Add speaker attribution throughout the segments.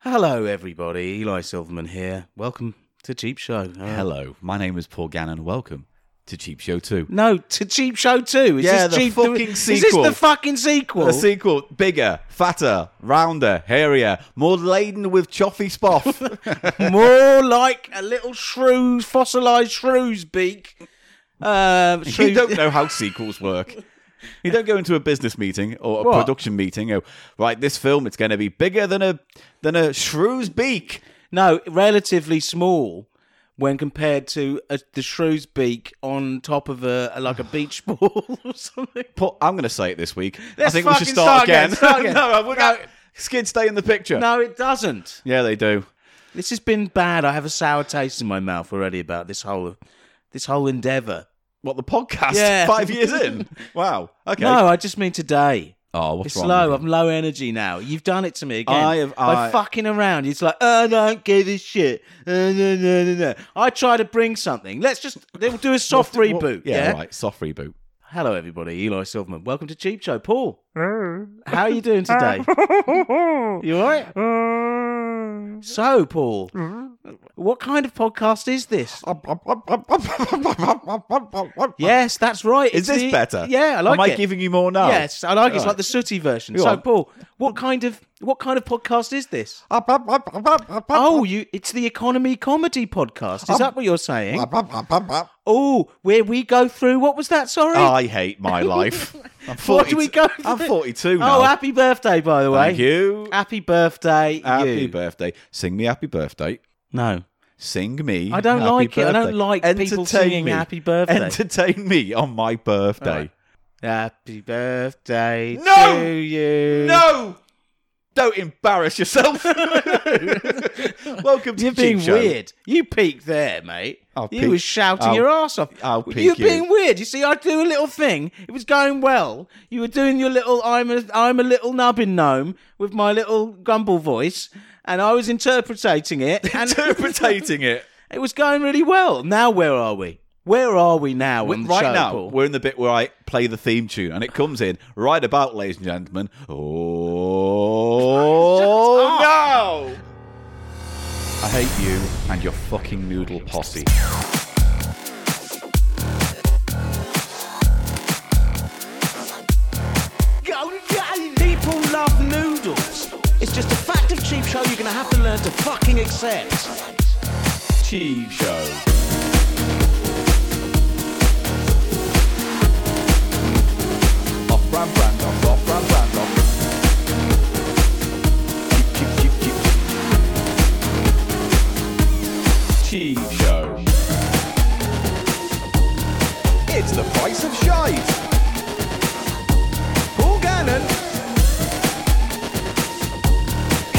Speaker 1: Hello, everybody. Eli Silverman here. Welcome to Cheap Show. Uh,
Speaker 2: Hello, my name is Paul Gannon. Welcome to Cheap Show 2.
Speaker 1: No, to Cheap Show 2. Is
Speaker 2: Yeah,
Speaker 1: this
Speaker 2: the
Speaker 1: cheap,
Speaker 2: fucking
Speaker 1: is
Speaker 2: sequel.
Speaker 1: this the fucking sequel?
Speaker 2: The sequel, bigger, fatter, rounder, hairier, more laden with choffy spoff.
Speaker 1: More like a little shrew, fossilized shrew's beak. Uh,
Speaker 2: you
Speaker 1: shrew-
Speaker 2: don't know how sequels work. You don't go into a business meeting or a
Speaker 1: What?
Speaker 2: production meeting. Oh, right, this film it's going to be bigger than a than a shrew's beak.
Speaker 1: No, relatively small when compared to a, the shrew's beak on top of a, a- like a beach ball or something.
Speaker 2: Paul, I'm going to say it this week.
Speaker 1: Let's
Speaker 2: I think we
Speaker 1: fucking
Speaker 2: should start,
Speaker 1: start again, start again.
Speaker 2: no, I would
Speaker 1: No.
Speaker 2: Skid stay in the picture.
Speaker 1: No, it doesn't.
Speaker 2: Yeah, they do.
Speaker 1: This has been bad. I have a sour taste in my mouth already about this whole this whole endeavor.
Speaker 2: What the podcast?
Speaker 1: Yeah.
Speaker 2: Five years in. Wow. Okay.
Speaker 1: No, I just mean today.
Speaker 2: Oh, what's
Speaker 1: It's
Speaker 2: wrong?
Speaker 1: low. I'm low energy now. You've done it to me again.
Speaker 2: I have-
Speaker 1: By
Speaker 2: I-
Speaker 1: fucking around. It's like "Oh, I don't give a shit. Uh, no, no, no, no. I try to bring something. Let's just they'll do a soft
Speaker 2: What-
Speaker 1: reboot.
Speaker 2: Yeah,
Speaker 1: yeah.
Speaker 2: right. Soft reboot.
Speaker 1: Hello, everybody. Eli Silverman. Welcome to Cheap Show. Paul, how are you doing today? you all right? So, Paul, what kind of podcast is this? Yes, that's right.
Speaker 2: Is
Speaker 1: It's
Speaker 2: this
Speaker 1: the-
Speaker 2: better?
Speaker 1: Yeah, I like
Speaker 2: Am I
Speaker 1: it.
Speaker 2: giving you more now?
Speaker 1: Yes, I like it. It's
Speaker 2: Oh, Right.
Speaker 1: like the sooty version.
Speaker 2: Go
Speaker 1: so,
Speaker 2: on.
Speaker 1: Paul, what kind of what kind of podcast is this? Oh, you it's the economy comedy podcast. Is that what you're saying? Oh, where we go through what was that? Sorry.
Speaker 2: Oh, I hate my life. I'm 42.
Speaker 1: do we go
Speaker 2: I'm
Speaker 1: through?
Speaker 2: 42 now.
Speaker 1: oh, happy birthday, by the way.
Speaker 2: Thank you.
Speaker 1: Happy birthday.
Speaker 2: Happy
Speaker 1: you.
Speaker 2: birthday. Sing me happy birthday.
Speaker 1: No.
Speaker 2: Sing me.
Speaker 1: I don't
Speaker 2: happy
Speaker 1: like it. I don't
Speaker 2: birthday.
Speaker 1: like people
Speaker 2: Entertain
Speaker 1: singing
Speaker 2: me.
Speaker 1: happy birthday.
Speaker 2: Entertain me on my birthday.
Speaker 1: All right. Happy birthday
Speaker 2: No!
Speaker 1: to you.
Speaker 2: No! Don't embarrass yourself. Welcome to
Speaker 1: You're
Speaker 2: Cheap
Speaker 1: being
Speaker 2: Show.
Speaker 1: weird. You peaked there, mate.
Speaker 2: I'll
Speaker 1: you
Speaker 2: peak-
Speaker 1: was shouting
Speaker 2: I'll-
Speaker 1: your ass off.
Speaker 2: I'll
Speaker 1: Well,
Speaker 2: peak
Speaker 1: You're
Speaker 2: you.
Speaker 1: being weird. You see, I do a little thing. It was going well. You were doing your little I'm a I'm a little nubbin gnome with my little grumble voice, and I was interpreting it. And
Speaker 2: Interpreting it.
Speaker 1: it was going really well. Now where are we? Where are we now? on the
Speaker 2: right
Speaker 1: show,
Speaker 2: now,
Speaker 1: Paul?
Speaker 2: we're in the bit where I play the theme tune, and it comes in right about, ladies and gentlemen. Oh
Speaker 1: Ah!
Speaker 2: no! I hate you and your fucking noodle posse.
Speaker 1: People love noodles. It's just a fact of cheap show you're going to have to learn to fucking accept.
Speaker 2: Cheap show. Off brand, brand off, off brand, brand off. Cheap, cheap, cheap, cheap, cheap. Cheap show. It's the price of shite. Paul Gannon.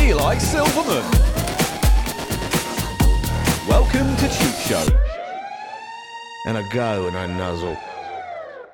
Speaker 2: Eli Silverman. Welcome to Cheap Show.
Speaker 3: and I go and I nuzzle.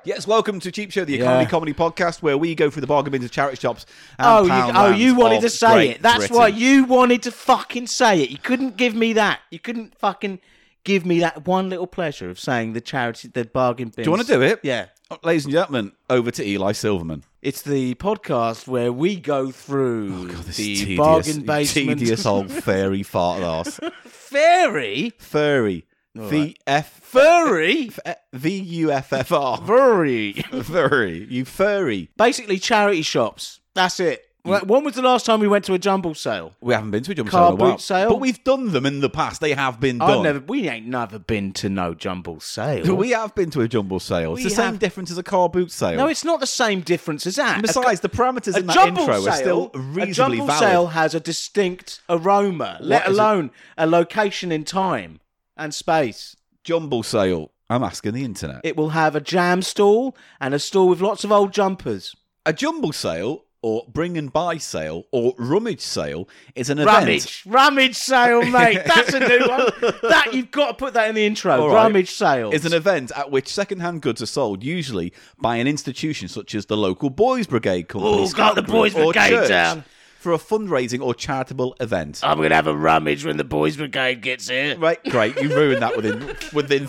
Speaker 2: Yes, welcome to Cheap Show, the economy
Speaker 1: Yeah.
Speaker 2: comedy podcast, where we go through the bargain bins of charity shops. And
Speaker 1: Oh, you,
Speaker 2: pound
Speaker 1: oh,
Speaker 2: lands
Speaker 1: you wanted
Speaker 2: of
Speaker 1: to say
Speaker 2: Great
Speaker 1: it. That's
Speaker 2: Britain.
Speaker 1: why you wanted to fucking say it. You couldn't give me that. You couldn't fucking give me that one little pleasure of saying the charity, the bargain bin.
Speaker 2: Do you want to do it?
Speaker 1: Yeah.
Speaker 2: Oh, Ladies and gentlemen, over to Eli Silverman.
Speaker 1: It's the podcast where we go through
Speaker 2: Oh, This
Speaker 1: the
Speaker 2: tedious,
Speaker 1: bargain basement.
Speaker 2: Tedious old fairy fart ass.
Speaker 1: Fairy?
Speaker 2: Furry. V F
Speaker 1: Furry?
Speaker 2: V U F F R.
Speaker 1: Furry.
Speaker 2: Furry. You furry.
Speaker 1: Basically, charity shops. That's it. Wh- When was the last time we went to a jumble sale?
Speaker 2: We haven't been to a jumble
Speaker 1: Car
Speaker 2: sale in a while.
Speaker 1: boot sale?
Speaker 2: But we've done them in the past. They have been done.
Speaker 1: I've never. We ain't never been to no jumble sale.
Speaker 2: We have been to a jumble sale.
Speaker 1: We
Speaker 2: It's the same
Speaker 1: have-
Speaker 2: difference as a car boot sale.
Speaker 1: no, it's not the same difference as that. A co-
Speaker 2: Besides, the parameters
Speaker 1: a
Speaker 2: in that
Speaker 1: jumble
Speaker 2: intro
Speaker 1: sale,
Speaker 2: are still
Speaker 1: a
Speaker 2: reasonably
Speaker 1: jumble
Speaker 2: valid.
Speaker 1: sale has a distinct aroma, let
Speaker 2: is it?
Speaker 1: alone a location in time and space.
Speaker 2: jumble sale. I'm asking the internet.
Speaker 1: It will have a jam stall and a stall with lots of old jumpers.
Speaker 2: a jumble sale or bring and buy sale or rummage sale is an event.
Speaker 1: Rummage, rummage sale, mate. That's a new one. That you've got to put that in the intro.
Speaker 2: All right.
Speaker 1: Rummage sale.
Speaker 2: Is an event at which second-hand goods are sold, usually by an institution such as the local Boys Brigade Company,
Speaker 1: Ooh, got
Speaker 2: Scout
Speaker 1: the
Speaker 2: Group,
Speaker 1: Boys
Speaker 2: or
Speaker 1: Brigade
Speaker 2: church,
Speaker 1: down.
Speaker 2: for a fundraising or charitable event.
Speaker 1: I'm gonna have a rummage when the boys' brigade gets here.
Speaker 2: Right, great. You ruined that within within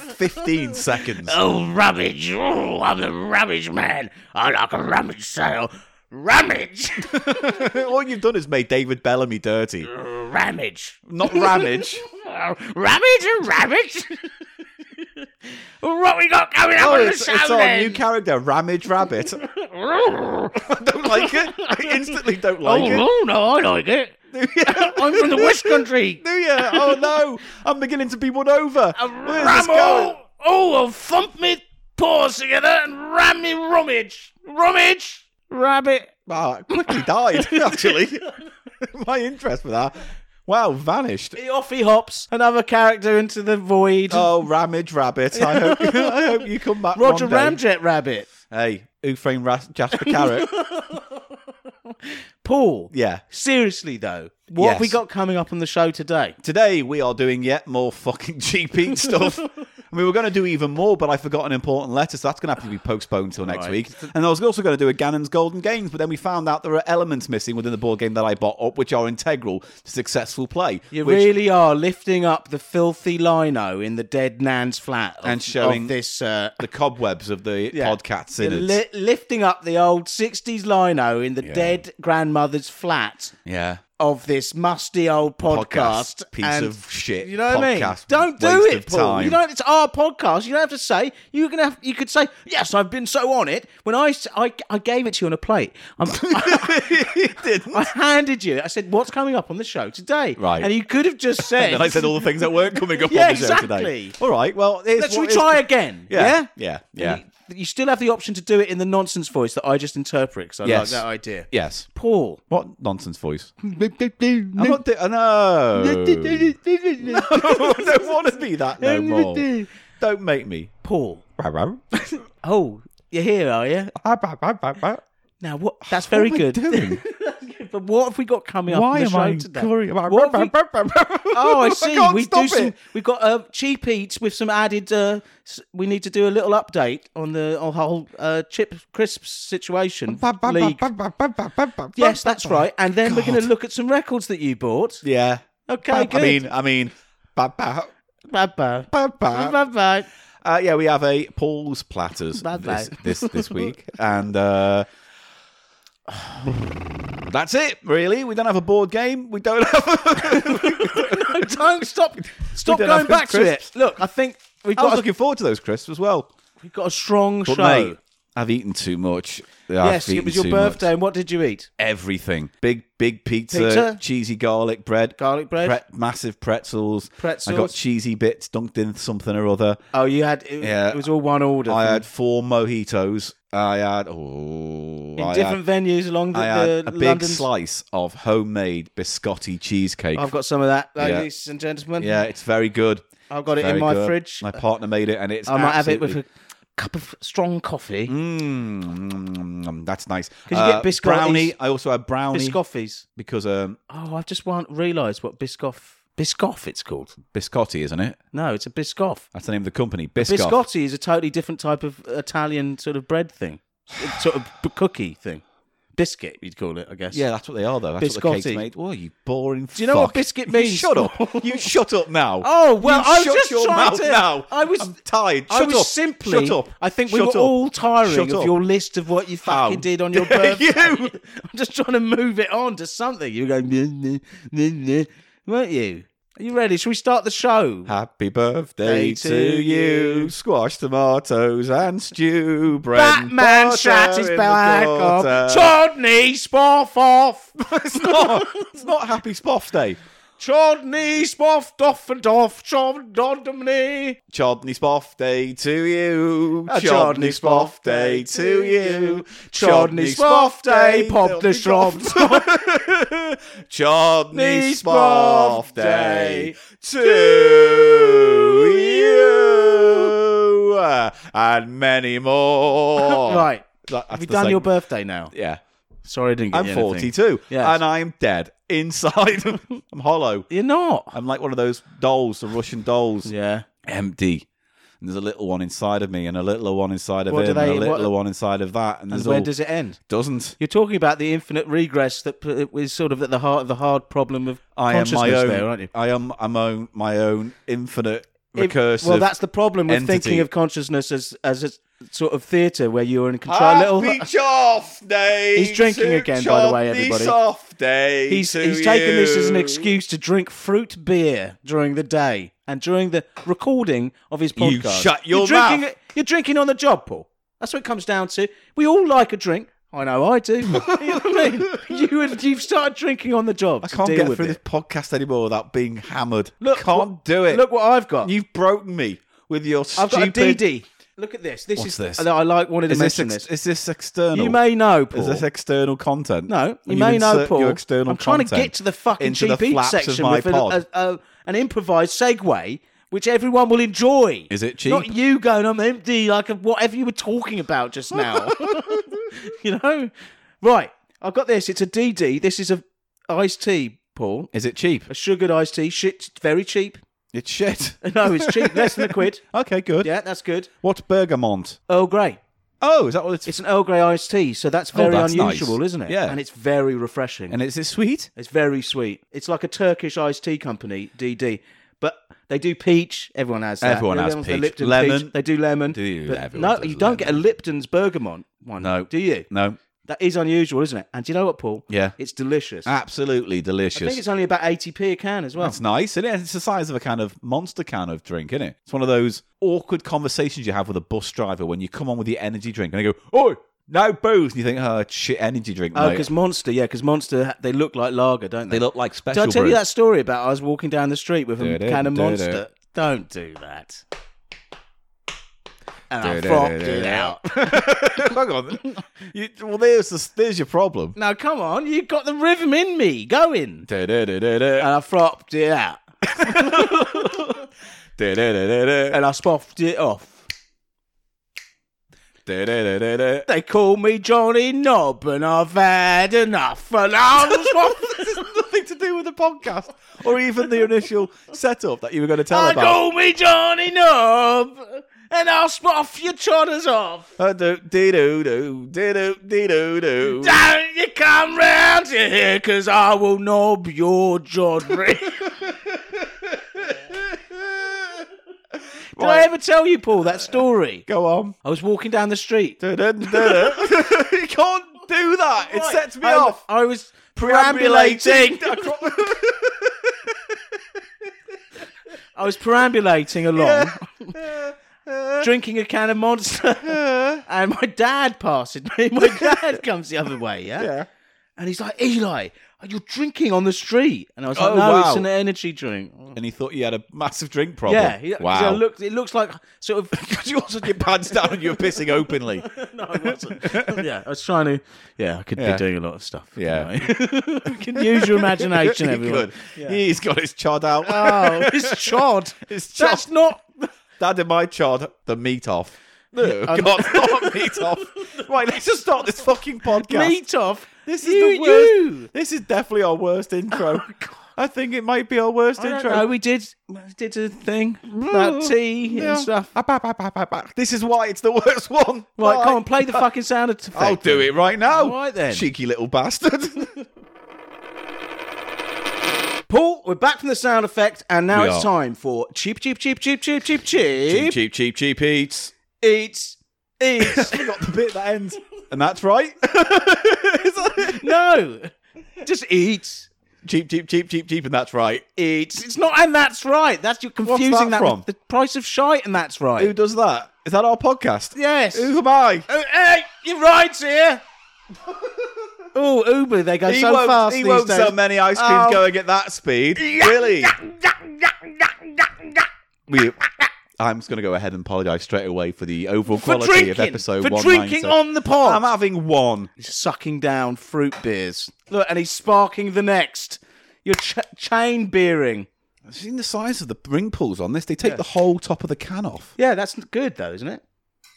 Speaker 2: 15 seconds.
Speaker 1: Oh, rummage! Oh, I'm the rummage man. I like a rummage sale. Rummage.
Speaker 2: All you've done is made David Bellamy dirty.
Speaker 1: ramage.
Speaker 2: Not ramage.
Speaker 1: Uh, ramage and ramage. what we got coming up
Speaker 2: oh,
Speaker 1: on
Speaker 2: it's,
Speaker 1: the show
Speaker 2: it's our
Speaker 1: then?
Speaker 2: new character, Ramage Rabbit. I don't like it. I instantly don't like
Speaker 1: oh, no, no, I like it.
Speaker 2: it. Do ya?
Speaker 1: I'm from the West Country.
Speaker 2: Do you? Oh no! I'm beginning to be won over.
Speaker 1: A
Speaker 2: Where's this going?
Speaker 1: Ramble. Oh, I'll thump me paws together and ram me rummage. Rummage. Rabbit.
Speaker 2: Ah, quickly died. Actually, my interest with that. Wow, vanished.
Speaker 1: Off he hops, another character into the void.
Speaker 2: Oh, Ramage Rabbit. I hope, I hope you come back.
Speaker 1: Roger
Speaker 2: one day.
Speaker 1: Ramjet Rabbit.
Speaker 2: Hey, who framed Ra- Jasper Carrot?
Speaker 1: Paul,
Speaker 2: yeah.
Speaker 1: seriously though, what have we
Speaker 2: Yes.
Speaker 1: got coming up on the show today?
Speaker 2: Today we are doing yet more fucking GP stuff. I mean, we're going to do even more, but I forgot an important letter, so that's going to have to be postponed till next
Speaker 1: Right.
Speaker 2: week. And I was also going to do a Ganon's Golden Games, but then we found out there are elements missing within the board game that I bought up, which are integral to successful play.
Speaker 1: You
Speaker 2: which-
Speaker 1: really are lifting up the filthy lino in the dead Nan's flat of,
Speaker 2: And showing
Speaker 1: of this uh,
Speaker 2: the cobwebs of the podcast synods.
Speaker 1: li- lifting up the old '60s lino in the
Speaker 2: Yeah.
Speaker 1: dead grandmother's flat
Speaker 2: yeah.
Speaker 1: of this musty old podcast,
Speaker 2: Podcast. Piece
Speaker 1: and-
Speaker 2: of shit.
Speaker 1: You know what I mean?
Speaker 2: Podcast.
Speaker 1: Don't do
Speaker 2: Waste
Speaker 1: it,
Speaker 2: of
Speaker 1: Paul.
Speaker 2: time.
Speaker 1: You don't. It's our podcast. You don't have to say. You're gonna have. You could say yes. I've been so on it. When I s- I, I gave it to you on a plate. I'm,
Speaker 2: didn't.
Speaker 1: I handed you. I said, "What's coming up on the show today?"
Speaker 2: Right.
Speaker 1: And you could have just said.
Speaker 2: And I said all the things that weren't coming up
Speaker 1: Yeah,
Speaker 2: on the show today.
Speaker 1: exactly.
Speaker 2: All right, well, here's
Speaker 1: Let's
Speaker 2: what
Speaker 1: we
Speaker 2: is-
Speaker 1: try again.
Speaker 2: Yeah,
Speaker 1: Yeah.
Speaker 2: yeah, yeah.
Speaker 1: And You, you still have the option to do it in the nonsense voice that I just interpret because I
Speaker 2: Yes.
Speaker 1: like that idea.
Speaker 2: Yes.
Speaker 1: Paul.
Speaker 2: What nonsense voice? I'm
Speaker 1: I'm
Speaker 2: not. Di- no. I don't want to be that no more. Don't make me.
Speaker 1: Paul. Oh, you're here, are you? Now what? That's very
Speaker 2: am I
Speaker 1: good.
Speaker 2: doing?
Speaker 1: but what have we got coming up
Speaker 2: Why
Speaker 1: on the
Speaker 2: am
Speaker 1: show
Speaker 2: I
Speaker 1: today?
Speaker 2: curry?
Speaker 1: What have we- Oh, I see.
Speaker 2: can't
Speaker 1: we
Speaker 2: stop
Speaker 1: do some.
Speaker 2: it.
Speaker 1: We've got uh, cheap eats with some added. Uh, s- we need to do a little update on the on whole uh, chip crisps situation. league. Yes, that's right. And then we're going to look at some records that you bought.
Speaker 2: Yeah.
Speaker 1: Okay,
Speaker 2: I
Speaker 1: good.
Speaker 2: mean, uh, I mean. ba- ba-
Speaker 1: bye bye.
Speaker 2: ba- ba.
Speaker 1: Bye bye.
Speaker 2: Uh, yeah, we have a Paul's platters
Speaker 1: Bad
Speaker 2: this,
Speaker 1: luck.
Speaker 2: this this week, and uh, that's it. Really, we don't have a board game. We don't have.
Speaker 1: Don't stop. Stop
Speaker 2: don't
Speaker 1: going
Speaker 2: have
Speaker 1: back to it.
Speaker 2: crisps.
Speaker 1: Look, I think we've
Speaker 2: I was
Speaker 1: got a,
Speaker 2: looking forward to those crisps as well.
Speaker 1: we've got a strong
Speaker 2: But
Speaker 1: show.
Speaker 2: mate, I've eaten too much. I've
Speaker 1: yes, it
Speaker 2: eaten
Speaker 1: was your
Speaker 2: too
Speaker 1: birthday,
Speaker 2: much.
Speaker 1: and what did you eat?
Speaker 2: Everything. Big big pizza,
Speaker 1: Pizza?
Speaker 2: cheesy garlic bread,
Speaker 1: Garlic bread.
Speaker 2: pret- massive pretzels. I got
Speaker 1: Pretzels.
Speaker 2: cheesy bits dunked in something or other.
Speaker 1: Oh, you had. It,
Speaker 2: Yeah.
Speaker 1: it was all one order.
Speaker 2: I
Speaker 1: from-
Speaker 2: had four mojitos. I had oh,
Speaker 1: in
Speaker 2: I had-
Speaker 1: different venues along the,
Speaker 2: I had
Speaker 1: the
Speaker 2: a big
Speaker 1: London.
Speaker 2: slice of homemade biscotti cheesecake.
Speaker 1: I've got some of that,
Speaker 2: Yeah.
Speaker 1: ladies and gentlemen.
Speaker 2: yeah, it's very good.
Speaker 1: I've got it
Speaker 2: Very
Speaker 1: in my
Speaker 2: good.
Speaker 1: fridge.
Speaker 2: My partner made it, and it's.
Speaker 1: I might have it with
Speaker 2: absolutely-
Speaker 1: a cup of strong coffee.
Speaker 2: Mm, mm, mm, mm, that's nice.
Speaker 1: 'Cause you get biscottis-
Speaker 2: brownie. I also had brownie
Speaker 1: Biscoffees.
Speaker 2: because um,
Speaker 1: Oh, I've just want realised what Biscoff. Biscoff, it's called.
Speaker 2: biscotti, isn't it?
Speaker 1: No, it's a Biscoff.
Speaker 2: That's the name of the company. Biscoff.
Speaker 1: Biscotti is a totally different type of Italian sort of bread thing, It's sort of b- cookie thing, biscuit you'd call it, I guess.
Speaker 2: Yeah, that's what they are, though. That's what the cake's
Speaker 1: Biscotti.
Speaker 2: made. Well, you boring.
Speaker 1: Do you know what biscuit means?
Speaker 2: shut up! You shut up now.
Speaker 1: Oh well,
Speaker 2: You
Speaker 1: I was
Speaker 2: shut
Speaker 1: just
Speaker 2: your
Speaker 1: trying
Speaker 2: mouth
Speaker 1: to.
Speaker 2: now.
Speaker 1: I was
Speaker 2: I'm tired.
Speaker 1: I
Speaker 2: Shut
Speaker 1: was
Speaker 2: up.
Speaker 1: simply.
Speaker 2: Shut up.
Speaker 1: I think we
Speaker 2: Shut
Speaker 1: were
Speaker 2: up.
Speaker 1: all tiring
Speaker 2: Shut
Speaker 1: of
Speaker 2: up.
Speaker 1: your list of what you
Speaker 2: How
Speaker 1: fucking did on your
Speaker 2: dare
Speaker 1: birthday.
Speaker 2: you?
Speaker 1: I'm just trying to move it on to something. You were going, "Nah, nah, nah, nah," weren't you? Are you ready? Shall we start the show?
Speaker 2: Happy birthday
Speaker 1: Day
Speaker 2: to
Speaker 1: to
Speaker 2: you.
Speaker 1: you.
Speaker 2: Squash tomatoes and stew. Bread and
Speaker 1: Batman
Speaker 2: butter
Speaker 1: shat his
Speaker 2: in the
Speaker 1: back off.
Speaker 2: quarter.
Speaker 1: Chudney spoff off.
Speaker 2: it's not. It's not Happy Spoff Day.
Speaker 1: Chudney spoffed off and off. Chudney.
Speaker 2: Chodney Spoff Day to you.
Speaker 1: A Chudney spoff day to you. Chudney spoff day. Pop the shroff.
Speaker 2: Chodney Spoff
Speaker 1: Spoff
Speaker 2: Day
Speaker 1: Day
Speaker 2: to you. And many more.
Speaker 1: Right.
Speaker 2: That- that's
Speaker 1: Have you
Speaker 2: the
Speaker 1: done your
Speaker 2: segment.
Speaker 1: birthday now?
Speaker 2: Yeah.
Speaker 1: Sorry, I didn't get
Speaker 2: I'm
Speaker 1: you anything.
Speaker 2: 42
Speaker 1: Yes.
Speaker 2: and I'm dead inside. I'm hollow.
Speaker 1: You're not.
Speaker 2: I'm like one of those dolls, the Russian dolls,
Speaker 1: Yeah.
Speaker 2: empty. And there's a little one inside of me, and a little one inside of
Speaker 1: What do
Speaker 2: him, and a
Speaker 1: they- what-
Speaker 2: little one inside of that, and
Speaker 1: And
Speaker 2: there's
Speaker 1: where
Speaker 2: all
Speaker 1: does it end?
Speaker 2: doesn't.
Speaker 1: You're talking about the infinite regress that p- is sort of at the heart of the hard problem of
Speaker 2: I am
Speaker 1: consciousness
Speaker 2: my own.
Speaker 1: there, aren't you?
Speaker 2: I am I'm own, my own infinite recursive.
Speaker 1: well, that's the problem with
Speaker 2: entity.
Speaker 1: thinking of consciousness as as a sort of theatre where you're in control.
Speaker 2: Happy
Speaker 1: little,
Speaker 2: off day.
Speaker 1: He's drinking
Speaker 2: to
Speaker 1: again, by the way,
Speaker 2: Johnny
Speaker 1: everybody.
Speaker 2: Soft day.
Speaker 1: he's
Speaker 2: to
Speaker 1: he's taking this as an
Speaker 2: you.
Speaker 1: excuse to drink fruit beer during the day and during the recording of his podcast.
Speaker 2: You shut your
Speaker 1: you're drinking,
Speaker 2: mouth.
Speaker 1: You're drinking on the job, Paul. That's what it comes down to. We all like a drink. I know I do. you know what I mean? You have, you've started drinking on the job.
Speaker 2: I
Speaker 1: to
Speaker 2: can't
Speaker 1: deal
Speaker 2: get
Speaker 1: with
Speaker 2: through
Speaker 1: it.
Speaker 2: this podcast anymore without being hammered.
Speaker 1: Look,
Speaker 2: can't
Speaker 1: what-
Speaker 2: do it.
Speaker 1: Look what I've got.
Speaker 2: you've broken me with your
Speaker 1: I've got a
Speaker 2: stupid.
Speaker 1: DD. Look at this. This
Speaker 2: What's
Speaker 1: is
Speaker 2: this?
Speaker 1: I like wanted to
Speaker 2: Is this,
Speaker 1: mention
Speaker 2: ex-
Speaker 1: this.
Speaker 2: is this external?
Speaker 1: You may know, Paul.
Speaker 2: Is this external content?
Speaker 1: No, you
Speaker 2: When
Speaker 1: may know,
Speaker 2: insert
Speaker 1: Paul.
Speaker 2: Your external
Speaker 1: I'm trying to
Speaker 2: content
Speaker 1: get to the fucking
Speaker 2: into the
Speaker 1: cheap eats
Speaker 2: flaps of
Speaker 1: section
Speaker 2: my
Speaker 1: with a,
Speaker 2: pod.
Speaker 1: a, a, an improvised segue, which everyone will enjoy.
Speaker 2: Is it cheap?
Speaker 1: Not you going, I'm empty, like of whatever you were talking about just now. you know? Right, I've got this. It's a DD. This is a iced tea, Paul.
Speaker 2: Is it cheap?
Speaker 1: A sugared iced tea. Shit, very cheap.
Speaker 2: It's shit.
Speaker 1: No, it's cheap. less than a quid.
Speaker 2: okay, good.
Speaker 1: Yeah, that's good.
Speaker 2: What's Bergamont?
Speaker 1: Earl Grey.
Speaker 2: Oh, is that what it's?
Speaker 1: It's an Earl Grey iced tea, so that's very
Speaker 2: Oh, that's nice.
Speaker 1: unusual, isn't it?
Speaker 2: Yeah.
Speaker 1: And it's very refreshing.
Speaker 2: and is it sweet?
Speaker 1: It's very sweet. It's like a Turkish iced tea company, DD. But they do peach. Everyone has that.
Speaker 2: Everyone has
Speaker 1: Everyone's the
Speaker 2: peach.
Speaker 1: Lipton
Speaker 2: Lemon.
Speaker 1: peach. They do lemon.
Speaker 2: Do you?
Speaker 1: But
Speaker 2: Everyone
Speaker 1: no,
Speaker 2: does
Speaker 1: you don't
Speaker 2: lemon.
Speaker 1: get a Lipton's Bergamot one.
Speaker 2: No.
Speaker 1: Do you?
Speaker 2: No.
Speaker 1: That is unusual, isn't it? And do you know what, Paul?
Speaker 2: Yeah.
Speaker 1: It's delicious.
Speaker 2: Absolutely
Speaker 1: I think
Speaker 2: delicious.
Speaker 1: it's only about 80p a can as well.
Speaker 2: That's nice, isn't it? It's the size of a kind of monster can of drink, isn't it? It's one of those awkward conversations you have with a bus driver when you come on with the energy drink and they go, "Oi, no booze," and you think, "Oh, it's shit, energy drink."
Speaker 1: Oh,
Speaker 2: mate."
Speaker 1: because Monster, yeah, because Monster, they look like lager, don't they?
Speaker 2: they look like special.
Speaker 1: Did I tell
Speaker 2: brew.
Speaker 1: you that story about I was walking down the street with a
Speaker 2: Do-do,
Speaker 1: can of
Speaker 2: do-do.
Speaker 1: Monster? Don't do that. And I
Speaker 2: Do-do,
Speaker 1: fucked
Speaker 2: do-do.
Speaker 1: it out.
Speaker 2: Hang on. You, well, there's the, there's your problem.
Speaker 1: Now, come on, you got the rhythm in me going.
Speaker 2: Du-du-du-du-du.
Speaker 1: And I flopped it out.
Speaker 2: Du-du-du-du-du.
Speaker 1: And I spoffed it off.
Speaker 2: Du-du-du-du-du.
Speaker 1: They call me Johnny Knob, and I've had enough. And I was
Speaker 2: It's nothing to do with the podcast or even the initial setup that you were going to tell
Speaker 1: They
Speaker 2: about.
Speaker 1: call me Johnny Knob, and I'll spoff your chodders off.
Speaker 2: Uh, do dee doo doo dee doo dee doo doo.
Speaker 1: Don't you come round to here, 'cause I will knob your jodry. Did I ever tell you, Paul, that story?
Speaker 2: Go on.
Speaker 1: I was walking down the street.
Speaker 2: Du-dun, du-dun. you can't do that. It sets me
Speaker 1: I,
Speaker 2: off.
Speaker 1: I was perambulating. I was perambulating along,
Speaker 2: Uh-huh.
Speaker 1: drinking a can of Monster, and my dad passes me. My dad comes the other way, yeah?
Speaker 2: Yeah.
Speaker 1: and he's like, "Eli, are you drinking on the street?" And I was like,
Speaker 2: Oh,
Speaker 1: "No,
Speaker 2: wow.
Speaker 1: it's an energy drink."
Speaker 2: And he thought you had a massive drink problem.
Speaker 1: Yeah, he, 'cause I
Speaker 2: wow.
Speaker 1: looked, it looks like sort of.
Speaker 2: you also your pants down and you're pissing openly.
Speaker 1: no, I wasn't. yeah, I was trying to. Yeah, I could
Speaker 2: Yeah.
Speaker 1: be doing a lot of stuff.
Speaker 2: Yeah.
Speaker 1: you can use your imagination,
Speaker 2: He
Speaker 1: everyone.
Speaker 2: could. He's got his chod out.
Speaker 1: Oh, it's chod.
Speaker 2: His chod.
Speaker 1: That's not.
Speaker 2: Dad in my chod, the meat off. No, God, not meat off. Right, let's just start this fucking podcast.
Speaker 1: Meat off.
Speaker 2: This is
Speaker 1: You-
Speaker 2: the worst.
Speaker 1: you. Oh,
Speaker 2: This is definitely our worst intro. I think it might be our worst
Speaker 1: I don't
Speaker 2: intro.
Speaker 1: know. We did did a thing about tea
Speaker 2: Mm. Yeah.
Speaker 1: and stuff.
Speaker 2: Ah, bah, bah, bah, bah, bah. This is why it's the worst one.
Speaker 1: Right,
Speaker 2: Bye.
Speaker 1: come on, play the fucking sound effect.
Speaker 2: I'll do it right now.
Speaker 1: All right then.
Speaker 2: Cheeky little bastard.
Speaker 1: Paul, we're back from the sound effect, and now
Speaker 2: We
Speaker 1: it's
Speaker 2: are.
Speaker 1: time for cheap, cheap, cheap, cheap, cheap, cheap,
Speaker 2: cheap,
Speaker 1: cheap,
Speaker 2: cheap, cheap, cheap eats.
Speaker 1: eats, eats.
Speaker 2: We got the bit that ends. And that's right.
Speaker 1: no, just eats,
Speaker 2: cheap, cheap, cheap, cheap, cheap, and that's right.
Speaker 1: eats. It's not, and that's right. That's you're confusing
Speaker 2: that
Speaker 1: with
Speaker 2: from?
Speaker 1: the price of shite, and that's right.
Speaker 2: Who does that? Is that our podcast?
Speaker 1: yes.
Speaker 2: Who am I?
Speaker 1: Oh, hey, your ride's here. oh, Uber, they go
Speaker 2: He
Speaker 1: so
Speaker 2: won't,
Speaker 1: fast
Speaker 2: he
Speaker 1: these
Speaker 2: won't
Speaker 1: days.
Speaker 2: sell many ice creams
Speaker 1: Oh.
Speaker 2: going at that speed. Really? we, I'm just going to go ahead and apologise straight away for the overall
Speaker 1: for
Speaker 2: quality
Speaker 1: drinking,
Speaker 2: of episode
Speaker 1: for
Speaker 2: 197.
Speaker 1: drinking on the
Speaker 2: I'm
Speaker 1: pod.
Speaker 2: having one.
Speaker 1: He's sucking down fruit beers. Look, and he's sparking the next. You're ch- chain beering.
Speaker 2: I've seen the size of the ring pulls on this. They take the whole top of the can off.
Speaker 1: Yeah, that's good though, isn't it?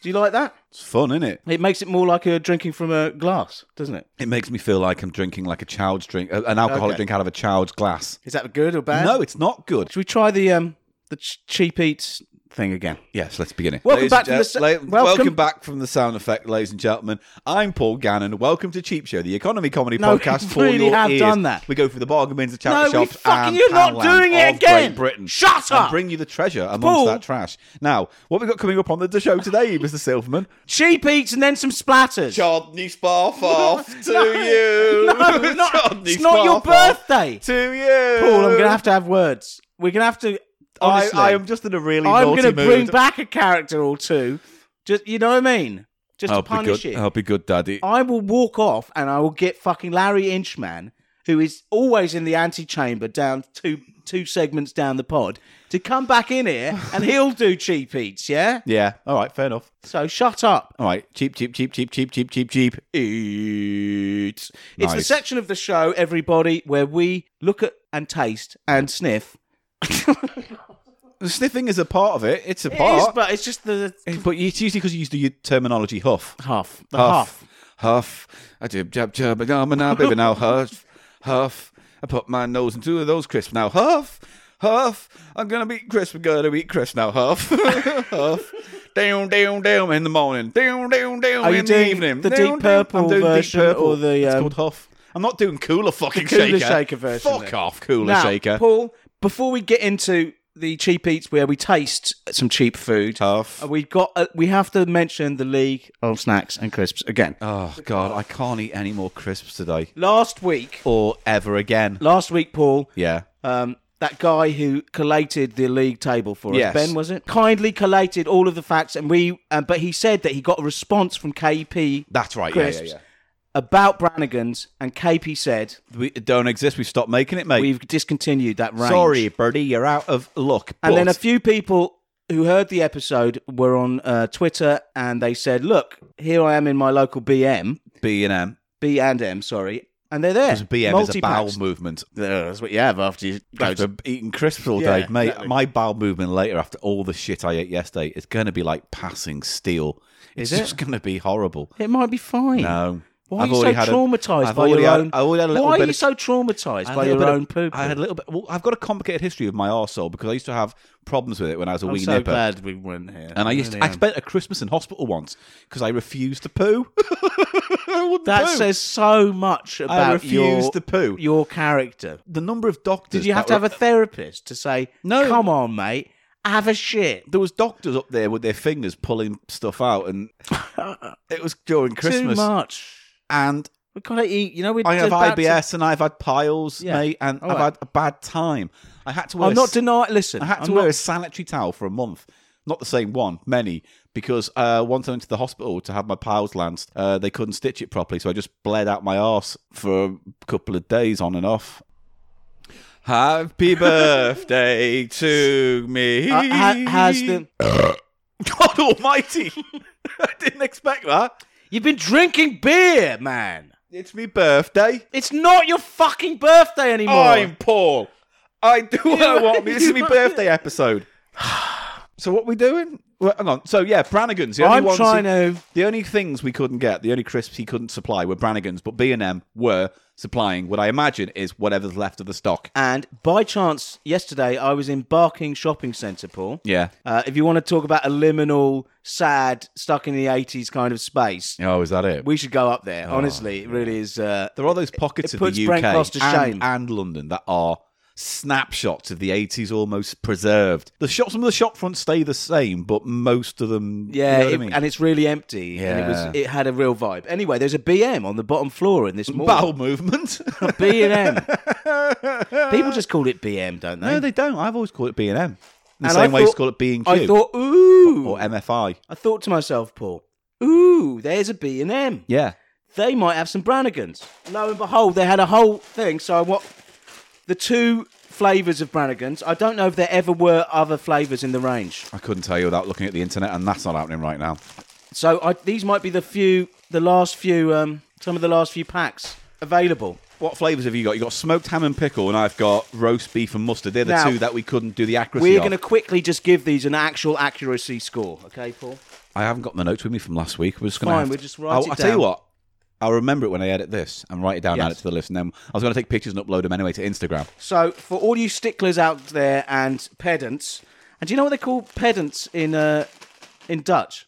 Speaker 1: Do you like that?
Speaker 2: It's fun, isn't it?
Speaker 1: It makes it more like you're drinking from a glass, doesn't it?
Speaker 2: It makes me feel like I'm drinking like a child's drink, uh, an
Speaker 1: Okay.
Speaker 2: alcoholic
Speaker 1: Um,
Speaker 2: drink out of a child's glass.
Speaker 1: Is that good or bad?
Speaker 2: No, it's not good.
Speaker 1: Should we try the um the ch- cheap eats thing again.
Speaker 2: Yes, let's begin it.
Speaker 1: Welcome
Speaker 2: Ladies
Speaker 1: back
Speaker 2: and
Speaker 1: from the
Speaker 2: gen-
Speaker 1: sa-
Speaker 2: la-
Speaker 1: welcome-
Speaker 2: welcome. back from the sound effect, ladies and gentlemen. I'm Paul Gannon. Welcome to Cheap Show, the economy comedy
Speaker 1: No,
Speaker 2: podcast
Speaker 1: we
Speaker 2: for
Speaker 1: really
Speaker 2: your
Speaker 1: have
Speaker 2: ears.
Speaker 1: done that.
Speaker 2: We go through the bargain bins, the
Speaker 1: No,
Speaker 2: charity
Speaker 1: we
Speaker 2: shops,
Speaker 1: fucking-
Speaker 2: and
Speaker 1: you're not
Speaker 2: panland
Speaker 1: doing it
Speaker 2: of
Speaker 1: again.
Speaker 2: Great Britain.
Speaker 1: Shut
Speaker 2: And
Speaker 1: up.
Speaker 2: bring you the treasure amongst
Speaker 1: Paul.
Speaker 2: that trash. Now, what we got coming up on the show today, Mr. Silverman?
Speaker 1: Cheap eats and then some splatters.
Speaker 2: Chardonnay sparf off to
Speaker 1: No,
Speaker 2: you.
Speaker 1: no, it's not-
Speaker 2: Chardonnay
Speaker 1: it's not your
Speaker 2: sparf off
Speaker 1: birthday.
Speaker 2: To you.
Speaker 1: Paul, I'm going to have to have words. We're going to have to.
Speaker 2: I,
Speaker 1: Honestly,
Speaker 2: I am just in a really
Speaker 1: I'm
Speaker 2: naughty
Speaker 1: gonna
Speaker 2: mood.
Speaker 1: bring back a character or two. Just you know what I mean? Just to
Speaker 2: I'll be
Speaker 1: punish
Speaker 2: good.
Speaker 1: it.
Speaker 2: I'll be good, Daddy.
Speaker 1: I will walk off and I will get fucking Larry Inchman, who is always in the antechamber down two two segments down the pod, to come back in here and he'll do cheap eats, yeah?
Speaker 2: Yeah. All right. Fair enough.
Speaker 1: So shut up.
Speaker 2: All right, cheap, cheap, cheap, cheap, cheap, cheap, cheap, cheap.
Speaker 1: Eat. It's the
Speaker 2: Nice.
Speaker 1: section of the show, everybody, where we look at and taste and sniff.
Speaker 2: The sniffing is a part of it. It's a
Speaker 1: It is,
Speaker 2: part,
Speaker 1: but it's just the
Speaker 2: but, it's usually because you use the terminology huff,
Speaker 1: half. The
Speaker 2: huff,
Speaker 1: half.
Speaker 2: huff. I jib jab jab. and I'm now baby now huff, huff. I put my nose in two of those crisps now huff, huff. I'm gonna be crisp. I'm gonna be crisp now huff, huff. Down, down, down in the morning. Down, down, down
Speaker 1: Are
Speaker 2: in
Speaker 1: you
Speaker 2: the
Speaker 1: doing
Speaker 2: evening.
Speaker 1: the
Speaker 2: down,
Speaker 1: Deep
Speaker 2: down.
Speaker 1: Purple
Speaker 2: I'm doing
Speaker 1: version
Speaker 2: deep purple.
Speaker 1: or the,
Speaker 2: it's
Speaker 1: um,
Speaker 2: called huff. I'm not doing cooler fucking
Speaker 1: Cooler
Speaker 2: shaker.
Speaker 1: Shaker version
Speaker 2: Fuck
Speaker 1: then.
Speaker 2: off, cooler
Speaker 1: Now,
Speaker 2: shaker.
Speaker 1: Paul, before we get into the cheap eats where we taste some cheap food,
Speaker 2: Huff.
Speaker 1: uh, we've got uh, we have to mention the League of Snacks and Crisps again.
Speaker 2: Oh God, I can't eat any more crisps today
Speaker 1: Last week,
Speaker 2: or ever again.
Speaker 1: last week, Paul,
Speaker 2: Yeah.
Speaker 1: um, that guy who collated the league table for us,
Speaker 2: Yes.
Speaker 1: Ben, was it? Kindly collated all of the facts, and we, um, but he said that he got a response from KP
Speaker 2: That's right.
Speaker 1: crisps
Speaker 2: Yeah, yeah,
Speaker 1: about Brannigan's, and KP said
Speaker 2: yeah. We it don't exist. We've stopped making it, mate.
Speaker 1: we've discontinued that range.
Speaker 2: Sorry, birdie, you're out of luck.
Speaker 1: And
Speaker 2: but
Speaker 1: then a few people who heard the episode were on uh, Twitter and they said, "Look, here I am in my local BM,
Speaker 2: B and M.
Speaker 1: B and M, sorry." And they're there.
Speaker 2: Because BM is a bowel
Speaker 1: Multi-packs.
Speaker 2: movement.
Speaker 1: That's what you have after you go
Speaker 2: After eating crisps all
Speaker 1: Yeah,
Speaker 2: day, mate.
Speaker 1: exactly.
Speaker 2: My bowel movement later after all the shit I ate yesterday is going to be like passing steel. It's
Speaker 1: Is it?
Speaker 2: just going to be horrible.
Speaker 1: It might be fine.
Speaker 2: No.
Speaker 1: Why
Speaker 2: I've
Speaker 1: are you so
Speaker 2: already had a-
Speaker 1: traumatized
Speaker 2: I've
Speaker 1: by
Speaker 2: already
Speaker 1: your
Speaker 2: had-
Speaker 1: own?
Speaker 2: I already had a little
Speaker 1: Why
Speaker 2: bit
Speaker 1: are you
Speaker 2: of-
Speaker 1: so traumatized by
Speaker 2: I had a little
Speaker 1: your
Speaker 2: bit
Speaker 1: own
Speaker 2: of-
Speaker 1: poo?
Speaker 2: I had a little bit. Well, I've got a complicated history of my arsehole because I used to have problems with it when I was a
Speaker 1: I'm
Speaker 2: wee
Speaker 1: so
Speaker 2: nipper.
Speaker 1: glad we weren't here.
Speaker 2: And I used to, I spent a Christmas in hospital once because I refused to poo. I wouldn't
Speaker 1: that
Speaker 2: poo.
Speaker 1: says so much about
Speaker 2: refused
Speaker 1: your,
Speaker 2: to poo.
Speaker 1: your character.
Speaker 2: the number of doctors.
Speaker 1: Did you have
Speaker 2: that
Speaker 1: to have
Speaker 2: were-
Speaker 1: a therapist to say,
Speaker 2: No.
Speaker 1: come on, mate, have a shit"?
Speaker 2: There was doctors up there with their fingers pulling stuff out, and it was during Christmas.
Speaker 1: Too much.
Speaker 2: And
Speaker 1: We gotta eat. You know, we.
Speaker 2: I have
Speaker 1: about to-
Speaker 2: IBS, and I've had piles,
Speaker 1: Yeah.
Speaker 2: mate, and
Speaker 1: All
Speaker 2: I've
Speaker 1: right.
Speaker 2: had a bad time. I had to. Wear
Speaker 1: I'm
Speaker 2: a
Speaker 1: not denying. Listen,
Speaker 2: I had to
Speaker 1: I'm
Speaker 2: wear
Speaker 1: not-
Speaker 2: a sanitary towel for a month. Not the same one, many, because uh, once I went to the hospital to have my piles lanced, uh, they couldn't stitch it properly, so I just bled out my arse for a couple of days on and off. Happy birthday to me.
Speaker 1: Uh, ha- has the
Speaker 2: God almighty. I didn't expect that.
Speaker 1: you've been drinking beer, man?
Speaker 2: It's my birthday.
Speaker 1: It's not your fucking birthday anymore.
Speaker 2: I'm Paul. I do what I want. This is my birthday episode. So what we doing? Well, hang on. So yeah, Brannigan's. The only
Speaker 1: I'm
Speaker 2: ones
Speaker 1: trying
Speaker 2: he-
Speaker 1: to.
Speaker 2: The only things we couldn't get, the only crisps he couldn't supply were Brannigan's, but B and M were supplying what I imagine is whatever's left of the stock.
Speaker 1: And by chance, yesterday I was in Barking Shopping Centre, Paul.
Speaker 2: Yeah.
Speaker 1: Uh, if you want to talk about a liminal, sad, stuck in the '80s kind of space,
Speaker 2: Oh, is that it?
Speaker 1: we should go up there.
Speaker 2: Oh,
Speaker 1: Honestly, it really is. Uh,
Speaker 2: there are those pockets
Speaker 1: It
Speaker 2: of
Speaker 1: puts
Speaker 2: the
Speaker 1: Brent
Speaker 2: UK
Speaker 1: Cross to
Speaker 2: and,
Speaker 1: shame.
Speaker 2: and London that are snapshots of the 80s almost preserved. The shop, some of the shop fronts stay the same, but most of them, you
Speaker 1: yeah,
Speaker 2: know what I
Speaker 1: it-
Speaker 2: mean?
Speaker 1: and it's really empty. And it
Speaker 2: Yeah.
Speaker 1: was. It had a real vibe. Anyway, there's a BM on the bottom floor in this mall.
Speaker 2: bowel movement.
Speaker 1: B and M. People just call it BM, don't they?
Speaker 2: no, they don't. I've always called it B and M. The
Speaker 1: And
Speaker 2: same
Speaker 1: I
Speaker 2: way you
Speaker 1: thought-
Speaker 2: call it B and
Speaker 1: I
Speaker 2: Q
Speaker 1: thought, ooh.
Speaker 2: or MFI.
Speaker 1: I thought to myself, Paul, ooh, there's a B and M.
Speaker 2: Yeah.
Speaker 1: They might have some Brannigans. Lo and behold, they had a whole thing. So I what the two flavors of Brannigans. I don't know if there ever were other flavors in the range.
Speaker 2: I couldn't tell you without looking at the internet, and that's not happening right now.
Speaker 1: So I, these might be the few, the last few, um, some of the last few packs available.
Speaker 2: What flavours have you got? You got smoked ham and pickle, and I've got roast beef and mustard. They're the
Speaker 1: Now,
Speaker 2: two that we couldn't do the accuracy.
Speaker 1: We're
Speaker 2: of.
Speaker 1: going to quickly just give these an actual accuracy score, okay, Paul?
Speaker 2: I haven't got my notes with me from last week. We're just going
Speaker 1: Fine,
Speaker 2: to.
Speaker 1: we'll just write
Speaker 2: I'll,
Speaker 1: it
Speaker 2: I'll tell you
Speaker 1: down.
Speaker 2: what. I'll remember it when I edit this and write it down, add it
Speaker 1: Yes.
Speaker 2: to the list, and then I was going to take pictures and upload them anyway to Instagram.
Speaker 1: So, for all you sticklers out there and pedants, And do you know what they call pedants in uh, in Dutch?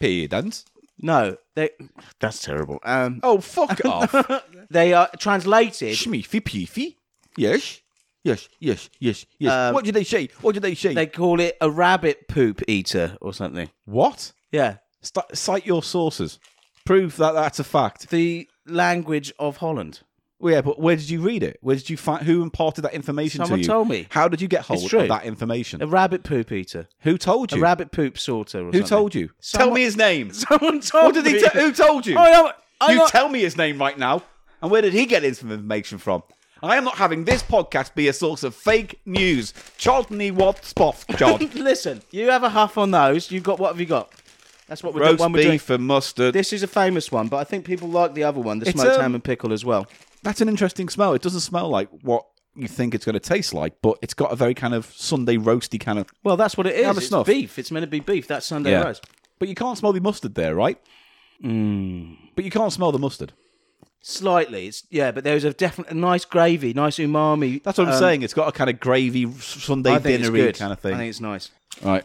Speaker 2: Pedants.
Speaker 1: No, they. That's terrible. Um,
Speaker 2: Oh, fuck off.
Speaker 1: they are translated.
Speaker 2: Schmiefy peefy. Yes. Yes, yes, yes, yes. what did they say? What did they say?
Speaker 1: Um, They call it a rabbit poop eater or something.
Speaker 2: what?
Speaker 1: Yeah,
Speaker 2: St- cite your sources. Prove that that's a fact.
Speaker 1: the language of Holland.
Speaker 2: Well, yeah, but where did you read it? Where did you find? Who imparted that information
Speaker 1: Someone
Speaker 2: to you?
Speaker 1: told me.
Speaker 2: How did you get hold
Speaker 1: true.
Speaker 2: of that
Speaker 1: A
Speaker 2: information?
Speaker 1: rabbit poop eater.
Speaker 2: Who told
Speaker 1: A
Speaker 2: you?
Speaker 1: rabbit poop sorter. Or
Speaker 2: Who told you?
Speaker 1: Someone-
Speaker 2: Tell me his name.
Speaker 1: Someone told
Speaker 2: What did he?
Speaker 1: me.
Speaker 2: T- who told you?
Speaker 1: I know- I
Speaker 2: you
Speaker 1: know-
Speaker 2: tell me his name right now. And where did he get his information from? I am not having this podcast be a source of fake news. Chodney what spoff, John.
Speaker 1: Listen, you have a huff on those. You've got what have you got? That's what we're doing.
Speaker 2: Roast
Speaker 1: One we're doing.
Speaker 2: beef and mustard.
Speaker 1: This is a famous one, but I think people like the other one, the
Speaker 2: It's,
Speaker 1: smoked
Speaker 2: um,
Speaker 1: ham and pickle as well.
Speaker 2: That's an interesting smell. It doesn't smell like what you think it's going to taste like, but it's got a very kind of Sunday roasty kind of.
Speaker 1: Well, that's what it is.
Speaker 2: have a
Speaker 1: it's
Speaker 2: snuff.
Speaker 1: beef. It's meant to be beef. That's Sunday
Speaker 2: Yeah.
Speaker 1: roast.
Speaker 2: But you can't smell the mustard there, right? But you can't smell the mustard.
Speaker 1: Slightly, it's yeah, but there's a definite a nice gravy, nice umami.
Speaker 2: That's what I'm
Speaker 1: Um,
Speaker 2: saying. It's got a kind of gravy s- Sunday
Speaker 1: I think it's
Speaker 2: dinnery
Speaker 1: good.
Speaker 2: kind of
Speaker 1: I think
Speaker 2: thing.
Speaker 1: it's nice.
Speaker 2: Right.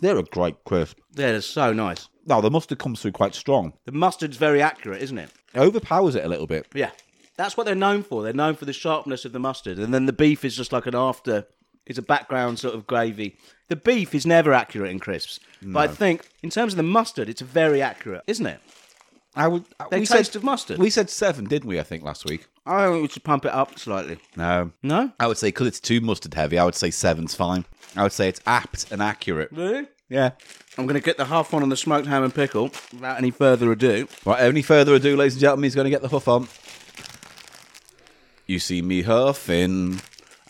Speaker 2: They're a great crisp.
Speaker 1: Yeah, they're so nice.
Speaker 2: Now the mustard comes through quite strong.
Speaker 1: The mustard's very accurate, isn't it?
Speaker 2: It overpowers it a little bit.
Speaker 1: Yeah, that's what they're known for. They're known for the sharpness of the mustard, and then the beef is just like an after. It's a background sort of gravy. The beef is never accurate in crisps, but I think in terms of the mustard, it's very accurate, isn't it?
Speaker 2: I would. uh,
Speaker 1: They
Speaker 2: we
Speaker 1: taste
Speaker 2: said
Speaker 1: of mustard.
Speaker 2: we said seven, didn't we? I think last week.
Speaker 1: I think we should pump it up slightly.
Speaker 2: No.
Speaker 1: No,
Speaker 2: I would say because it's too mustard heavy. I would say seven's fine. I would say it's apt and accurate.
Speaker 1: really?
Speaker 2: Yeah.
Speaker 1: I'm going to get the half one on the smoked ham and pickle without any further ado.
Speaker 2: Right, any further ado, ladies and gentlemen, he's going to get the huff on. You see me huffing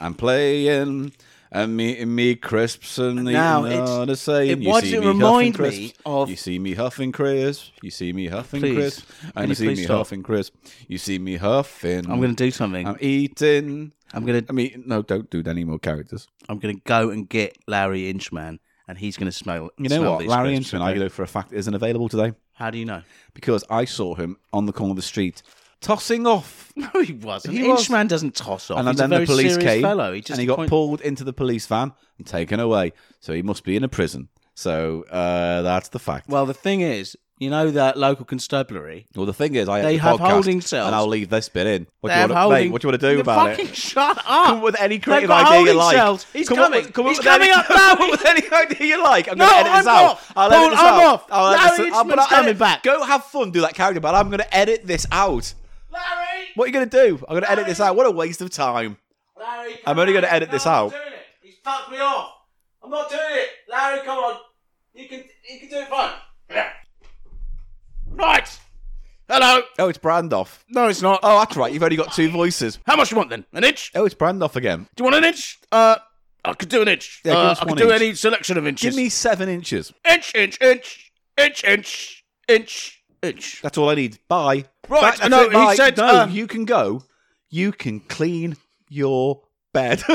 Speaker 2: and playing and me eating me crisps and
Speaker 1: Now,
Speaker 2: eating
Speaker 1: it's-
Speaker 2: on a saying.
Speaker 1: it-
Speaker 2: you
Speaker 1: why
Speaker 2: see
Speaker 1: does it
Speaker 2: me huffing
Speaker 1: remind me
Speaker 2: crisps.
Speaker 1: of-
Speaker 2: You see me huffing crisps. You see me huffing
Speaker 1: Please,
Speaker 2: crisps.
Speaker 1: can
Speaker 2: And
Speaker 1: you
Speaker 2: you see
Speaker 1: please
Speaker 2: me
Speaker 1: stop?
Speaker 2: huffing crisps. You see me huffing.
Speaker 1: I'm going to do something.
Speaker 2: I'm eating.
Speaker 1: I'm going
Speaker 2: I
Speaker 1: to
Speaker 2: mean, no, don't do any more characters.
Speaker 1: I'm going to go and get Larry Inchman, and he's going to smell.
Speaker 2: You know
Speaker 1: smell
Speaker 2: what?
Speaker 1: these
Speaker 2: Larry
Speaker 1: crisps,
Speaker 2: Inchman,
Speaker 1: okay?
Speaker 2: I know for a fact, isn't available today
Speaker 1: How do you know?
Speaker 2: because I saw him on the corner of the street tossing off
Speaker 1: No, he wasn't.
Speaker 2: He was.
Speaker 1: Inchman doesn't toss off.
Speaker 2: and
Speaker 1: he's
Speaker 2: then
Speaker 1: a very
Speaker 2: the police
Speaker 1: serious
Speaker 2: came
Speaker 1: fellow. He just
Speaker 2: and he got
Speaker 1: point-
Speaker 2: pulled into the police van and taken away. So he must be in a prison. So uh, that's the fact. Well,
Speaker 1: Well, the thing is, you know that local constabulary.
Speaker 2: the thing is, I
Speaker 1: They
Speaker 2: the
Speaker 1: have
Speaker 2: podcast,
Speaker 1: holding cells.
Speaker 2: and I'll leave this bit in. What
Speaker 1: they
Speaker 2: do you
Speaker 1: have
Speaker 2: want,
Speaker 1: holding.
Speaker 2: mate? What do you want to do
Speaker 1: You
Speaker 2: about
Speaker 1: fucking
Speaker 2: it?
Speaker 1: Shut up!
Speaker 2: Come up with any creative
Speaker 1: got
Speaker 2: idea you
Speaker 1: holding
Speaker 2: like.
Speaker 1: cells. He's
Speaker 2: come
Speaker 1: coming.
Speaker 2: Up with, come up
Speaker 1: He's
Speaker 2: with any,
Speaker 1: coming up now.
Speaker 2: Come up with any idea you like. I'm
Speaker 1: No,
Speaker 2: gonna edit this
Speaker 1: I'm
Speaker 2: out.
Speaker 1: off.
Speaker 2: I'll
Speaker 1: Paul,
Speaker 2: edit this
Speaker 1: I'm
Speaker 2: out.
Speaker 1: off.
Speaker 2: I'll edit
Speaker 1: Larry
Speaker 2: this out. But
Speaker 1: Hinchman's
Speaker 2: I'll edit-
Speaker 1: coming back.
Speaker 2: Go have fun. Do that character, but I'm going to edit this out.
Speaker 1: Larry,
Speaker 2: What are you going to do? I'm going to edit this out. What a waste of time.
Speaker 1: Larry,
Speaker 2: I'm only gonna edit this out.
Speaker 1: doing it. He's fucked me off. I'm not doing it. Larry, come on. You can, you can do it fine. Right. Hello.
Speaker 2: Oh, it's Brandoff.
Speaker 1: No, it's not.
Speaker 2: Oh, that's right. You've only got two voices.
Speaker 1: How much do you want then? An inch?
Speaker 2: Oh, it's Brandoff again.
Speaker 1: Do you want an inch? Uh, I could do an inch.
Speaker 2: Yeah, give
Speaker 1: uh,
Speaker 2: us
Speaker 1: I could
Speaker 2: one
Speaker 1: do
Speaker 2: inch.
Speaker 1: any selection of inches.
Speaker 2: Give me seven inches.
Speaker 1: inch, inch, inch, inch, inch, inch, inch.
Speaker 2: That's all I need. Bye.
Speaker 1: Right,
Speaker 2: That- that's
Speaker 1: no,
Speaker 2: it,
Speaker 1: he
Speaker 2: bye.
Speaker 1: said,
Speaker 2: no,
Speaker 1: um,
Speaker 2: you can go. You can clean your bed.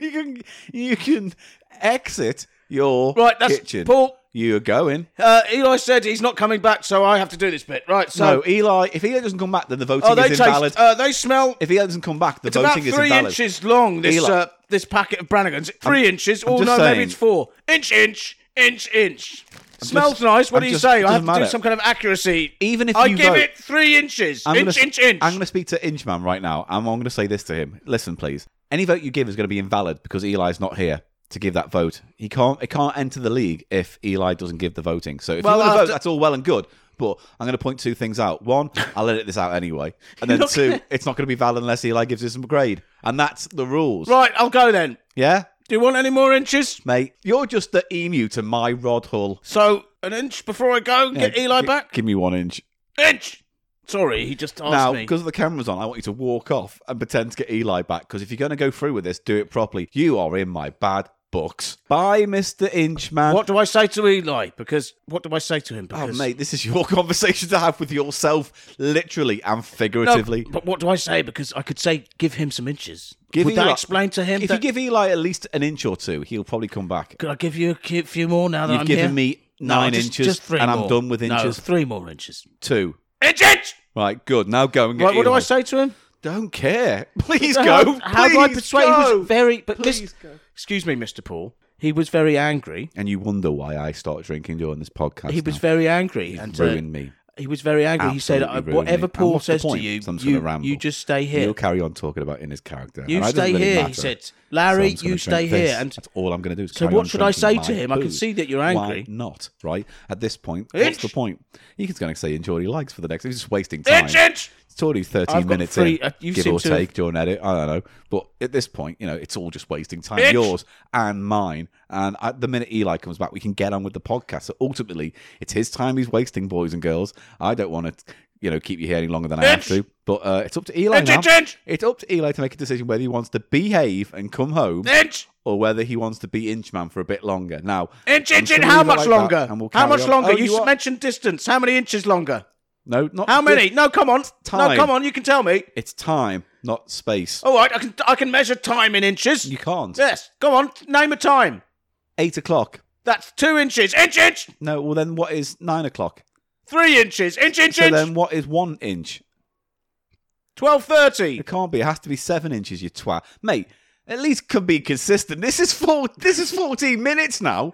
Speaker 2: you can you can exit your
Speaker 1: Right, that's
Speaker 2: kitchen.
Speaker 1: Paul.
Speaker 2: You're going.
Speaker 1: Uh, Eli said he's not coming back, so I have to do this bit. Right, so
Speaker 2: no, Eli. If Eli doesn't come back, then the voting
Speaker 1: oh, they
Speaker 2: is
Speaker 1: taste.
Speaker 2: invalid.
Speaker 1: Uh, they smell.
Speaker 2: if Eli doesn't come back, the
Speaker 1: It's about
Speaker 2: voting is
Speaker 1: three
Speaker 2: invalid.
Speaker 1: inches long. This
Speaker 2: Eli.
Speaker 1: uh, this packet of Brannigan's. 3 inches. Oh
Speaker 2: just
Speaker 1: no, maybe
Speaker 2: saying.
Speaker 1: it's four. Inch, inch, inch, inch. Smells
Speaker 2: just-
Speaker 1: nice. What
Speaker 2: I'm
Speaker 1: do you
Speaker 2: just-
Speaker 1: say?
Speaker 2: it
Speaker 1: I have to
Speaker 2: doesn't
Speaker 1: do
Speaker 2: matter.
Speaker 1: some kind of accuracy.
Speaker 2: Even if
Speaker 1: I
Speaker 2: you
Speaker 1: give
Speaker 2: vote-
Speaker 1: it three inches.
Speaker 2: I'm
Speaker 1: inch,
Speaker 2: gonna,
Speaker 1: inch, inch.
Speaker 2: I'm going to speak to Inchman right now. I'm, I'm going to say this to him. Listen, please. Any vote you give is going to be invalid because Eli's not here to give that vote. He can't. It can't enter the league if Eli doesn't give the voting. So if
Speaker 1: Well,
Speaker 2: you want to
Speaker 1: I'll
Speaker 2: vote,
Speaker 1: d-
Speaker 2: that's all well and good. But I'm going to point two things out. One, I'll edit this out anyway, and then
Speaker 1: You're not
Speaker 2: two,
Speaker 1: gonna-
Speaker 2: it's not going to be valid unless Eli gives us a grade, and that's the rules.
Speaker 1: Right, I'll go then.
Speaker 2: Yeah,
Speaker 1: Do you want any more inches?
Speaker 2: mate. You're just the emu to my rod hull.
Speaker 1: So an inch before I go and get
Speaker 2: Yeah,
Speaker 1: Eli
Speaker 2: gi-
Speaker 1: back.
Speaker 2: Give me one inch.
Speaker 1: Inch. Sorry, he just asked
Speaker 2: Now,
Speaker 1: me.
Speaker 2: because of the cameras on, I want you to walk off and pretend to get Eli back. Because if you're going to go through with this, do it properly. You are in my bad books. Bye, Mister Inchman.
Speaker 1: What do I say to Eli? Because what do I say to him?
Speaker 2: Oh,
Speaker 1: Because
Speaker 2: mate, this is your conversation to have with yourself, literally and
Speaker 1: No,
Speaker 2: figuratively.
Speaker 1: but what do I say? Because I could say, give him some inches.
Speaker 2: Give
Speaker 1: Would that
Speaker 2: Eli-
Speaker 1: explain to him?
Speaker 2: If
Speaker 1: that,
Speaker 2: you give Eli at least an inch or two, he'll probably come back.
Speaker 1: could I give you a ki- few more now that
Speaker 2: You've
Speaker 1: I'm
Speaker 2: given
Speaker 1: here?
Speaker 2: me
Speaker 1: No,
Speaker 2: nine
Speaker 1: just-
Speaker 2: inches,
Speaker 1: just three
Speaker 2: and I'm
Speaker 1: more.
Speaker 2: done with
Speaker 1: No,
Speaker 2: inches.
Speaker 1: three more inches.
Speaker 2: Two.
Speaker 1: Inch, inch.
Speaker 2: Right, good. Now go and get
Speaker 1: Right, what do
Speaker 2: Eli.
Speaker 1: I say to him?
Speaker 2: Don't care. Please go.
Speaker 1: How do I
Speaker 2: Please
Speaker 1: persuade? He
Speaker 2: go.
Speaker 1: was very. But
Speaker 2: Please
Speaker 1: listen, excuse me, Mr. Paul. He was very angry.
Speaker 2: and you wonder why I start drinking during this podcast.
Speaker 1: He was
Speaker 2: now.
Speaker 1: very angry and uh,
Speaker 2: ruined me.
Speaker 1: He was very angry. He said,
Speaker 2: Absolutely
Speaker 1: "Uh,
Speaker 2: ruined
Speaker 1: "Whatever
Speaker 2: me. And
Speaker 1: Paul
Speaker 2: what's the
Speaker 1: says to
Speaker 2: point?
Speaker 1: you,
Speaker 2: So I'm just gonna
Speaker 1: you,
Speaker 2: ramble.
Speaker 1: you just stay
Speaker 2: He'll
Speaker 1: here.
Speaker 2: carry on talking about in his character.
Speaker 1: You
Speaker 2: and I don't
Speaker 1: stay
Speaker 2: really
Speaker 1: here," he
Speaker 2: matter.
Speaker 1: said.
Speaker 2: I'm
Speaker 1: "Larry,
Speaker 2: just
Speaker 1: you
Speaker 2: gonna
Speaker 1: stay
Speaker 2: drink
Speaker 1: here."
Speaker 2: this.
Speaker 1: And
Speaker 2: that's all I'm going to do. Is
Speaker 1: So
Speaker 2: carry
Speaker 1: what
Speaker 2: on
Speaker 1: should I
Speaker 2: drinking
Speaker 1: say to
Speaker 2: my
Speaker 1: him? I can
Speaker 2: booze.
Speaker 1: see that you're angry.
Speaker 2: Why not? Right at this point,
Speaker 1: Itch.
Speaker 2: what's the point? He's going to say enjoy what he likes for the next. He's just wasting time.
Speaker 1: Itch, itch!
Speaker 2: It's already 13
Speaker 1: I've got
Speaker 2: minutes
Speaker 1: three-
Speaker 2: in,
Speaker 1: uh, you
Speaker 2: give
Speaker 1: seem
Speaker 2: or
Speaker 1: to have-
Speaker 2: take, during edit. I don't know. But at this point, you know, it's all just wasting time.
Speaker 1: Bitch.
Speaker 2: Yours and mine. And at the minute Eli comes back, we can get on with the podcast. So ultimately, it's his time he's wasting, boys and girls. I don't want to, you know, keep you here any longer than I have
Speaker 1: Bitch.
Speaker 2: to. But uh, it's up to Eli
Speaker 1: Itch,
Speaker 2: now.
Speaker 1: itch, itch.
Speaker 2: It's up to Eli to make a decision whether he wants to behave and come home
Speaker 1: Inch,
Speaker 2: or whether he wants to be Inchman for a bit longer. Now,
Speaker 1: inch,
Speaker 2: I'm
Speaker 1: inch,
Speaker 2: just
Speaker 1: inch.
Speaker 2: gonna
Speaker 1: How
Speaker 2: leave it
Speaker 1: much
Speaker 2: like that
Speaker 1: longer?
Speaker 2: and we'll
Speaker 1: How
Speaker 2: carry
Speaker 1: much
Speaker 2: on.
Speaker 1: longer?
Speaker 2: Oh,
Speaker 1: you
Speaker 2: you are-
Speaker 1: mentioned distance. How many inches longer?
Speaker 2: no, not
Speaker 1: How many? No, come on. No,
Speaker 2: Time.
Speaker 1: come on. You can tell me.
Speaker 2: It's time, not space.
Speaker 1: All right, I can I can measure time in inches.
Speaker 2: You can't.
Speaker 1: Yes, go on. Name a time.
Speaker 2: Eight o'clock.
Speaker 1: That's two inches. Inch, inch.
Speaker 2: No, well then what is nine o'clock?
Speaker 1: Three inches. Inch, inch,
Speaker 2: So
Speaker 1: inch.
Speaker 2: then what is one inch?
Speaker 1: Twelve thirty.
Speaker 2: It can't be. It has to be seven inches, you twat. Mate, at least could be consistent. This is four this is fourteen minutes now.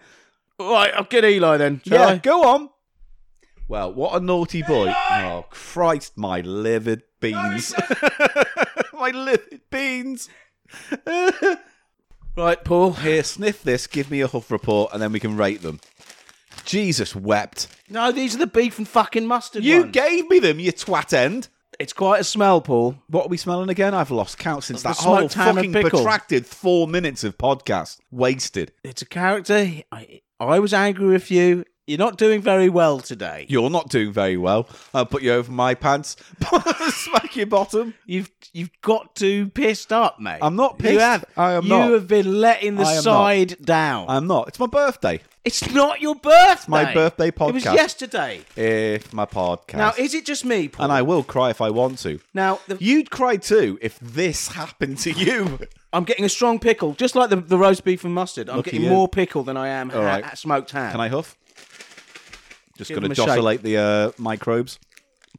Speaker 1: All right, I'll get Eli then. Shall
Speaker 2: yeah,
Speaker 1: I?
Speaker 2: go on. Well, what a naughty boy. Oh Christ, my livid beans. my livid beans.
Speaker 1: Right, Paul.
Speaker 2: Here, sniff this, give me a huff report, and then we can rate them. Jesus wept.
Speaker 1: No, these are the beef and fucking mustard
Speaker 2: You
Speaker 1: ones.
Speaker 2: gave me them, you twat end.
Speaker 1: it's quite a smell, Paul.
Speaker 2: What are we smelling again? I've lost count since
Speaker 1: The
Speaker 2: that whole
Speaker 1: smoked ham
Speaker 2: fucking
Speaker 1: and pickle.
Speaker 2: protracted four minutes of podcast wasted.
Speaker 1: It's a character. I, I was angry with you. You're not doing very well today.
Speaker 2: You're not doing very well. I'll put you over my pants. Smack your bottom.
Speaker 1: You've you've got too pissed up, mate.
Speaker 2: I'm not pissed.
Speaker 1: You have.
Speaker 2: I am
Speaker 1: you
Speaker 2: not.
Speaker 1: have been letting the
Speaker 2: I am not.
Speaker 1: side down.
Speaker 2: I'm not. It's my birthday.
Speaker 1: it's not your birthday. It's
Speaker 2: my birthday
Speaker 1: It was
Speaker 2: podcast.
Speaker 1: yesterday.
Speaker 2: If my podcast.
Speaker 1: Now, is it just me, Paul?
Speaker 2: and I will cry if I want to.
Speaker 1: now, the,
Speaker 2: You'd cry too if this happened to you.
Speaker 1: I'm getting a strong pickle, just like the, the roast beef and mustard. I'm
Speaker 2: Lucky
Speaker 1: getting
Speaker 2: you.
Speaker 1: more pickle than I am ha-
Speaker 2: right.
Speaker 1: smoked ham.
Speaker 2: Can I huff? Just
Speaker 1: Give
Speaker 2: going
Speaker 1: them
Speaker 2: to
Speaker 1: a shake.
Speaker 2: josselate the uh, microbes.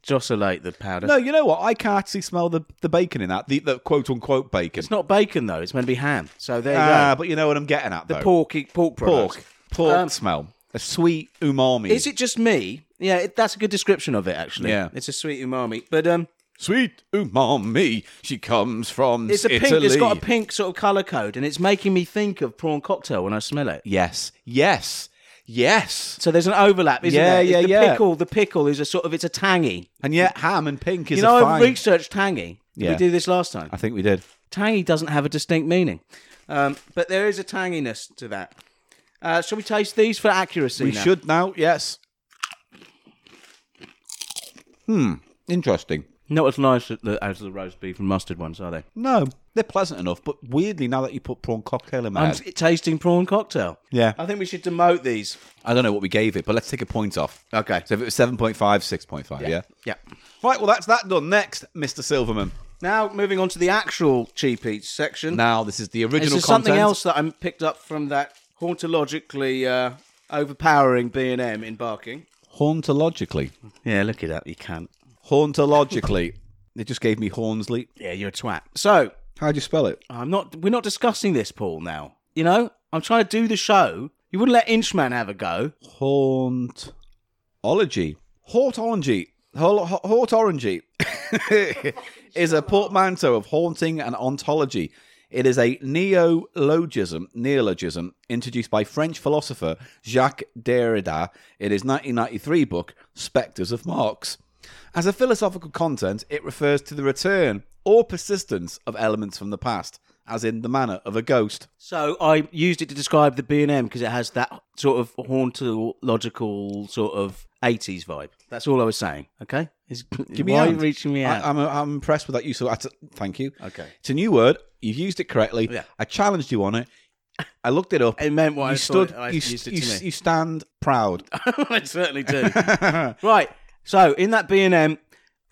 Speaker 1: josselate the powder?
Speaker 2: No, you know what? I can actually smell the, the bacon in that. The, the quote unquote bacon.
Speaker 1: it's not bacon though. It's meant to be ham. So there you
Speaker 2: Ah,
Speaker 1: go.
Speaker 2: but you know what I'm getting at, though.
Speaker 1: Porky pork products.
Speaker 2: pork, pork
Speaker 1: Um,
Speaker 2: smell, a sweet umami.
Speaker 1: Is it just me? Yeah, it, that's a good description of it. Actually,
Speaker 2: Yeah.
Speaker 1: it's a sweet umami. But um,
Speaker 2: sweet umami? She comes from
Speaker 1: it's a pink.
Speaker 2: Italy.
Speaker 1: It's got a pink sort of color code, and it's making me think of prawn cocktail when I smell it.
Speaker 2: Yes, yes, yes.
Speaker 1: So there's an overlap, isn't
Speaker 2: Yeah,
Speaker 1: there? It's
Speaker 2: yeah,
Speaker 1: the
Speaker 2: yeah.
Speaker 1: pickle, the pickle is a sort of it's a tangy.
Speaker 2: And yet, ham and pink is
Speaker 1: you know,
Speaker 2: a
Speaker 1: I've
Speaker 2: fine.
Speaker 1: researched tangy. Did
Speaker 2: Yeah.
Speaker 1: We do this last time.
Speaker 2: I think we did.
Speaker 1: Tangy doesn't have a distinct meaning, um, but there is a tanginess to that. Uh, shall we taste these for accuracy?
Speaker 2: We
Speaker 1: now?
Speaker 2: should now. Yes. Hmm. Interesting.
Speaker 1: Not as nice as the, as the roast beef and mustard ones, are they?
Speaker 2: No, they're pleasant enough, but weirdly, now that you put prawn cocktail in my
Speaker 1: I'm
Speaker 2: head,
Speaker 1: t- tasting prawn cocktail.
Speaker 2: Yeah.
Speaker 1: I think we should demote these.
Speaker 2: I don't know what we gave it, but let's take a point off.
Speaker 1: Okay.
Speaker 2: So if it was 7.5, 6.5, yeah.
Speaker 1: Yeah.
Speaker 2: Right, well, that's that done. Next, Mr. Silverman.
Speaker 1: Now moving on to the actual cheap eats section.
Speaker 2: Now, this is the original
Speaker 1: This is
Speaker 2: content.
Speaker 1: something else that I picked up from that hauntologically uh, overpowering B and M in Barking.
Speaker 2: Hauntologically.
Speaker 1: Yeah, look at that. You can't.
Speaker 2: Hauntologically. they just gave me Hornsley.
Speaker 1: Yeah, you're a twat. So
Speaker 2: How do you spell it?
Speaker 1: I'm not. We're not discussing this, Paul. Now you know I'm trying to do the show. You wouldn't let Inchman have a go.
Speaker 2: Hauntology. Hautology. Hol- ha- Hautorology is a portmanteau of haunting and ontology. It is a neologism, neologism introduced by French philosopher Jacques Derrida in his 1993 book Spectres of Marx. As a philosophical content, it refers to the return or persistence of elements from the past, as in the manner of a ghost.
Speaker 1: So I used it to describe the B and M because it has that sort of hauntological sort of 80s vibe. That's all I was saying. Okay. Is,
Speaker 2: Give me
Speaker 1: why
Speaker 2: a
Speaker 1: are you
Speaker 2: hand.
Speaker 1: reaching me out?
Speaker 2: I, I'm, I'm impressed with that use. Of, that's thank you.
Speaker 1: Okay.
Speaker 2: It's a new word. You've used it correctly.
Speaker 1: Yeah.
Speaker 2: I challenged you on it. I looked it up.
Speaker 1: It meant what
Speaker 2: you
Speaker 1: I
Speaker 2: stood.
Speaker 1: thought I
Speaker 2: you,
Speaker 1: used it
Speaker 2: you,
Speaker 1: to mean.
Speaker 2: you stand proud.
Speaker 1: I certainly do. right. So in that B and M,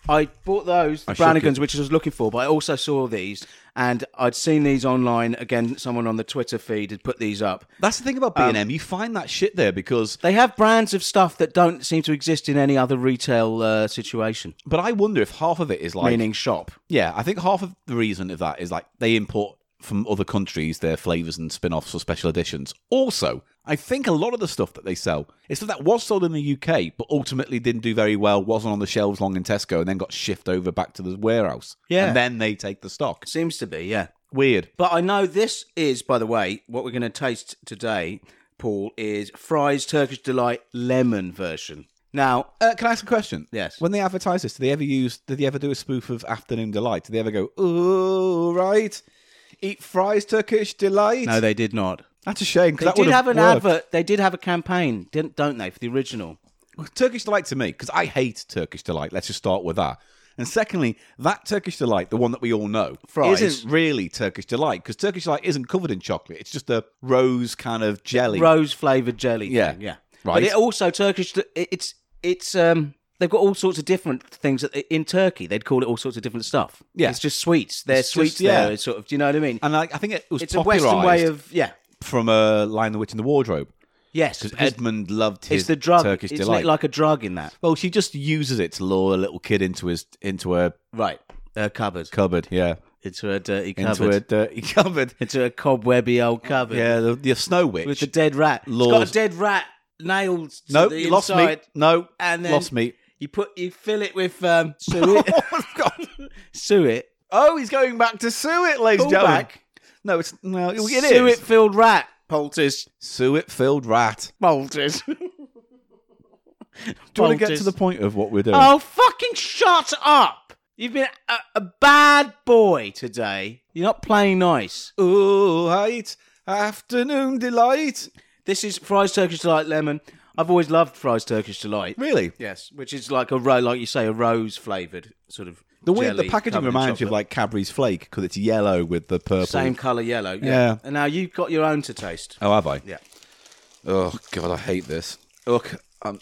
Speaker 1: I bought those, the
Speaker 2: shook
Speaker 1: Branigans, which I was looking for, but I also saw these, and I'd seen these online. Again, someone on the Twitter feed had put these up.
Speaker 2: That's the thing about B&M.
Speaker 1: Um,
Speaker 2: you find that shit there because
Speaker 1: They have brands of stuff that don't seem to exist in any other retail uh, situation,
Speaker 2: but I wonder if half of it is like
Speaker 1: meaning shop.
Speaker 2: Yeah, I think half of the reason of that is like they import from other countries their flavors and spin offs or special editions. Also, I think a lot of the stuff that they sell is stuff that was sold in the UK, but ultimately didn't do very well, wasn't on the shelves long in Tesco, and then got shipped over back to the warehouse.
Speaker 1: Yeah.
Speaker 2: And then they take the stock.
Speaker 1: Seems to be, yeah.
Speaker 2: Weird.
Speaker 1: But I know this is, by the way, what we're going to taste today, Paul, is Fry's Turkish Delight lemon version. Now,
Speaker 2: Uh, can I ask a question?
Speaker 1: Yes.
Speaker 2: When they advertise this, do they ever use? Did they ever do a spoof of Afternoon Delight? Do they ever go, "Ooh, right, eat fries, Turkish delight"?
Speaker 1: no, they did not.
Speaker 2: That's a shame.
Speaker 1: They
Speaker 2: 'cause that
Speaker 1: did
Speaker 2: would've
Speaker 1: have an
Speaker 2: worked.
Speaker 1: advert. They did have a campaign, didn't don't they, for the original?
Speaker 2: Turkish delight to me because I hate Turkish delight. Let's just start with that. And secondly, that Turkish delight, the one that we all know,
Speaker 1: Fries.
Speaker 2: isn't really Turkish delight because Turkish delight isn't covered in chocolate. It's just a rose kind of jelly.
Speaker 1: Rose flavored jelly.
Speaker 2: Yeah.
Speaker 1: thing, yeah. But
Speaker 2: Right.
Speaker 1: it also Turkish. it- It's it's um. They've got all sorts of different things that in Turkey they'd call it all sorts of different stuff.
Speaker 2: Yeah.
Speaker 1: it's just sweets. They're
Speaker 2: It's just-
Speaker 1: sweets.
Speaker 2: yeah.
Speaker 1: there, sort of. Do you know what I mean?
Speaker 2: and I, I think it was
Speaker 1: It's a
Speaker 2: popularized
Speaker 1: Western way of yeah.
Speaker 2: from a line the witch in the wardrobe
Speaker 1: Yes,
Speaker 2: because
Speaker 1: because
Speaker 2: Edmund loved his
Speaker 1: it's the drug.
Speaker 2: Turkish
Speaker 1: Isn't
Speaker 2: delight.
Speaker 1: it like a drug in that?
Speaker 2: well, she just uses it to lure a little kid into his into a
Speaker 1: Right, a cupboard
Speaker 2: cupboard. Yeah,
Speaker 1: into a dirty
Speaker 2: into
Speaker 1: cupboard
Speaker 2: a dirty cupboard.
Speaker 1: into a cobwebby old cupboard.
Speaker 2: Yeah, the, the snow witch.
Speaker 1: with the dead rat.
Speaker 2: Lord.
Speaker 1: It's got a dead rat nailed to
Speaker 2: no,
Speaker 1: the
Speaker 2: you lost me.
Speaker 1: inside.
Speaker 2: No,
Speaker 1: And then-
Speaker 2: lost me.
Speaker 1: You put you fill it with um, suet. suet.
Speaker 2: Oh, he's going back to Suet, ladies and
Speaker 1: Call
Speaker 2: gentlemen.
Speaker 1: back.
Speaker 2: No, it's no, it is
Speaker 1: suet filled rat. Poultice.
Speaker 2: Suet filled rat.
Speaker 1: Poultice.
Speaker 2: Do you want to get to the point of what we're doing?
Speaker 1: Oh, fucking shut up! You've been a, a bad boy today. You're not playing nice. Oh.
Speaker 2: Ooh, right. Afternoon delight.
Speaker 1: This is Fry's Turkish Delight Lemon. I've always loved Fry's Turkish Delight.
Speaker 2: Really?
Speaker 1: Yes, which is like a ro like you say, a rose flavored sort of.
Speaker 2: The way the
Speaker 1: jelly
Speaker 2: packaging
Speaker 1: covered in
Speaker 2: reminds you of
Speaker 1: chocolate.
Speaker 2: like Cadbury's Flake because it's yellow with the purple.
Speaker 1: same color yellow. Yeah.
Speaker 2: Yeah.
Speaker 1: And now you've got your own to taste.
Speaker 2: Oh, have I?
Speaker 1: Yeah.
Speaker 2: Oh God, I hate this. Look, um,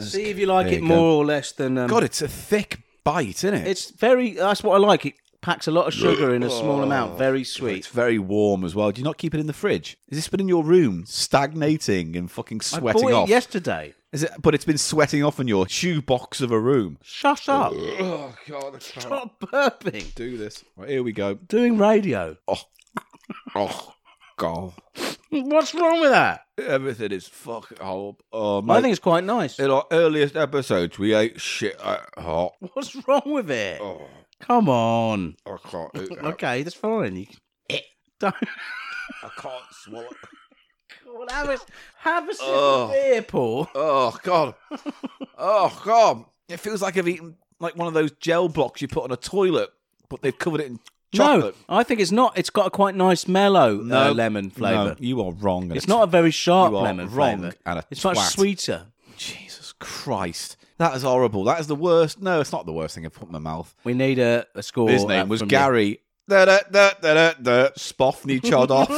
Speaker 1: See if you like
Speaker 2: There
Speaker 1: it
Speaker 2: you
Speaker 1: more
Speaker 2: go.
Speaker 1: or less than. Um,
Speaker 2: God, it's a thick bite, isn't it?
Speaker 1: It's very. That's what I like. It packs a lot of sugar in a small amount. Very
Speaker 2: Oh, It's
Speaker 1: sweet.
Speaker 2: very warm as well. Do you not keep it in the fridge? Has this been in your room, stagnating and fucking sweating
Speaker 1: Bought it
Speaker 2: off?
Speaker 1: yesterday.
Speaker 2: Is it? But it's been sweating off in your shoebox of a room.
Speaker 1: Shut up.
Speaker 2: Oh god, I can't
Speaker 1: Stop burping.
Speaker 2: do this. Right, here we go.
Speaker 1: Doing radio.
Speaker 2: Oh god,
Speaker 1: What's wrong with that?
Speaker 2: everything is fucking horrible. Oh
Speaker 1: I
Speaker 2: my!
Speaker 1: think it's quite nice.
Speaker 2: in our earliest episodes, we ate shit. I, oh,
Speaker 1: What's wrong with it?
Speaker 2: oh,
Speaker 1: Come on.
Speaker 2: I can't do that.
Speaker 1: Okay, that's fine. You
Speaker 2: Eh.
Speaker 1: can- don't
Speaker 2: I can't swallow.
Speaker 1: well, have a have a sip
Speaker 2: Oh.
Speaker 1: of beer, Paul.
Speaker 2: Oh god. Oh god. It feels like I've eaten like one of those gel blocks you put on a toilet, but they've covered it in chocolate.
Speaker 1: No, I think it's not. It's got a quite nice mellow uh,
Speaker 2: No.
Speaker 1: lemon flavour.
Speaker 2: you are wrong. and
Speaker 1: It's not a very sharp
Speaker 2: You are
Speaker 1: lemon
Speaker 2: wrong
Speaker 1: flavour.
Speaker 2: and a
Speaker 1: It's much
Speaker 2: twat.
Speaker 1: sweeter.
Speaker 2: Jesus Christ. That is horrible. That is the worst. No, it's not the worst thing I've put in my mouth.
Speaker 1: We need a, a score.
Speaker 2: His
Speaker 1: uh,
Speaker 2: name was
Speaker 1: from
Speaker 2: Gary. Da, da, da, da, da, da. Spoffney Chodoff.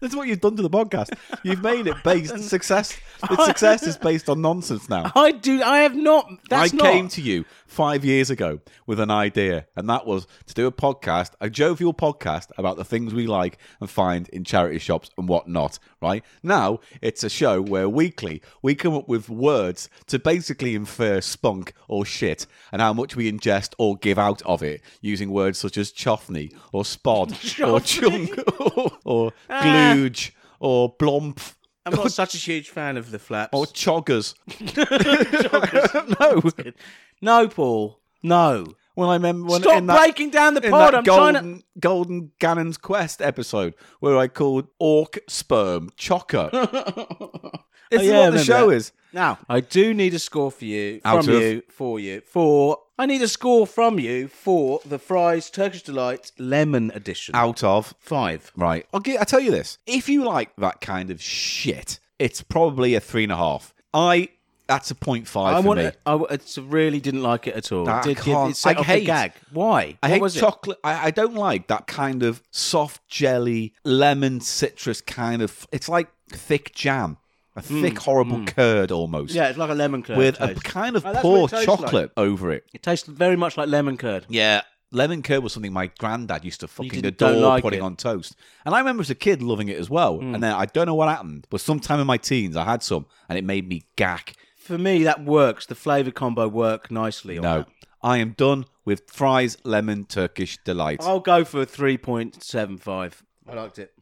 Speaker 2: That's what you've done to the podcast. You've made it based success. Its success is based on nonsense now.
Speaker 1: you. I do. I have not. That's
Speaker 2: I
Speaker 1: not.
Speaker 2: came to you five years ago with an idea, and that was to do a podcast, a jovial podcast about the things we like and find in charity shops and whatnot, right? Now it's a show where weekly we come up with words to basically infer spunk or shit and how much we ingest or give out of it using words such as choffney or spod or chung or, or
Speaker 1: Ah.
Speaker 2: glooge or blomph
Speaker 1: I'm not such a huge fan of the flaps.
Speaker 2: or choggers. no.
Speaker 1: no, Paul. No.
Speaker 2: Well, I remember when
Speaker 1: Stop
Speaker 2: in that,
Speaker 1: breaking down the
Speaker 2: in
Speaker 1: pod.
Speaker 2: that
Speaker 1: I'm
Speaker 2: golden,
Speaker 1: trying to.
Speaker 2: golden Gannon's Quest episode where I called orc sperm chocker. this
Speaker 1: Oh, yeah, I
Speaker 2: is what
Speaker 1: remember
Speaker 2: the show
Speaker 1: that.
Speaker 2: is.
Speaker 1: Now, I do need a score for you,
Speaker 2: Out
Speaker 1: from
Speaker 2: of-
Speaker 1: you, for you, for. I need a score from you for the Fry's Turkish Delight Lemon Edition.
Speaker 2: Out of
Speaker 1: Five.
Speaker 2: right. I'll gi- I tell you this: if you like that kind of shit, it's probably a three and a half. I that's a point five
Speaker 1: I
Speaker 2: for
Speaker 1: want.
Speaker 2: me.
Speaker 1: I, I it's- really didn't like it at all.
Speaker 2: Nah, I
Speaker 1: It did give-
Speaker 2: can't-
Speaker 1: it set
Speaker 2: I
Speaker 1: off
Speaker 2: hate-
Speaker 1: a gag. Why?
Speaker 2: I
Speaker 1: What
Speaker 2: hate
Speaker 1: was it?
Speaker 2: chocolate. I, I don't like that kind of soft jelly, lemon, citrus kind of. It's like thick jam. a
Speaker 1: Mm,
Speaker 2: thick, horrible curd almost.
Speaker 1: Yeah, it's like a lemon curd.
Speaker 2: With a
Speaker 1: taste.
Speaker 2: kind of
Speaker 1: Oh, that's
Speaker 2: poor
Speaker 1: what it tastes like.
Speaker 2: chocolate over it.
Speaker 1: It tastes very much like lemon curd.
Speaker 2: Yeah. Lemon curd was something my granddad used to fucking
Speaker 1: didn't- don't
Speaker 2: adore
Speaker 1: like
Speaker 2: putting
Speaker 1: it. Hmm.
Speaker 2: on toast. And I remember as a kid loving it as well. And then I don't know what happened, but sometime in my teens I had some and it made me gack.
Speaker 1: For me, that works. The flavour combo work nicely. on
Speaker 2: No.
Speaker 1: that.
Speaker 2: I am done with fries, lemon, Turkish delight.
Speaker 1: I'll go for a 3.75. I liked it.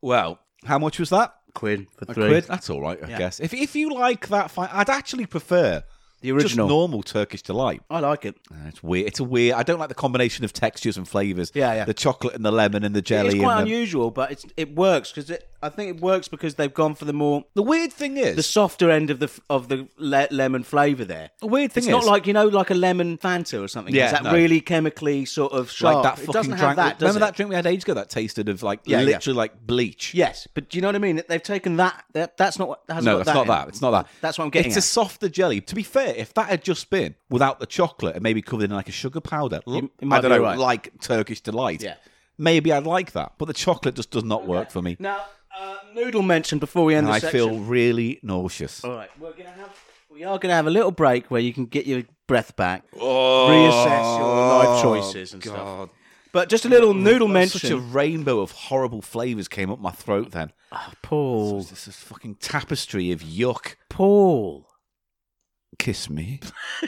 Speaker 2: Well, how much was that?
Speaker 1: Quid for
Speaker 2: A
Speaker 1: three.
Speaker 2: quid? That's all right, I guess. If if you like that, fine. I'd actually prefer
Speaker 1: The
Speaker 2: just
Speaker 1: original.
Speaker 2: normal Turkish delight.
Speaker 1: I like it.
Speaker 2: Uh, It's weird. It's a weird. I don't like the combination of textures and flavors.
Speaker 1: Yeah, yeah.
Speaker 2: The chocolate and the lemon and the jelly.
Speaker 1: It's quite
Speaker 2: and the,
Speaker 1: unusual, but it's, it works because it. I think it works because they've gone for the more
Speaker 2: the weird thing is,
Speaker 1: the softer end of the f- of the le- lemon flavour there.
Speaker 2: the weird thing
Speaker 1: It's
Speaker 2: is,
Speaker 1: not like you know, like a lemon Fanta or something.
Speaker 2: Yeah,
Speaker 1: is that
Speaker 2: no.
Speaker 1: really chemically sort of
Speaker 2: like
Speaker 1: sharp?
Speaker 2: that
Speaker 1: Oh, it
Speaker 2: fucking
Speaker 1: doesn't
Speaker 2: drink.
Speaker 1: have that. Does
Speaker 2: remember
Speaker 1: it?
Speaker 2: that drink we had ages ago that tasted of like
Speaker 1: Yeah, yeah.
Speaker 2: literally like bleach.
Speaker 1: Yes, but do you know what I mean? They've taken that. that that's not. what Hasn't
Speaker 2: No,
Speaker 1: got
Speaker 2: that's not
Speaker 1: in.
Speaker 2: that. It's not that.
Speaker 1: That's what I'm getting
Speaker 2: It's a softer jelly. To be fair, if that had just been without the chocolate and maybe covered in like a sugar powder, l-
Speaker 1: it might
Speaker 2: I don't
Speaker 1: be
Speaker 2: know,
Speaker 1: right.
Speaker 2: like Turkish delight.
Speaker 1: Yeah.
Speaker 2: Maybe I'd like that, but the chocolate just does not work for me,
Speaker 1: Now, uh, noodle mentioned before we end
Speaker 2: and
Speaker 1: the
Speaker 2: I
Speaker 1: section.
Speaker 2: feel really nauseous.
Speaker 1: All right, we're gonna have. We are gonna have a little break where you can get your breath back,
Speaker 2: Oh,
Speaker 1: reassess your life choices and stuff.
Speaker 2: God.
Speaker 1: But just a little noodle
Speaker 2: Such a
Speaker 1: mention.
Speaker 2: rainbow of horrible flavors came up my throat then.
Speaker 1: Paul,
Speaker 2: This is fucking tapestry of yuck.
Speaker 1: Paul.
Speaker 2: Kiss me.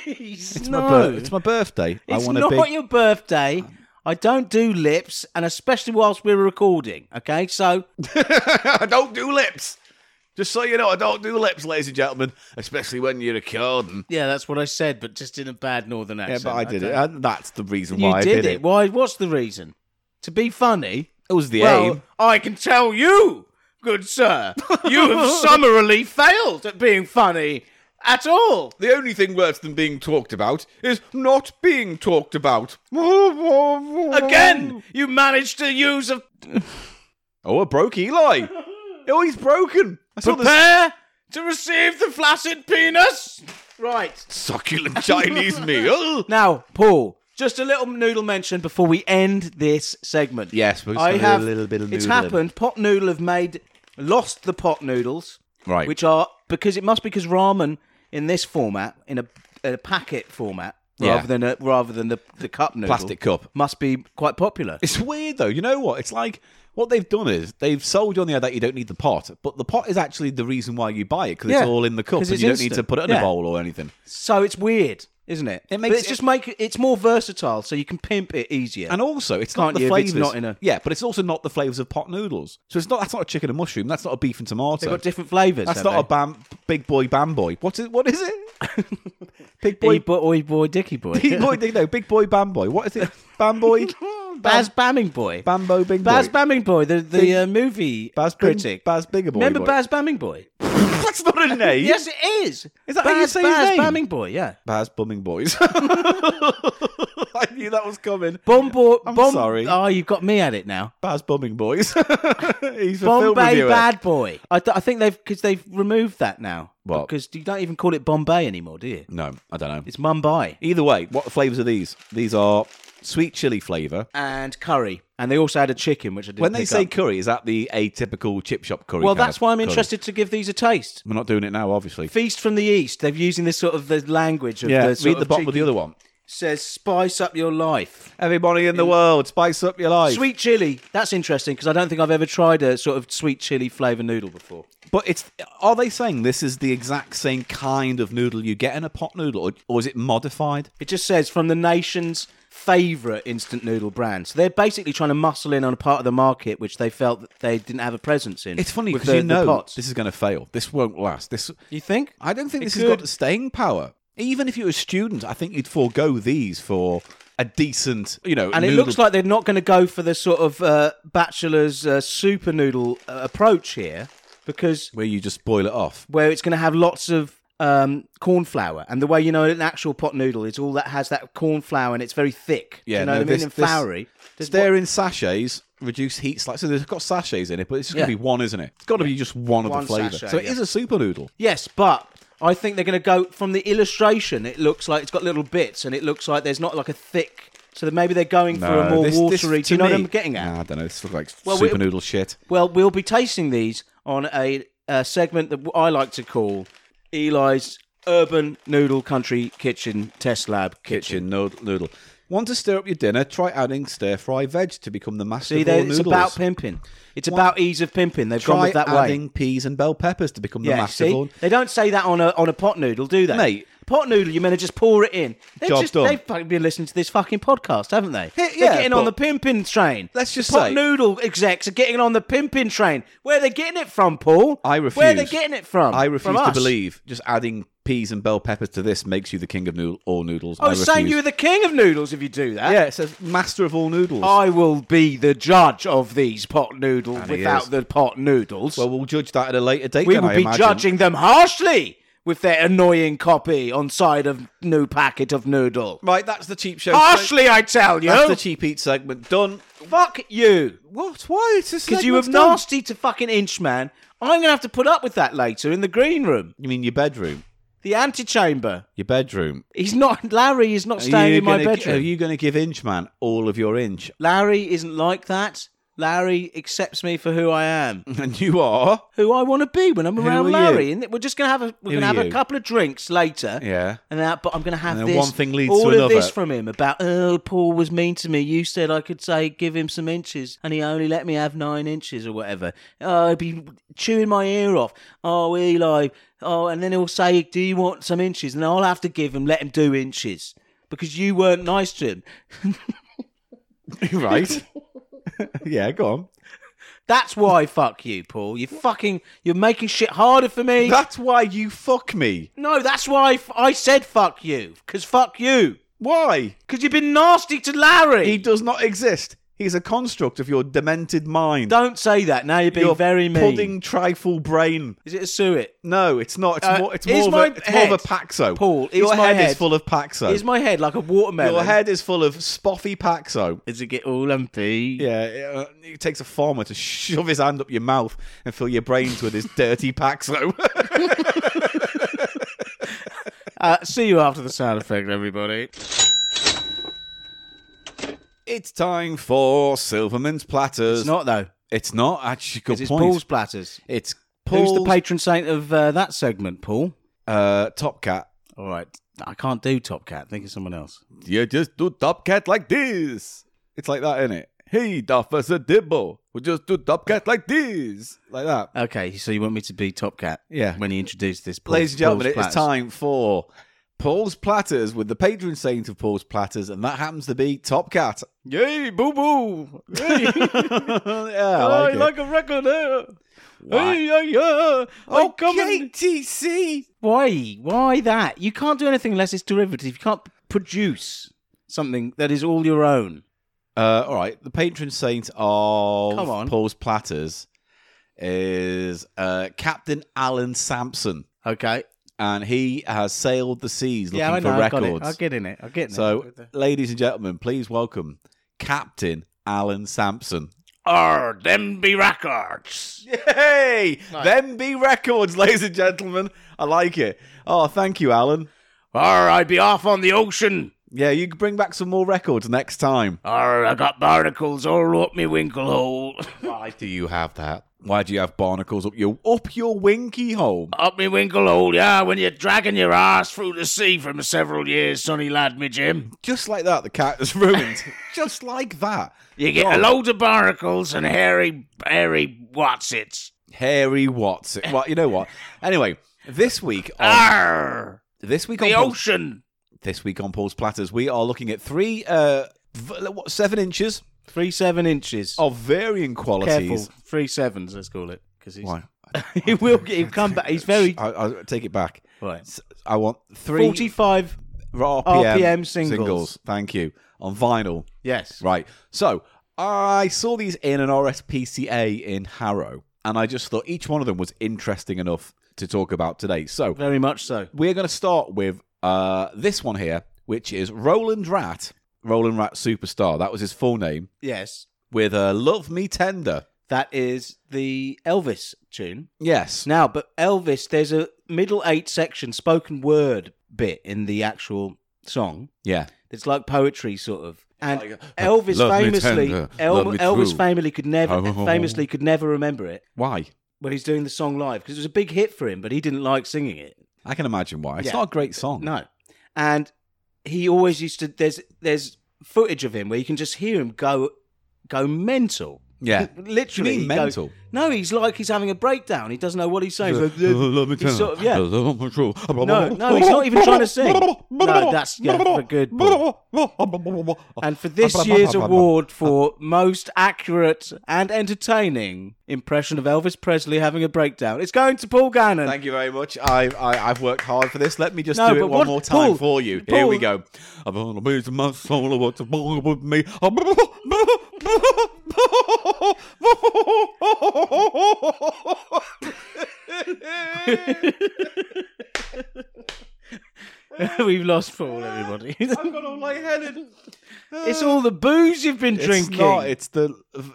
Speaker 1: it's
Speaker 2: My bir- it's my birthday. I
Speaker 1: It's
Speaker 2: want a
Speaker 1: not
Speaker 2: big.
Speaker 1: your birthday. I don't do lips, and especially whilst we're recording. Okay, so
Speaker 2: I don't do lips. Just so you know, I don't do lips, ladies and gentlemen, especially when you're recording.
Speaker 1: yeah, that's what I said, but just in a bad northern
Speaker 2: Yeah,
Speaker 1: accent.
Speaker 2: but I did it.
Speaker 1: okay?
Speaker 2: And that's the reason
Speaker 1: You
Speaker 2: why
Speaker 1: did,
Speaker 2: I did
Speaker 1: it.
Speaker 2: it.
Speaker 1: Why? What's the reason? To be funny.
Speaker 2: It was the
Speaker 1: well,
Speaker 2: aim.
Speaker 1: I can tell you, good sir, you have summarily failed at being funny at all.
Speaker 2: The only thing worse than being talked about is not being talked about.
Speaker 1: Again, you managed to use a
Speaker 2: Oh, I broke Eli. oh, he's broken. I saw this
Speaker 1: prepare to receive the flaccid penis. Right.
Speaker 2: succulent Chinese meal.
Speaker 1: Now, Paul, just a little noodle mention before we end this segment.
Speaker 2: Yes, we're just
Speaker 1: I
Speaker 2: gonna do
Speaker 1: have.
Speaker 2: a little bit of
Speaker 1: it's
Speaker 2: noodling.
Speaker 1: happened. Pot noodle have made lost the pot noodles,
Speaker 2: Right.
Speaker 1: Which are because it must be because ramen in this format in a, a packet format
Speaker 2: Yeah.
Speaker 1: rather than a, rather than the, the cup noodle
Speaker 2: Plastic cup.
Speaker 1: must be quite popular.
Speaker 2: It's weird though. You know what? It's like what they've done is they've sold you on the idea that you don't need the pot, but the pot is actually the reason why you buy it because
Speaker 1: Yeah,
Speaker 2: it's all in the cup
Speaker 1: 'cause
Speaker 2: and you
Speaker 1: it's
Speaker 2: don't need to
Speaker 1: instant.
Speaker 2: put it in
Speaker 1: Yeah.
Speaker 2: a bowl or anything.
Speaker 1: So it's weird, isn't it? It
Speaker 2: makes
Speaker 1: but it's
Speaker 2: it-
Speaker 1: just make it's more versatile, so you can pimp it easier.
Speaker 2: And also, it's
Speaker 1: Can't
Speaker 2: not the
Speaker 1: you if it's
Speaker 2: flavors.
Speaker 1: not in a-
Speaker 2: Yeah, but it's also not the flavors of pot noodles. So it's not that's not a chicken and mushroom. That's not a beef and tomato.
Speaker 1: They've got different flavors.
Speaker 2: that's not a bam, big boy bam boy. What is what is it? big boy,
Speaker 1: boy, boy, boy, dicky boy,
Speaker 2: big boy, no, big boy bam boy. What is it? Bam boy,
Speaker 1: Baz Bamming boy.
Speaker 2: bambo, big boy.
Speaker 1: Baz Bamming Boy, the the uh, movie
Speaker 2: Baz Big-
Speaker 1: critic.
Speaker 2: Baz Bigger Boy
Speaker 1: Remember
Speaker 2: Boy.
Speaker 1: Baz Bamming Boy?
Speaker 2: that's not a name.
Speaker 1: Yes, it is.
Speaker 2: Is that
Speaker 1: Baz,
Speaker 2: how you say his
Speaker 1: Baz
Speaker 2: name?
Speaker 1: Bamming Boy? Yeah.
Speaker 2: Baz Bumming Boys. I knew that was coming.
Speaker 1: Bomb boy.
Speaker 2: I'm
Speaker 1: bomb,
Speaker 2: sorry.
Speaker 1: Oh, you've got me at it now.
Speaker 2: Baz Bumming Boys. He's a film
Speaker 1: Bombay
Speaker 2: reviewer.
Speaker 1: Bad Boy. I, th- I think they've because they've removed that now.
Speaker 2: What?
Speaker 1: Because you don't even call it Bombay anymore, do you?
Speaker 2: No, I don't know.
Speaker 1: It's Mumbai
Speaker 2: Either way, what flavors are these? These are sweet chili flavor.
Speaker 1: and curry, and they also had a chicken, which I didn't.
Speaker 2: When they
Speaker 1: pick
Speaker 2: say
Speaker 1: up.
Speaker 2: curry, is that the atypical chip shop curry?
Speaker 1: well,
Speaker 2: kind
Speaker 1: that's
Speaker 2: of
Speaker 1: why I'm
Speaker 2: curry?
Speaker 1: interested to give these a taste.
Speaker 2: We're not doing it now, obviously.
Speaker 1: Feast from the East. They're using this sort of the language of
Speaker 2: Yeah,
Speaker 1: the
Speaker 2: read
Speaker 1: sort
Speaker 2: the bottom of
Speaker 1: cheeky-
Speaker 2: the other one.
Speaker 1: says spice up your life.
Speaker 2: Everybody in the world, spice up your life.
Speaker 1: Sweet chili. That's interesting because I don't think I've ever tried a sort of sweet chili flavour noodle before.
Speaker 2: But it's are they saying this is the exact same kind of noodle you get in a pot noodle, or, or is it modified?
Speaker 1: It just says from the nation's favourite instant noodle brand. So they're basically trying to muscle in on a part of the market which they felt that they didn't have a presence in.
Speaker 2: It's funny
Speaker 1: with
Speaker 2: because
Speaker 1: the-
Speaker 2: you
Speaker 1: the
Speaker 2: know
Speaker 1: pots.
Speaker 2: this is going to fail. This won't last. This
Speaker 1: You think?
Speaker 2: I don't think
Speaker 1: It
Speaker 2: this has
Speaker 1: could.
Speaker 2: got staying power. Even if you're a student, I think you'd forego these for a decent, you know.
Speaker 1: And it
Speaker 2: noodle-
Speaker 1: looks like they're not going to go for the sort of uh, bachelor's uh, super noodle uh, approach here because
Speaker 2: where you just boil it off.
Speaker 1: where it's going to have lots of um, corn flour. And the way you know an actual pot noodle is all that has that corn flour and it's very thick. Do
Speaker 2: Yeah,
Speaker 1: you know what
Speaker 2: no,
Speaker 1: I mean?
Speaker 2: this-
Speaker 1: and
Speaker 2: this-
Speaker 1: floury. There's
Speaker 2: They're in sachets, reduced heat slice. So they've got sachets in it, but it's going to
Speaker 1: Yeah.
Speaker 2: be one, isn't it? It's got to be just one of
Speaker 1: One
Speaker 2: the flavour.
Speaker 1: sachet,
Speaker 2: So it is
Speaker 1: yeah.
Speaker 2: a super noodle.
Speaker 1: Yes, but I think they're going to go from the illustration. It looks like it's got little bits, and it looks like there's not like a thick. So that maybe they're going for a more
Speaker 2: this- this-
Speaker 1: watery.
Speaker 2: to
Speaker 1: do you know
Speaker 2: me-
Speaker 1: what I'm getting at?
Speaker 2: Nah, I don't know. This looks like
Speaker 1: Well,
Speaker 2: super
Speaker 1: we-
Speaker 2: noodle shit.
Speaker 1: Well, we'll be tasting these on a a segment that I like to call Eli's Urban Noodle Country Kitchen Test Lab Kitchen.
Speaker 2: Kitchen nood- noodle. Want to stir up your dinner? Try adding stir fry veg to become the master
Speaker 1: See,
Speaker 2: of all
Speaker 1: there,
Speaker 2: noodles.
Speaker 1: it's about pimping. It's about ease of pimping. They've gone
Speaker 2: Try
Speaker 1: with that
Speaker 2: adding
Speaker 1: way.
Speaker 2: peas and bell peppers to become the
Speaker 1: Yeah,
Speaker 2: master
Speaker 1: see,
Speaker 2: of all.
Speaker 1: they don't say that on a on a pot noodle, do they?
Speaker 2: Mate.
Speaker 1: pot noodle, you're meant to just pour it in. They
Speaker 2: Job
Speaker 1: just
Speaker 2: done.
Speaker 1: they've fucking been listening to this fucking podcast, haven't they?
Speaker 2: Yeah,
Speaker 1: They're getting on the
Speaker 2: but-
Speaker 1: pimping train.
Speaker 2: Let's just
Speaker 1: pot
Speaker 2: say-
Speaker 1: noodle execs are getting on the pimping train. Where are they getting it from, Paul?
Speaker 2: I
Speaker 1: Where are they
Speaker 2: refuse.
Speaker 1: getting it from?
Speaker 2: I
Speaker 1: From
Speaker 2: refuse to
Speaker 1: us?
Speaker 2: believe just adding peas and bell peppers to this makes you the king of noodle all noodles.
Speaker 1: I was Oh, saying you're the king of noodles if you do that.
Speaker 2: yeah, it says master of all noodles.
Speaker 1: I will be the judge of these pot noodles
Speaker 2: he
Speaker 1: without
Speaker 2: is.
Speaker 1: the pot noodles.
Speaker 2: well, we'll judge that at a later date.
Speaker 1: we
Speaker 2: then,
Speaker 1: will
Speaker 2: I
Speaker 1: be
Speaker 2: imagine.
Speaker 1: judging them harshly with their annoying copy on side of new packet of noodle.
Speaker 2: Right, that's the cheap show.
Speaker 1: Harshly, I tell you.
Speaker 2: That's the cheap eat segment done.
Speaker 1: Fuck you.
Speaker 2: What? Why? It's a
Speaker 1: Because you were
Speaker 2: segment's done.
Speaker 1: nasty to fucking Inchman. I'm going to have to put up with that later in the green room,
Speaker 2: You mean your bedroom?
Speaker 1: the antechamber.
Speaker 2: Your bedroom.
Speaker 1: He's not, Larry is not staying
Speaker 2: you
Speaker 1: in my
Speaker 2: gonna,
Speaker 1: bedroom.
Speaker 2: Are you going to give Inchman all of your inch?
Speaker 1: Larry isn't like that. Larry accepts me for who I am.
Speaker 2: And you are.
Speaker 1: who I want to be when I'm
Speaker 2: are
Speaker 1: around
Speaker 2: you?
Speaker 1: Larry. And we're just gonna have a we're
Speaker 2: Who
Speaker 1: gonna
Speaker 2: are
Speaker 1: have a
Speaker 2: you?
Speaker 1: couple of drinks later.
Speaker 2: Yeah.
Speaker 1: And that, but I'm gonna have
Speaker 2: And then
Speaker 1: this.
Speaker 2: one thing leads
Speaker 1: all
Speaker 2: to
Speaker 1: of
Speaker 2: another.
Speaker 1: this from him about oh Paul was mean to me. You said I could say give him some inches, and he only let me have nine inches or whatever. Oh, I'd be chewing my ear off. Oh Eli. Oh, and then he'll say, "Do you want some inches?" And I'll have to give him, let him do inches because you weren't nice to him.
Speaker 2: right. yeah, go on.
Speaker 1: That's why fuck you, Paul. You fucking you're making shit harder for me.
Speaker 2: That's why you fuck me.
Speaker 1: No, that's why f- I said fuck you. Because fuck you.
Speaker 2: Why?
Speaker 1: Because you've been nasty to Larry.
Speaker 2: He does not exist. He's a construct of your demented mind.
Speaker 1: Don't say that. Now you're being
Speaker 2: your
Speaker 1: very mean.
Speaker 2: pudding trifle brain.
Speaker 1: Is it a suet?
Speaker 2: No, it's not. It's
Speaker 1: Uh,
Speaker 2: more. It's
Speaker 1: is
Speaker 2: more, of
Speaker 1: my
Speaker 2: a, it's more of a
Speaker 1: head-
Speaker 2: paxo.
Speaker 1: Paul, is
Speaker 2: your
Speaker 1: my
Speaker 2: head,
Speaker 1: head-
Speaker 2: is full of paxo.
Speaker 1: Is my head like a watermelon?
Speaker 2: your head is full of spoffy paxo.
Speaker 1: Does it get all lumpy?
Speaker 2: Yeah, it, uh, it takes a farmer to shove his hand up your mouth and fill your brains with his dirty paxo.
Speaker 1: Uh, see you after the sound effect, everybody.
Speaker 2: it's time for Silverman's platters.
Speaker 1: It's not, though.
Speaker 2: It's not actually good
Speaker 1: 'cause It's
Speaker 2: point.
Speaker 1: Paul's platters.
Speaker 2: It's
Speaker 1: Who's the
Speaker 2: Paul's-
Speaker 1: patron saint of uh, that segment, Paul?
Speaker 2: Uh, Top Cat.
Speaker 1: All right. I can't do Top Cat. Think of someone else.
Speaker 2: You just do Top Cat like this. It's like that, isn't it? Hey, Officer Dibble, we just do Top Cat like this, like that.
Speaker 1: Okay, so you want me to be Top Cat?
Speaker 2: Yeah.
Speaker 1: When he introduced this, Paul,
Speaker 2: Ladies and gentlemen,
Speaker 1: Paul's
Speaker 2: it is
Speaker 1: platters.
Speaker 2: time for Paul's Platters with the patron saint of Paul's Platters, and that happens to be Top Cat.
Speaker 1: Yay, boo boo!
Speaker 2: yeah, I like it.
Speaker 1: Oh, a record.
Speaker 2: Why?
Speaker 1: yeah, yeah.
Speaker 2: Oh, JTC.
Speaker 1: Why? Why that? You can't do anything unless it's derivative. You can't produce something that is all your own.
Speaker 2: Uh, all right, the patron saint of
Speaker 1: Come on.
Speaker 2: Paul's Platters is uh, Captain Alan Sampson,
Speaker 1: Okay.
Speaker 2: and he has sailed the seas looking
Speaker 1: yeah, I know.
Speaker 2: for
Speaker 1: I got it.
Speaker 2: records.
Speaker 1: I'll get in it. I'll get in
Speaker 2: So,
Speaker 1: it.
Speaker 2: ladies and gentlemen, please welcome Captain Alan Sampson.
Speaker 1: Arr, them be records.
Speaker 2: Yay! Them be records, ladies and gentlemen. I like it. Oh, thank you, Alan.
Speaker 1: Arr, I be off on the ocean.
Speaker 2: Yeah, you can bring back some more records next time.
Speaker 1: Arr, I got barnacles all up me winkle hole.
Speaker 2: Why do you have that? Why do you have barnacles up your up your winky hole?
Speaker 1: up me winkle hole, yeah, when you're dragging your ass through the sea from several years, sonny lad, me Jim.
Speaker 2: Just like that, the cat is ruined. Just like that.
Speaker 1: You get a load of barnacles and hairy, hairy watsits.
Speaker 2: Harry Watson. Well, you know what? Anyway, this week on
Speaker 1: Arr,
Speaker 2: this week on
Speaker 1: the
Speaker 2: Paul's,
Speaker 1: ocean.
Speaker 2: this week on Paul's platters, we are looking at three uh v- what, seven inches
Speaker 1: Three seven inches.
Speaker 2: of varying qualities.
Speaker 1: careful. Oh, Three sevens, let's call it. Because
Speaker 2: Why?
Speaker 1: he will get, he'll come back. He's very.
Speaker 2: I, I take it back.
Speaker 1: Right.
Speaker 2: S- I want three
Speaker 1: 45.
Speaker 2: RPM,
Speaker 1: RPM singles.
Speaker 2: Thank you. On vinyl.
Speaker 1: Yes.
Speaker 2: Right. So I saw these in an RSPCA in Harrow, and I just thought each one of them was interesting enough to talk about today. So
Speaker 1: Very much so.
Speaker 2: we're going to start with uh, this one here, which is Roland Rat, Roland Rat Superstar. That was his full name.
Speaker 1: Yes.
Speaker 2: With uh, Love Me Tender.
Speaker 1: That is the Elvis tune.
Speaker 2: Yes.
Speaker 1: Now, but Elvis, there's a middle eight section spoken word bit in the actual song.
Speaker 2: Yeah.
Speaker 1: It's like poetry, sort of. And
Speaker 2: Like,
Speaker 1: Elvis
Speaker 2: "Love me
Speaker 1: famously,
Speaker 2: tender,
Speaker 1: El-
Speaker 2: love me
Speaker 1: Elvis
Speaker 2: true."
Speaker 1: famously could never,
Speaker 2: Oh.
Speaker 1: famously could never remember it
Speaker 2: Why?
Speaker 1: when he's doing the song live because it was a big hit for him, but he didn't like singing it.
Speaker 2: I can imagine why. It's
Speaker 1: Yeah.
Speaker 2: not a great song.
Speaker 1: No, and he always used to. There's there's footage of him where you can just hear him go go mental.
Speaker 2: Yeah.
Speaker 1: literally
Speaker 2: You mean
Speaker 1: he goes-
Speaker 2: mental?
Speaker 1: no, he's like he's having a breakdown. He doesn't know what he's saying. He's like,
Speaker 2: Let me
Speaker 1: He's sort of- yeah.
Speaker 2: yeah.
Speaker 1: No, no, Oh, he's not even trying to sing. No, that's- yeah, for good, Paul. and for this year's award for most accurate and entertaining impression of Elvis Presley having a breakdown, it's going to Paul Gannon.
Speaker 2: Thank you very much. I, I, I've worked hard for this. Let me just
Speaker 1: No,
Speaker 2: do it
Speaker 1: but
Speaker 2: one
Speaker 1: what-
Speaker 2: more time
Speaker 1: Paul,
Speaker 2: for you. Here we
Speaker 1: Paul.
Speaker 2: go. I'm gonna lose my soul. What's wrong with me?
Speaker 1: We've lost Paul, everybody.
Speaker 2: I've got all lightheaded.
Speaker 1: it's all the booze you've been
Speaker 2: It's
Speaker 1: drinking.
Speaker 2: not. It's the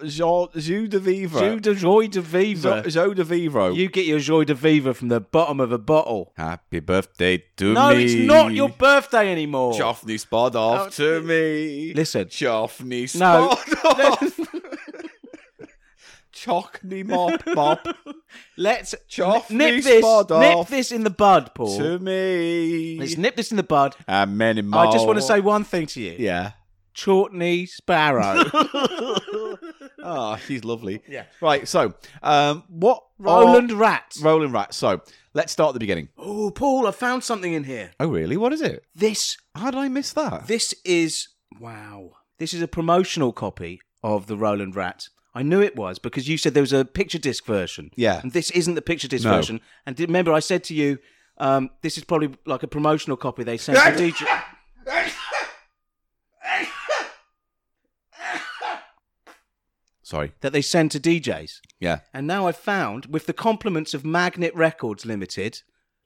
Speaker 2: Jean, Jus de Vivre.
Speaker 1: Joe de joie de vivre.
Speaker 2: Jo- Joe de Vivro.
Speaker 1: You get your joie de vivre from the bottom of a bottle.
Speaker 2: Happy birthday to
Speaker 1: No,
Speaker 2: me.
Speaker 1: it's not your birthday anymore.
Speaker 2: Chaffney spod off to me.
Speaker 1: Listen.
Speaker 2: Chaffney
Speaker 1: No.
Speaker 2: spod off. Chockney mop mop
Speaker 1: Let's
Speaker 2: Chaffney
Speaker 1: nip this,
Speaker 2: spod
Speaker 1: nip
Speaker 2: off
Speaker 1: this in the bud, Paul.
Speaker 2: to me.
Speaker 1: Let's nip this in the bud.
Speaker 2: And many more.
Speaker 1: I just want to say one thing to you.
Speaker 2: Oh. Yeah. Oh.
Speaker 1: Chortney Sparrow.
Speaker 2: Ah, she's lovely. Yeah. Right, so, um, what?
Speaker 1: Roland Rat.
Speaker 2: Are... Roland Rat. So, let's start at the beginning.
Speaker 1: oh, Paul, I found something in here.
Speaker 2: Oh, really? What is it?
Speaker 1: This
Speaker 2: How did I miss that?
Speaker 1: This is wow. This is a promotional copy of the Roland Rat. I knew it was because you said there was a picture disc version.
Speaker 2: Yeah.
Speaker 1: And this isn't the picture disc
Speaker 2: No.
Speaker 1: version. And did- remember, I said to you, um, this is probably like a promotional copy they sent to DJ.
Speaker 2: Sorry.
Speaker 1: That they send to DJs.
Speaker 2: Yeah.
Speaker 1: And now I've found, with the compliments of Magnet Records Limited,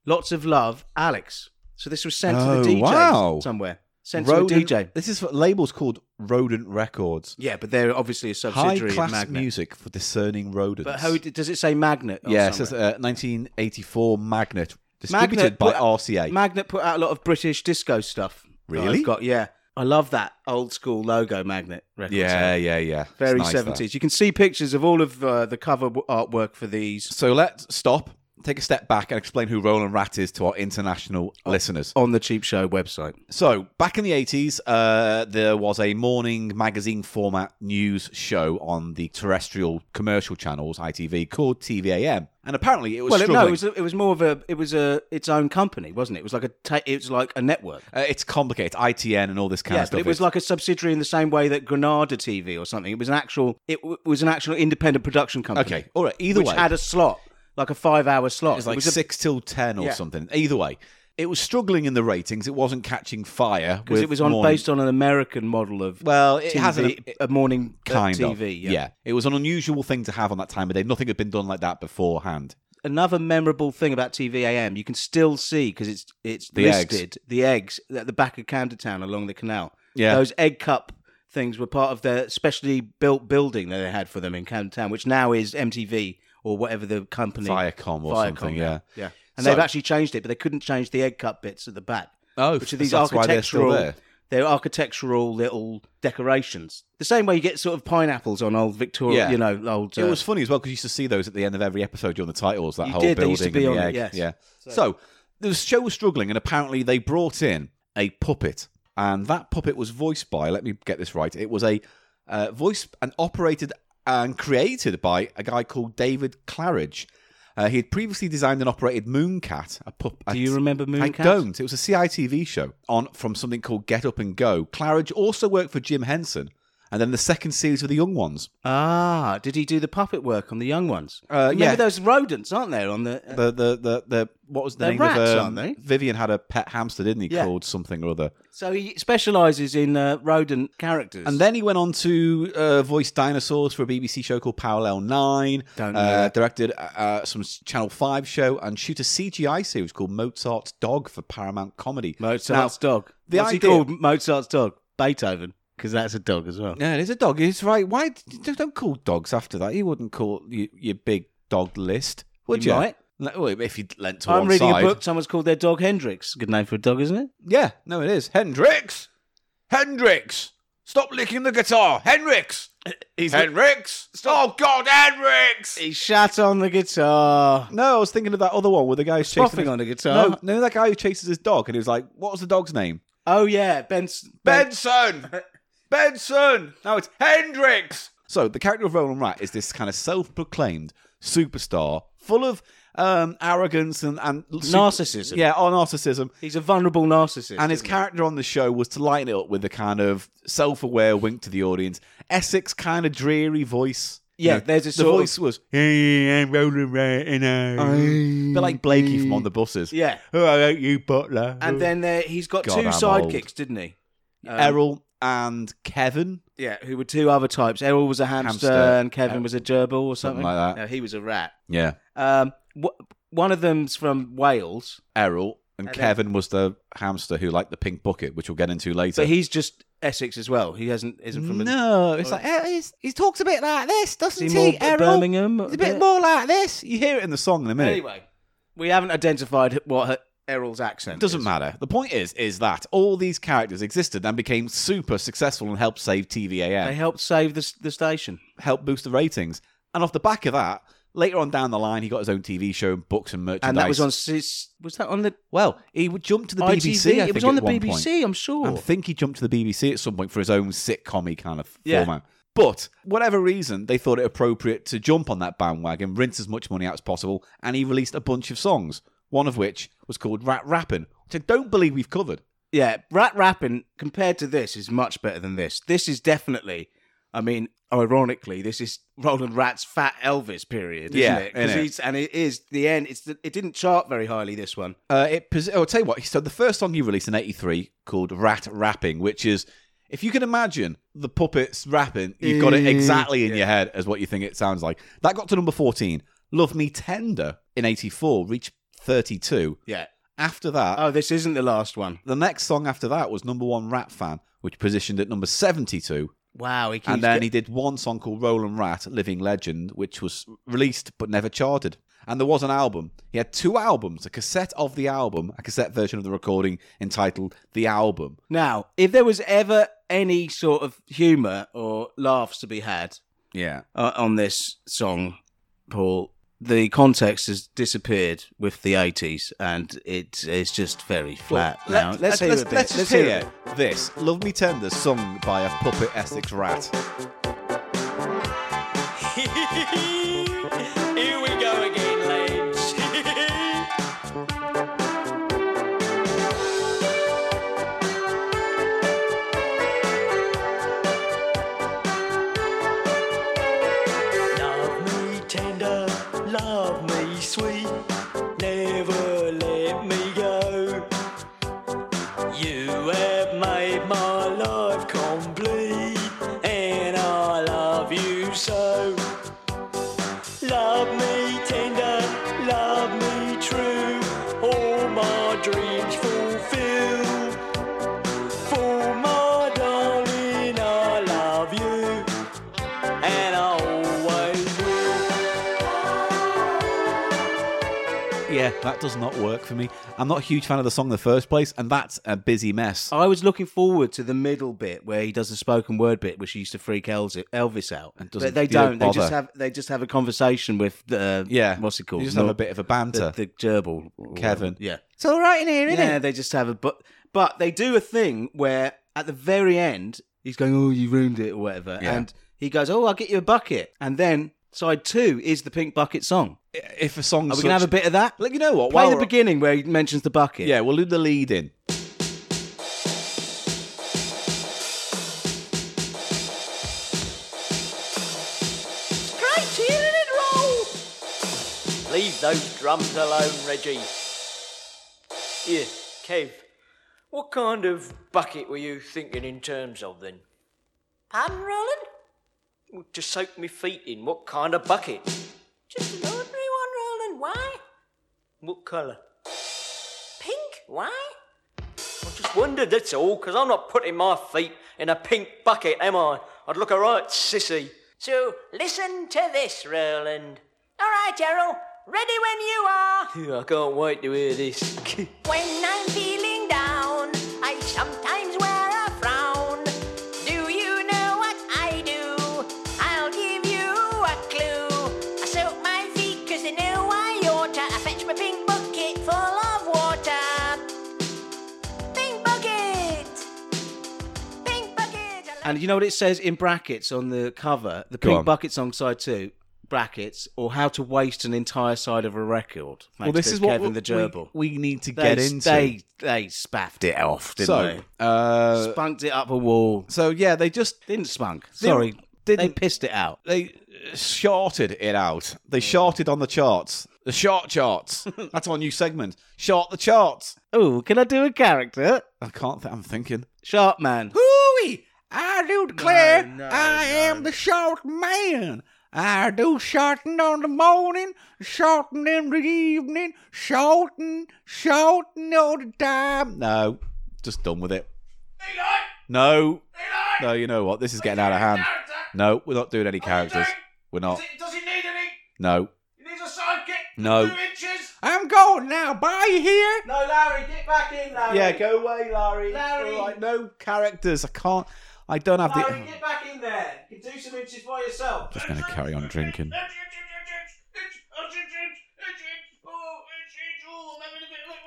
Speaker 1: lots of love, Alex. So this was sent
Speaker 2: Oh,
Speaker 1: to the DJ
Speaker 2: wow.
Speaker 1: somewhere. Sent
Speaker 2: Rodent-
Speaker 1: to a DJ.
Speaker 2: This is what labels called Rodent Records.
Speaker 1: Yeah, but they're obviously a
Speaker 2: High
Speaker 1: subsidiary of
Speaker 2: class
Speaker 1: Magnet.
Speaker 2: music for discerning rodents.
Speaker 1: But how does it say Magnet? or
Speaker 2: yeah, it
Speaker 1: somewhere?
Speaker 2: says uh, 1984 Magnet, distributed
Speaker 1: Magnet
Speaker 2: by
Speaker 1: put-
Speaker 2: RCA.
Speaker 1: Magnet put out a lot of British disco stuff. that
Speaker 2: Really?
Speaker 1: I've got yeah. I love that old school logo Magnet record.
Speaker 2: yeah, yeah, yeah. It's
Speaker 1: Very
Speaker 2: nice, that.
Speaker 1: 70s. You can see pictures of all of uh, the cover w- artwork for these
Speaker 2: So let's stop, take a step back, and explain who Roland Rat is to our international
Speaker 1: Oh.
Speaker 2: listeners.
Speaker 1: on the Cheap Show website.
Speaker 2: So, back in the 80s, uh, there was a morning magazine format news show on the terrestrial commercial channels, ITV, called TVAM. And apparently it was
Speaker 1: Well, it,
Speaker 2: struggling.
Speaker 1: no, it was it was more of a it was a its own company, wasn't it? It was like a ta- it was like a network.
Speaker 2: uh, it's complicated, ITN and all this kind
Speaker 1: Yeah,
Speaker 2: of
Speaker 1: but
Speaker 2: stuff.
Speaker 1: it was
Speaker 2: It's-
Speaker 1: like a subsidiary in the same way that Granada TV or something. It was an actual it w- was an actual independent production company.
Speaker 2: Okay, all right, either
Speaker 1: which
Speaker 2: way.
Speaker 1: had a slot like a five hour slot.
Speaker 2: It's like
Speaker 1: was a-
Speaker 2: six till ten or
Speaker 1: Yeah.
Speaker 2: something. Either way, it was struggling in the ratings. It wasn't catching fire
Speaker 1: because it was on
Speaker 2: morning-
Speaker 1: based on an American model of
Speaker 2: Well, it
Speaker 1: TV,
Speaker 2: has an,
Speaker 1: a morning uh,
Speaker 2: kind
Speaker 1: TV.
Speaker 2: of It was an unusual thing to have on that time of day. Nothing had been done like that beforehand.
Speaker 1: Another memorable thing about TV AM, you can still see because it's it's
Speaker 2: The eggs.
Speaker 1: listed the eggs at the back of Camden Town along the canal.
Speaker 2: Yeah.
Speaker 1: those egg cup things were part of their specially built building that they had for them in Camden Town, which now is MTV or whatever the company
Speaker 2: Viacom or
Speaker 1: Viacom,
Speaker 2: something.
Speaker 1: yeah,
Speaker 2: Yeah.
Speaker 1: yeah. And
Speaker 2: So-
Speaker 1: they've actually changed it, but they couldn't change the egg cup bits at the back.
Speaker 2: Oh,
Speaker 1: which are these
Speaker 2: that's why they're still
Speaker 1: architectural
Speaker 2: there.
Speaker 1: they're architectural little decorations. The same way you get sort of pineapples on old Victoria,
Speaker 2: Yeah.
Speaker 1: you know, old. Uh,
Speaker 2: It was funny as well because you used to see those at the end of every episode during the titles. That
Speaker 1: You
Speaker 2: whole
Speaker 1: did, they
Speaker 2: building
Speaker 1: used to
Speaker 2: and
Speaker 1: be
Speaker 2: the
Speaker 1: on it,
Speaker 2: egg.
Speaker 1: yes.
Speaker 2: Yeah. So the show was struggling, and apparently they brought in a puppet, and that puppet was voiced by. Let me get this right. It was a uh, voice and operated and created by a guy called David Claridge. Uh, he had previously designed and operated Mooncat, a pup.
Speaker 1: do you remember Mooncat?
Speaker 2: I don't. It was a CITV show on from something called Get Up and Go. Claridge also worked for Jim Henson, and then the second series of The Young Ones.
Speaker 1: Ah, did he do the puppet work on the young ones?
Speaker 2: Uh,
Speaker 1: Remember
Speaker 2: yeah.
Speaker 1: those rodents, aren't there? On the, uh,
Speaker 2: the the the, the what was the
Speaker 1: They're
Speaker 2: name
Speaker 1: rats,
Speaker 2: of um,
Speaker 1: aren't they?
Speaker 2: Vivian had a pet hamster, didn't he?
Speaker 1: Yeah.
Speaker 2: Called something or other.
Speaker 1: so he specialises in uh, rodent characters.
Speaker 2: And then he went on to uh, voice dinosaurs for a BBC show called Parallel 9
Speaker 1: Don't know
Speaker 2: uh,
Speaker 1: that.
Speaker 2: directed uh, uh, some Channel Five show and shoot a CGI series called Mozart's Dog for Paramount Comedy.
Speaker 1: Mozart's dog.
Speaker 2: the
Speaker 1: What's
Speaker 2: idea-
Speaker 1: he called? Mozart's dog. Beethoven, because that's a dog as well.
Speaker 2: Now, yeah, it is a dog. It's right. Why d- don't call dogs after that? You wouldn't call y- your big dog list, would
Speaker 1: You
Speaker 2: you?
Speaker 1: might.
Speaker 2: Le- well, if you lent to
Speaker 1: I'm
Speaker 2: one
Speaker 1: reading
Speaker 2: side.
Speaker 1: a book. Someone's called their dog Hendrix. Good name for a dog, isn't it?
Speaker 2: Yeah, no, it is Hendrix. Hendrix. Stop licking the guitar, Henricks.
Speaker 1: He's,
Speaker 2: Henricks. Oh God, Henricks.
Speaker 1: he shat on the guitar.
Speaker 2: No, I was thinking of that other one where the guy was chasing.
Speaker 1: Coughing
Speaker 2: his-
Speaker 1: on the guitar.
Speaker 2: No, no, that guy who chases his dog, and he was like, "What was the dog's name?"
Speaker 1: Oh yeah, Ben. Ben.
Speaker 2: Benson. Benson. No, it's Hendrix. So the character of Roland Rat is this kind of self-proclaimed superstar, full of um, arrogance and and
Speaker 1: Narcissism.
Speaker 2: Yeah, or narcissism.
Speaker 1: He's a vulnerable narcissist.
Speaker 2: And his character on the show was to lighten it up with a kind of self-aware wink to the audience. Essex kind of dreary voice.
Speaker 1: Yeah,
Speaker 2: You know,
Speaker 1: there's a
Speaker 2: the
Speaker 1: sort of-
Speaker 2: voice was hey, I'm Roland Rat, you know, but like Blakey from on the buses.
Speaker 1: Mm, yeah.
Speaker 2: Oh, I like you, Butler.
Speaker 1: And then there, he's got
Speaker 2: God,
Speaker 1: two
Speaker 2: I'm old.
Speaker 1: sidekicks, didn't he? Um,
Speaker 2: Errol and Kevin.
Speaker 1: Yeah, who were two other types. Errol was a hamster,
Speaker 2: Hamster.
Speaker 1: and Kevin was a gerbil or something.
Speaker 2: Something like that.
Speaker 1: No, he was a rat.
Speaker 2: Yeah.
Speaker 1: Um, wh- one of them's from Wales,
Speaker 2: Errol
Speaker 1: And
Speaker 2: and,
Speaker 1: then-
Speaker 2: Kevin was the hamster who liked the pink bucket, which we'll get into later.
Speaker 1: but he's just Essex as well. He hasn't isn't from a,
Speaker 2: no, it's like eh, he's, he talks a bit like this, doesn't
Speaker 1: is
Speaker 2: he?
Speaker 1: he more B-
Speaker 2: Errol,
Speaker 1: Birmingham.
Speaker 2: he's a bit more like this. You hear it in the song in a minute.
Speaker 1: Anyway, we haven't identified what her, Errol's accent.
Speaker 2: It doesn't
Speaker 1: is.
Speaker 2: matter. The point is, is that all these characters existed and became super successful and helped save
Speaker 1: They
Speaker 2: TVAM,
Speaker 1: helped save the s- the station.
Speaker 2: helped boost the ratings. And off the back of that, later on down the line, he got his own TV show, books and merchandise.
Speaker 1: And that was on. Sis- Was that on the
Speaker 2: Well, he would jump to the BBC.
Speaker 1: ITV?
Speaker 2: I
Speaker 1: it was
Speaker 2: think,
Speaker 1: on the
Speaker 2: at one point.
Speaker 1: BBC. I'm sure.
Speaker 2: I think he jumped to the BBC at some point for his own sitcom kind of
Speaker 1: Yeah.
Speaker 2: format. But whatever reason, they thought it appropriate to jump on that bandwagon, rinse as much money out as possible, and he released a bunch of songs, one of which was called Rat Rappin', which I don't believe we've covered.
Speaker 1: yeah, rat rapping compared to this is much better than this. This is definitely. I mean, ironically, this is Roland Rat's Fat Elvis period, isn't
Speaker 2: Yeah,
Speaker 1: it? 'Cause
Speaker 2: innit?
Speaker 1: he's- and it is the end. It's the, it didn't chart very highly. This one.
Speaker 2: Uh, it pos- oh, I'll tell you what, so the first song he released in 83 called Rat Rapping, which is, if you can imagine the puppets rapping, you've got it exactly in your head as what you think it sounds like. That got to number 14. Love Me Tender in 84 reached 32.
Speaker 1: Yeah.
Speaker 2: After that,
Speaker 1: Oh, this isn't the last one.
Speaker 2: The next song after that was number one Rat Fan, which positioned at number 72.
Speaker 1: Wow. He keeps
Speaker 2: And then
Speaker 1: get-
Speaker 2: he did one song called Roland Rat, Living Legend, which was released but never charted. And there was an album. He had two albums a cassette of the album, a cassette version of the recording entitled The Album.
Speaker 1: now, if there was ever any sort of humour or laughs to be had,
Speaker 2: Yeah.
Speaker 1: uh, on this song, Paul, the context has disappeared with the 80s and it is just very flat now. Let's, hear a bit.
Speaker 2: let's just
Speaker 1: hear a
Speaker 2: hear
Speaker 1: bit.
Speaker 2: this Love Me Tender, sung by a puppet Essex rat.
Speaker 4: Here we go again, lads. love me tender, love me sweet, never let me go. You have made my life complete, and I love you so. Love me tender, love me true, all my dreams fulfill. For my darling, I love you, and I always will.
Speaker 2: Yeah, that does not work for me. I'm not a huge fan of the song in the first place, and that's a busy mess.
Speaker 1: I was looking forward to the middle bit where he does the spoken word bit, which used to freak Elvis Elvis out.
Speaker 2: doesn't-
Speaker 1: But they
Speaker 2: they
Speaker 1: don't.
Speaker 2: don't
Speaker 1: They just
Speaker 2: bother.
Speaker 1: have they just have a conversation with the
Speaker 2: Yeah.
Speaker 1: what's it called?
Speaker 2: You just have
Speaker 1: Nor-
Speaker 2: a bit of a
Speaker 1: the,
Speaker 2: banter.
Speaker 1: the gerbil or
Speaker 2: Kevin.
Speaker 1: whatever. Yeah,
Speaker 2: It's all right in here,
Speaker 1: yeah. They just have a but but they do a thing where at the very end he's going, "Oh, you ruined it" or whatever,
Speaker 2: Yeah.
Speaker 1: and he goes, "Oh, I'll get you a bucket," and then side two is the pink bucket song.
Speaker 2: If a song,
Speaker 1: Are we gonna have a bit of that?
Speaker 2: Like you know what?
Speaker 1: Play
Speaker 2: While
Speaker 1: the
Speaker 2: we're-
Speaker 1: beginning where he mentions the bucket.
Speaker 2: Yeah, we'll do the lead in.
Speaker 4: Leave those drums alone, Reggie. Yeah, Kev, what kind of bucket were you thinking in terms of then?
Speaker 5: Pardon, Roland?
Speaker 4: Well, To soak me feet in, what kind of bucket?
Speaker 5: Just an ordinary one, Roland. Why?
Speaker 4: What colour?
Speaker 5: Pink? Why?
Speaker 4: I just wondered, that's all, 'cause I'm not putting my feet in a pink bucket, am I? I'd look a right sissy.
Speaker 5: So listen to this, Roland. All right, Errol. Ready when you are.
Speaker 4: Phew, I can't wait to hear this.
Speaker 5: When I'm feeling down, I sometimes wear a frown. Do you
Speaker 1: And you know what it says in brackets on the cover? The
Speaker 2: Go
Speaker 1: Pink
Speaker 2: on.
Speaker 1: Bucket song side two brackets or how to waste an entire side of a record.
Speaker 2: Well, this is what
Speaker 1: Kevin the Gerbil.
Speaker 2: We, we need to
Speaker 1: they,
Speaker 2: get into.
Speaker 1: They, they spaffed it off, didn't
Speaker 2: so,
Speaker 1: they?
Speaker 2: uh,
Speaker 1: Spunked it up a wall.
Speaker 2: so yeah, they just
Speaker 1: Didn't spunk. Sorry.
Speaker 2: didn't-
Speaker 1: They pissed it out.
Speaker 2: they shorted it out. They shorted on the charts. The short charts. That's our new segment. Short the charts.
Speaker 1: Oh, can I do a character?
Speaker 2: I can't. Th- I'm thinking.
Speaker 1: Sharp man.
Speaker 2: Hooey! I do declare
Speaker 1: No, no,
Speaker 2: I am the short man. I do shorten on the morning, shorten in the evening, shorten, shorten all the time. No, just done with it. No, no, you know what? This is getting out of hand. No, we're not doing any characters. We're not.
Speaker 6: Does he need any?
Speaker 2: No,
Speaker 6: He needs a sidekick.
Speaker 2: no.
Speaker 6: Two inches.
Speaker 2: I'm going now. Bye here.
Speaker 6: No, Larry, get back in, Larry.
Speaker 2: Yeah, go away, Larry.
Speaker 6: Larry.
Speaker 2: All right, no characters. I can't. I don't have
Speaker 6: Larry,
Speaker 2: the.
Speaker 6: get back in there. You can do some inches by yourself.
Speaker 2: just gonna carry on drinking.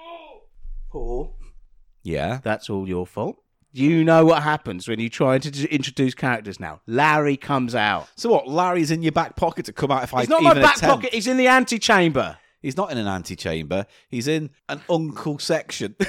Speaker 6: Oh,
Speaker 1: Paul.
Speaker 2: Yeah.
Speaker 1: That's all your fault. You know what happens when you try to d- introduce characters now. Larry comes out.
Speaker 2: So what? Larry's in your back pocket to come out if I
Speaker 1: He's not my
Speaker 2: even
Speaker 1: back
Speaker 2: attempt.
Speaker 1: pocket. He's in the antechamber.
Speaker 2: He's not in an antechamber. He's in an uncle section.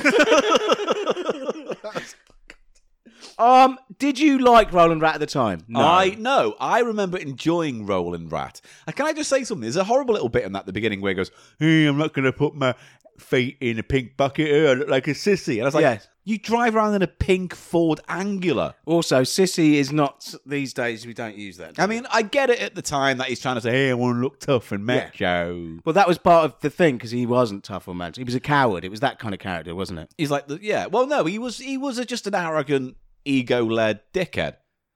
Speaker 1: Um, did you like Roland Rat at the time? No.
Speaker 2: I know. I remember enjoying Roland Rat. And can I just say something? There's a horrible little bit in that at the beginning where he goes, "Hey, I'm not going to put my feet in a pink bucket. here. I look like a sissy." And I was like,
Speaker 1: Yes.
Speaker 2: "You drive around in a pink Ford Angular."
Speaker 1: also sissy is not these days. We don't use that.
Speaker 2: I mean, I get it at the time that he's trying to say, "Hey, I want to look tough and
Speaker 1: Yeah.
Speaker 2: macho."
Speaker 1: well, that was part of the thing because he wasn't tough or managed. He was a coward. It was that kind of character, wasn't it?
Speaker 2: He's like, the, yeah. Well, no, he was he was a, just an arrogant, ego-led dickhead,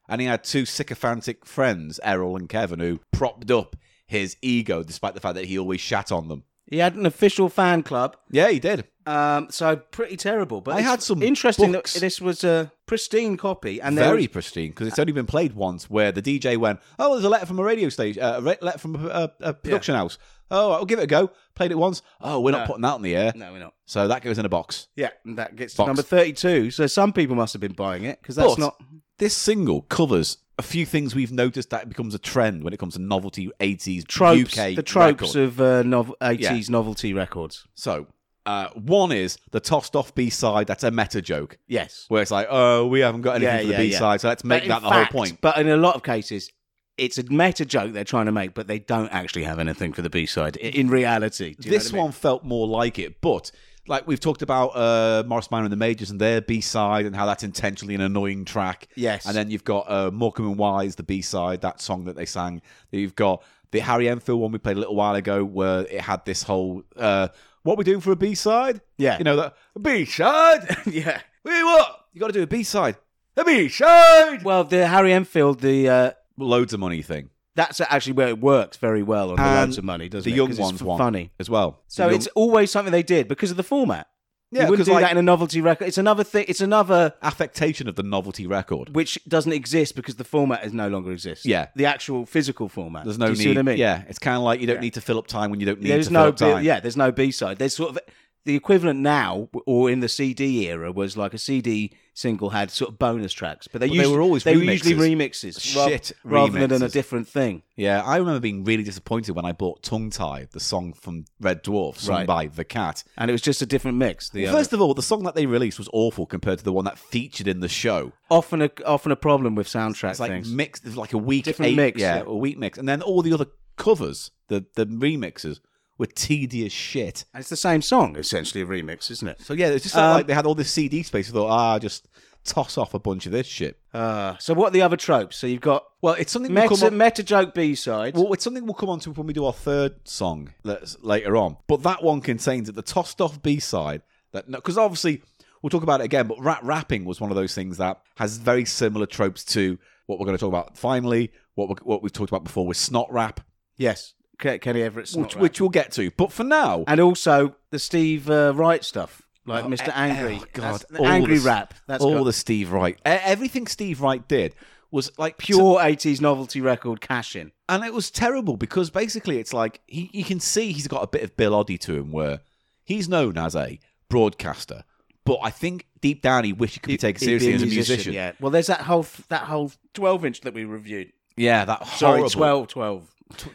Speaker 2: and he had two sycophantic friends, Errol and Kevin, who propped up his ego despite the fact that he always shat on them.
Speaker 1: He had an official fan club.
Speaker 2: Yeah, he did.
Speaker 1: Um, so pretty terrible. But
Speaker 2: I
Speaker 1: it's
Speaker 2: had some
Speaker 1: interesting.
Speaker 2: books.
Speaker 1: That this was a pristine copy, and there
Speaker 2: Very
Speaker 1: was-
Speaker 2: pristine because it's only been played once, where the DJ went, "Oh, there's a letter from a radio station, uh, a re- letter from a, a, a production house. Oh, I'll give it a go." Played it once. Oh, we're not
Speaker 1: No.
Speaker 2: putting that on the air,
Speaker 1: no, we're not.
Speaker 2: so that goes in a box.
Speaker 1: Yeah, and that gets
Speaker 2: Box.
Speaker 1: to number 32. So some people must have been buying it because that's
Speaker 2: But
Speaker 1: not.
Speaker 2: This single covers a few things we've noticed that becomes a trend when it comes to novelty 80s
Speaker 1: Tropes,
Speaker 2: UK
Speaker 1: the tropes
Speaker 2: record.
Speaker 1: of uh, nov- 80s novelty records.
Speaker 2: So, uh, one is the tossed off B side. That's a meta joke
Speaker 1: Yes.
Speaker 2: where it's like, oh, we haven't got anything
Speaker 1: Yeah,
Speaker 2: for the
Speaker 1: yeah,
Speaker 2: B
Speaker 1: yeah.
Speaker 2: side, so let's make
Speaker 1: But in
Speaker 2: that the
Speaker 1: fact-
Speaker 2: whole point.
Speaker 1: But in a lot of cases, it's a meta joke they're trying to make, but they don't actually have anything for the B side i- in reality. Do you know
Speaker 2: This
Speaker 1: what I mean?
Speaker 2: one felt more like it, but like we've talked about uh, Morris Minor and the Majors and their B side and how that's intentionally an annoying track.
Speaker 1: Yes.
Speaker 2: And then you've got uh, Morecambe and Wise, the B side, that song that they sang. You've got the Harry Enfield one we played a little while ago where it had this whole uh, what we doing for a B side?
Speaker 1: Yeah.
Speaker 2: You know, that B side?
Speaker 1: yeah.
Speaker 2: We what? You got to do a B side. A B side.
Speaker 1: Well, the Harry Enfield, the. Uh,
Speaker 2: Loads of money thing.
Speaker 1: that's actually where it works very well on the
Speaker 2: And
Speaker 1: loads of money, doesn't
Speaker 2: the
Speaker 1: it?
Speaker 2: young
Speaker 1: 'Cause
Speaker 2: ones
Speaker 1: it's f-
Speaker 2: one
Speaker 1: funny.
Speaker 2: as well.
Speaker 1: So
Speaker 2: The young-
Speaker 1: it's always something they did because of the format.
Speaker 2: yeah,
Speaker 1: you wouldn't
Speaker 2: because
Speaker 1: do
Speaker 2: like
Speaker 1: that in a novelty record. It's another thing. It's another
Speaker 2: affectation of the novelty record.
Speaker 1: which doesn't exist because the format is no longer exists.
Speaker 2: Yeah.
Speaker 1: the actual physical format.
Speaker 2: There's no
Speaker 1: Do you
Speaker 2: need.
Speaker 1: See what I mean?
Speaker 2: Yeah, it's kind of like you don't need to fill up time when you don't need
Speaker 1: there's
Speaker 2: to
Speaker 1: no.
Speaker 2: fill up
Speaker 1: B-
Speaker 2: time.
Speaker 1: yeah, there's no B side. There's sort of the equivalent now or in the CD era was like a CD single had sort of bonus tracks, but they,
Speaker 2: But they
Speaker 1: usually,
Speaker 2: were always
Speaker 1: they were
Speaker 2: remixes.
Speaker 1: usually remixes,
Speaker 2: Shit
Speaker 1: rather, rather than a
Speaker 2: remixes.
Speaker 1: different thing.
Speaker 2: Yeah, I remember being really disappointed when I bought Tongue Tie, the song from Red Dwarf, sung
Speaker 1: Right.
Speaker 2: by The Cat.
Speaker 1: And it was just a different mix. The other-
Speaker 2: First of all, the song that they released was awful compared to the one that featured in the show.
Speaker 1: often a often a problem with soundtrack
Speaker 2: It's like
Speaker 1: things.
Speaker 2: mixed, it's like a week
Speaker 1: Different
Speaker 2: eight-
Speaker 1: mix,
Speaker 2: yeah,
Speaker 1: yeah.
Speaker 2: a week mix, and then all the other covers, the the remixes were tedious shit. Um,
Speaker 1: And it's the same song, essentially a remix, isn't it?
Speaker 2: So yeah, it's just like they had all this CD space. I thought, ah, just toss off a bunch of this shit.
Speaker 1: Uh, so what are the other tropes? So you've got
Speaker 2: Well, it's something we'll
Speaker 1: meta,
Speaker 2: come on.
Speaker 1: meta joke B sides.
Speaker 2: Well, it's something we'll come on to when we do our third song that's later on. But that one contains the tossed off B side. That because obviously we'll talk about it again. But rat rapping was one of those things that has very similar tropes to what we're going to talk about finally. What we what we've talked about before with snot rap,
Speaker 1: yes, Ke- Kenny Everett's
Speaker 2: which,
Speaker 1: not
Speaker 2: which we'll get to. But for now,
Speaker 1: and also the Steve uh, Wright stuff, like
Speaker 2: Oh,
Speaker 1: Mr.
Speaker 2: eh,
Speaker 1: Angry,
Speaker 2: oh, God,
Speaker 1: That's-
Speaker 2: all
Speaker 1: Angry
Speaker 2: the s-
Speaker 1: Rap. That's
Speaker 2: all
Speaker 1: got
Speaker 2: the Steve Wright, e- everything Steve Wright did was like pure.
Speaker 1: pure eighties novelty record cash in.
Speaker 2: and it was terrible because basically it's like he, you can see he's got a bit of Bill Oddie to him where he's known as a broadcaster, But I think deep down he wished he could be taken
Speaker 1: He'd be
Speaker 2: seriously as a musician.
Speaker 1: Yeah. Well, there's that whole that whole 12 inch that we reviewed.
Speaker 2: Yeah, that
Speaker 1: Sorry,
Speaker 2: horrible.
Speaker 1: 12, 12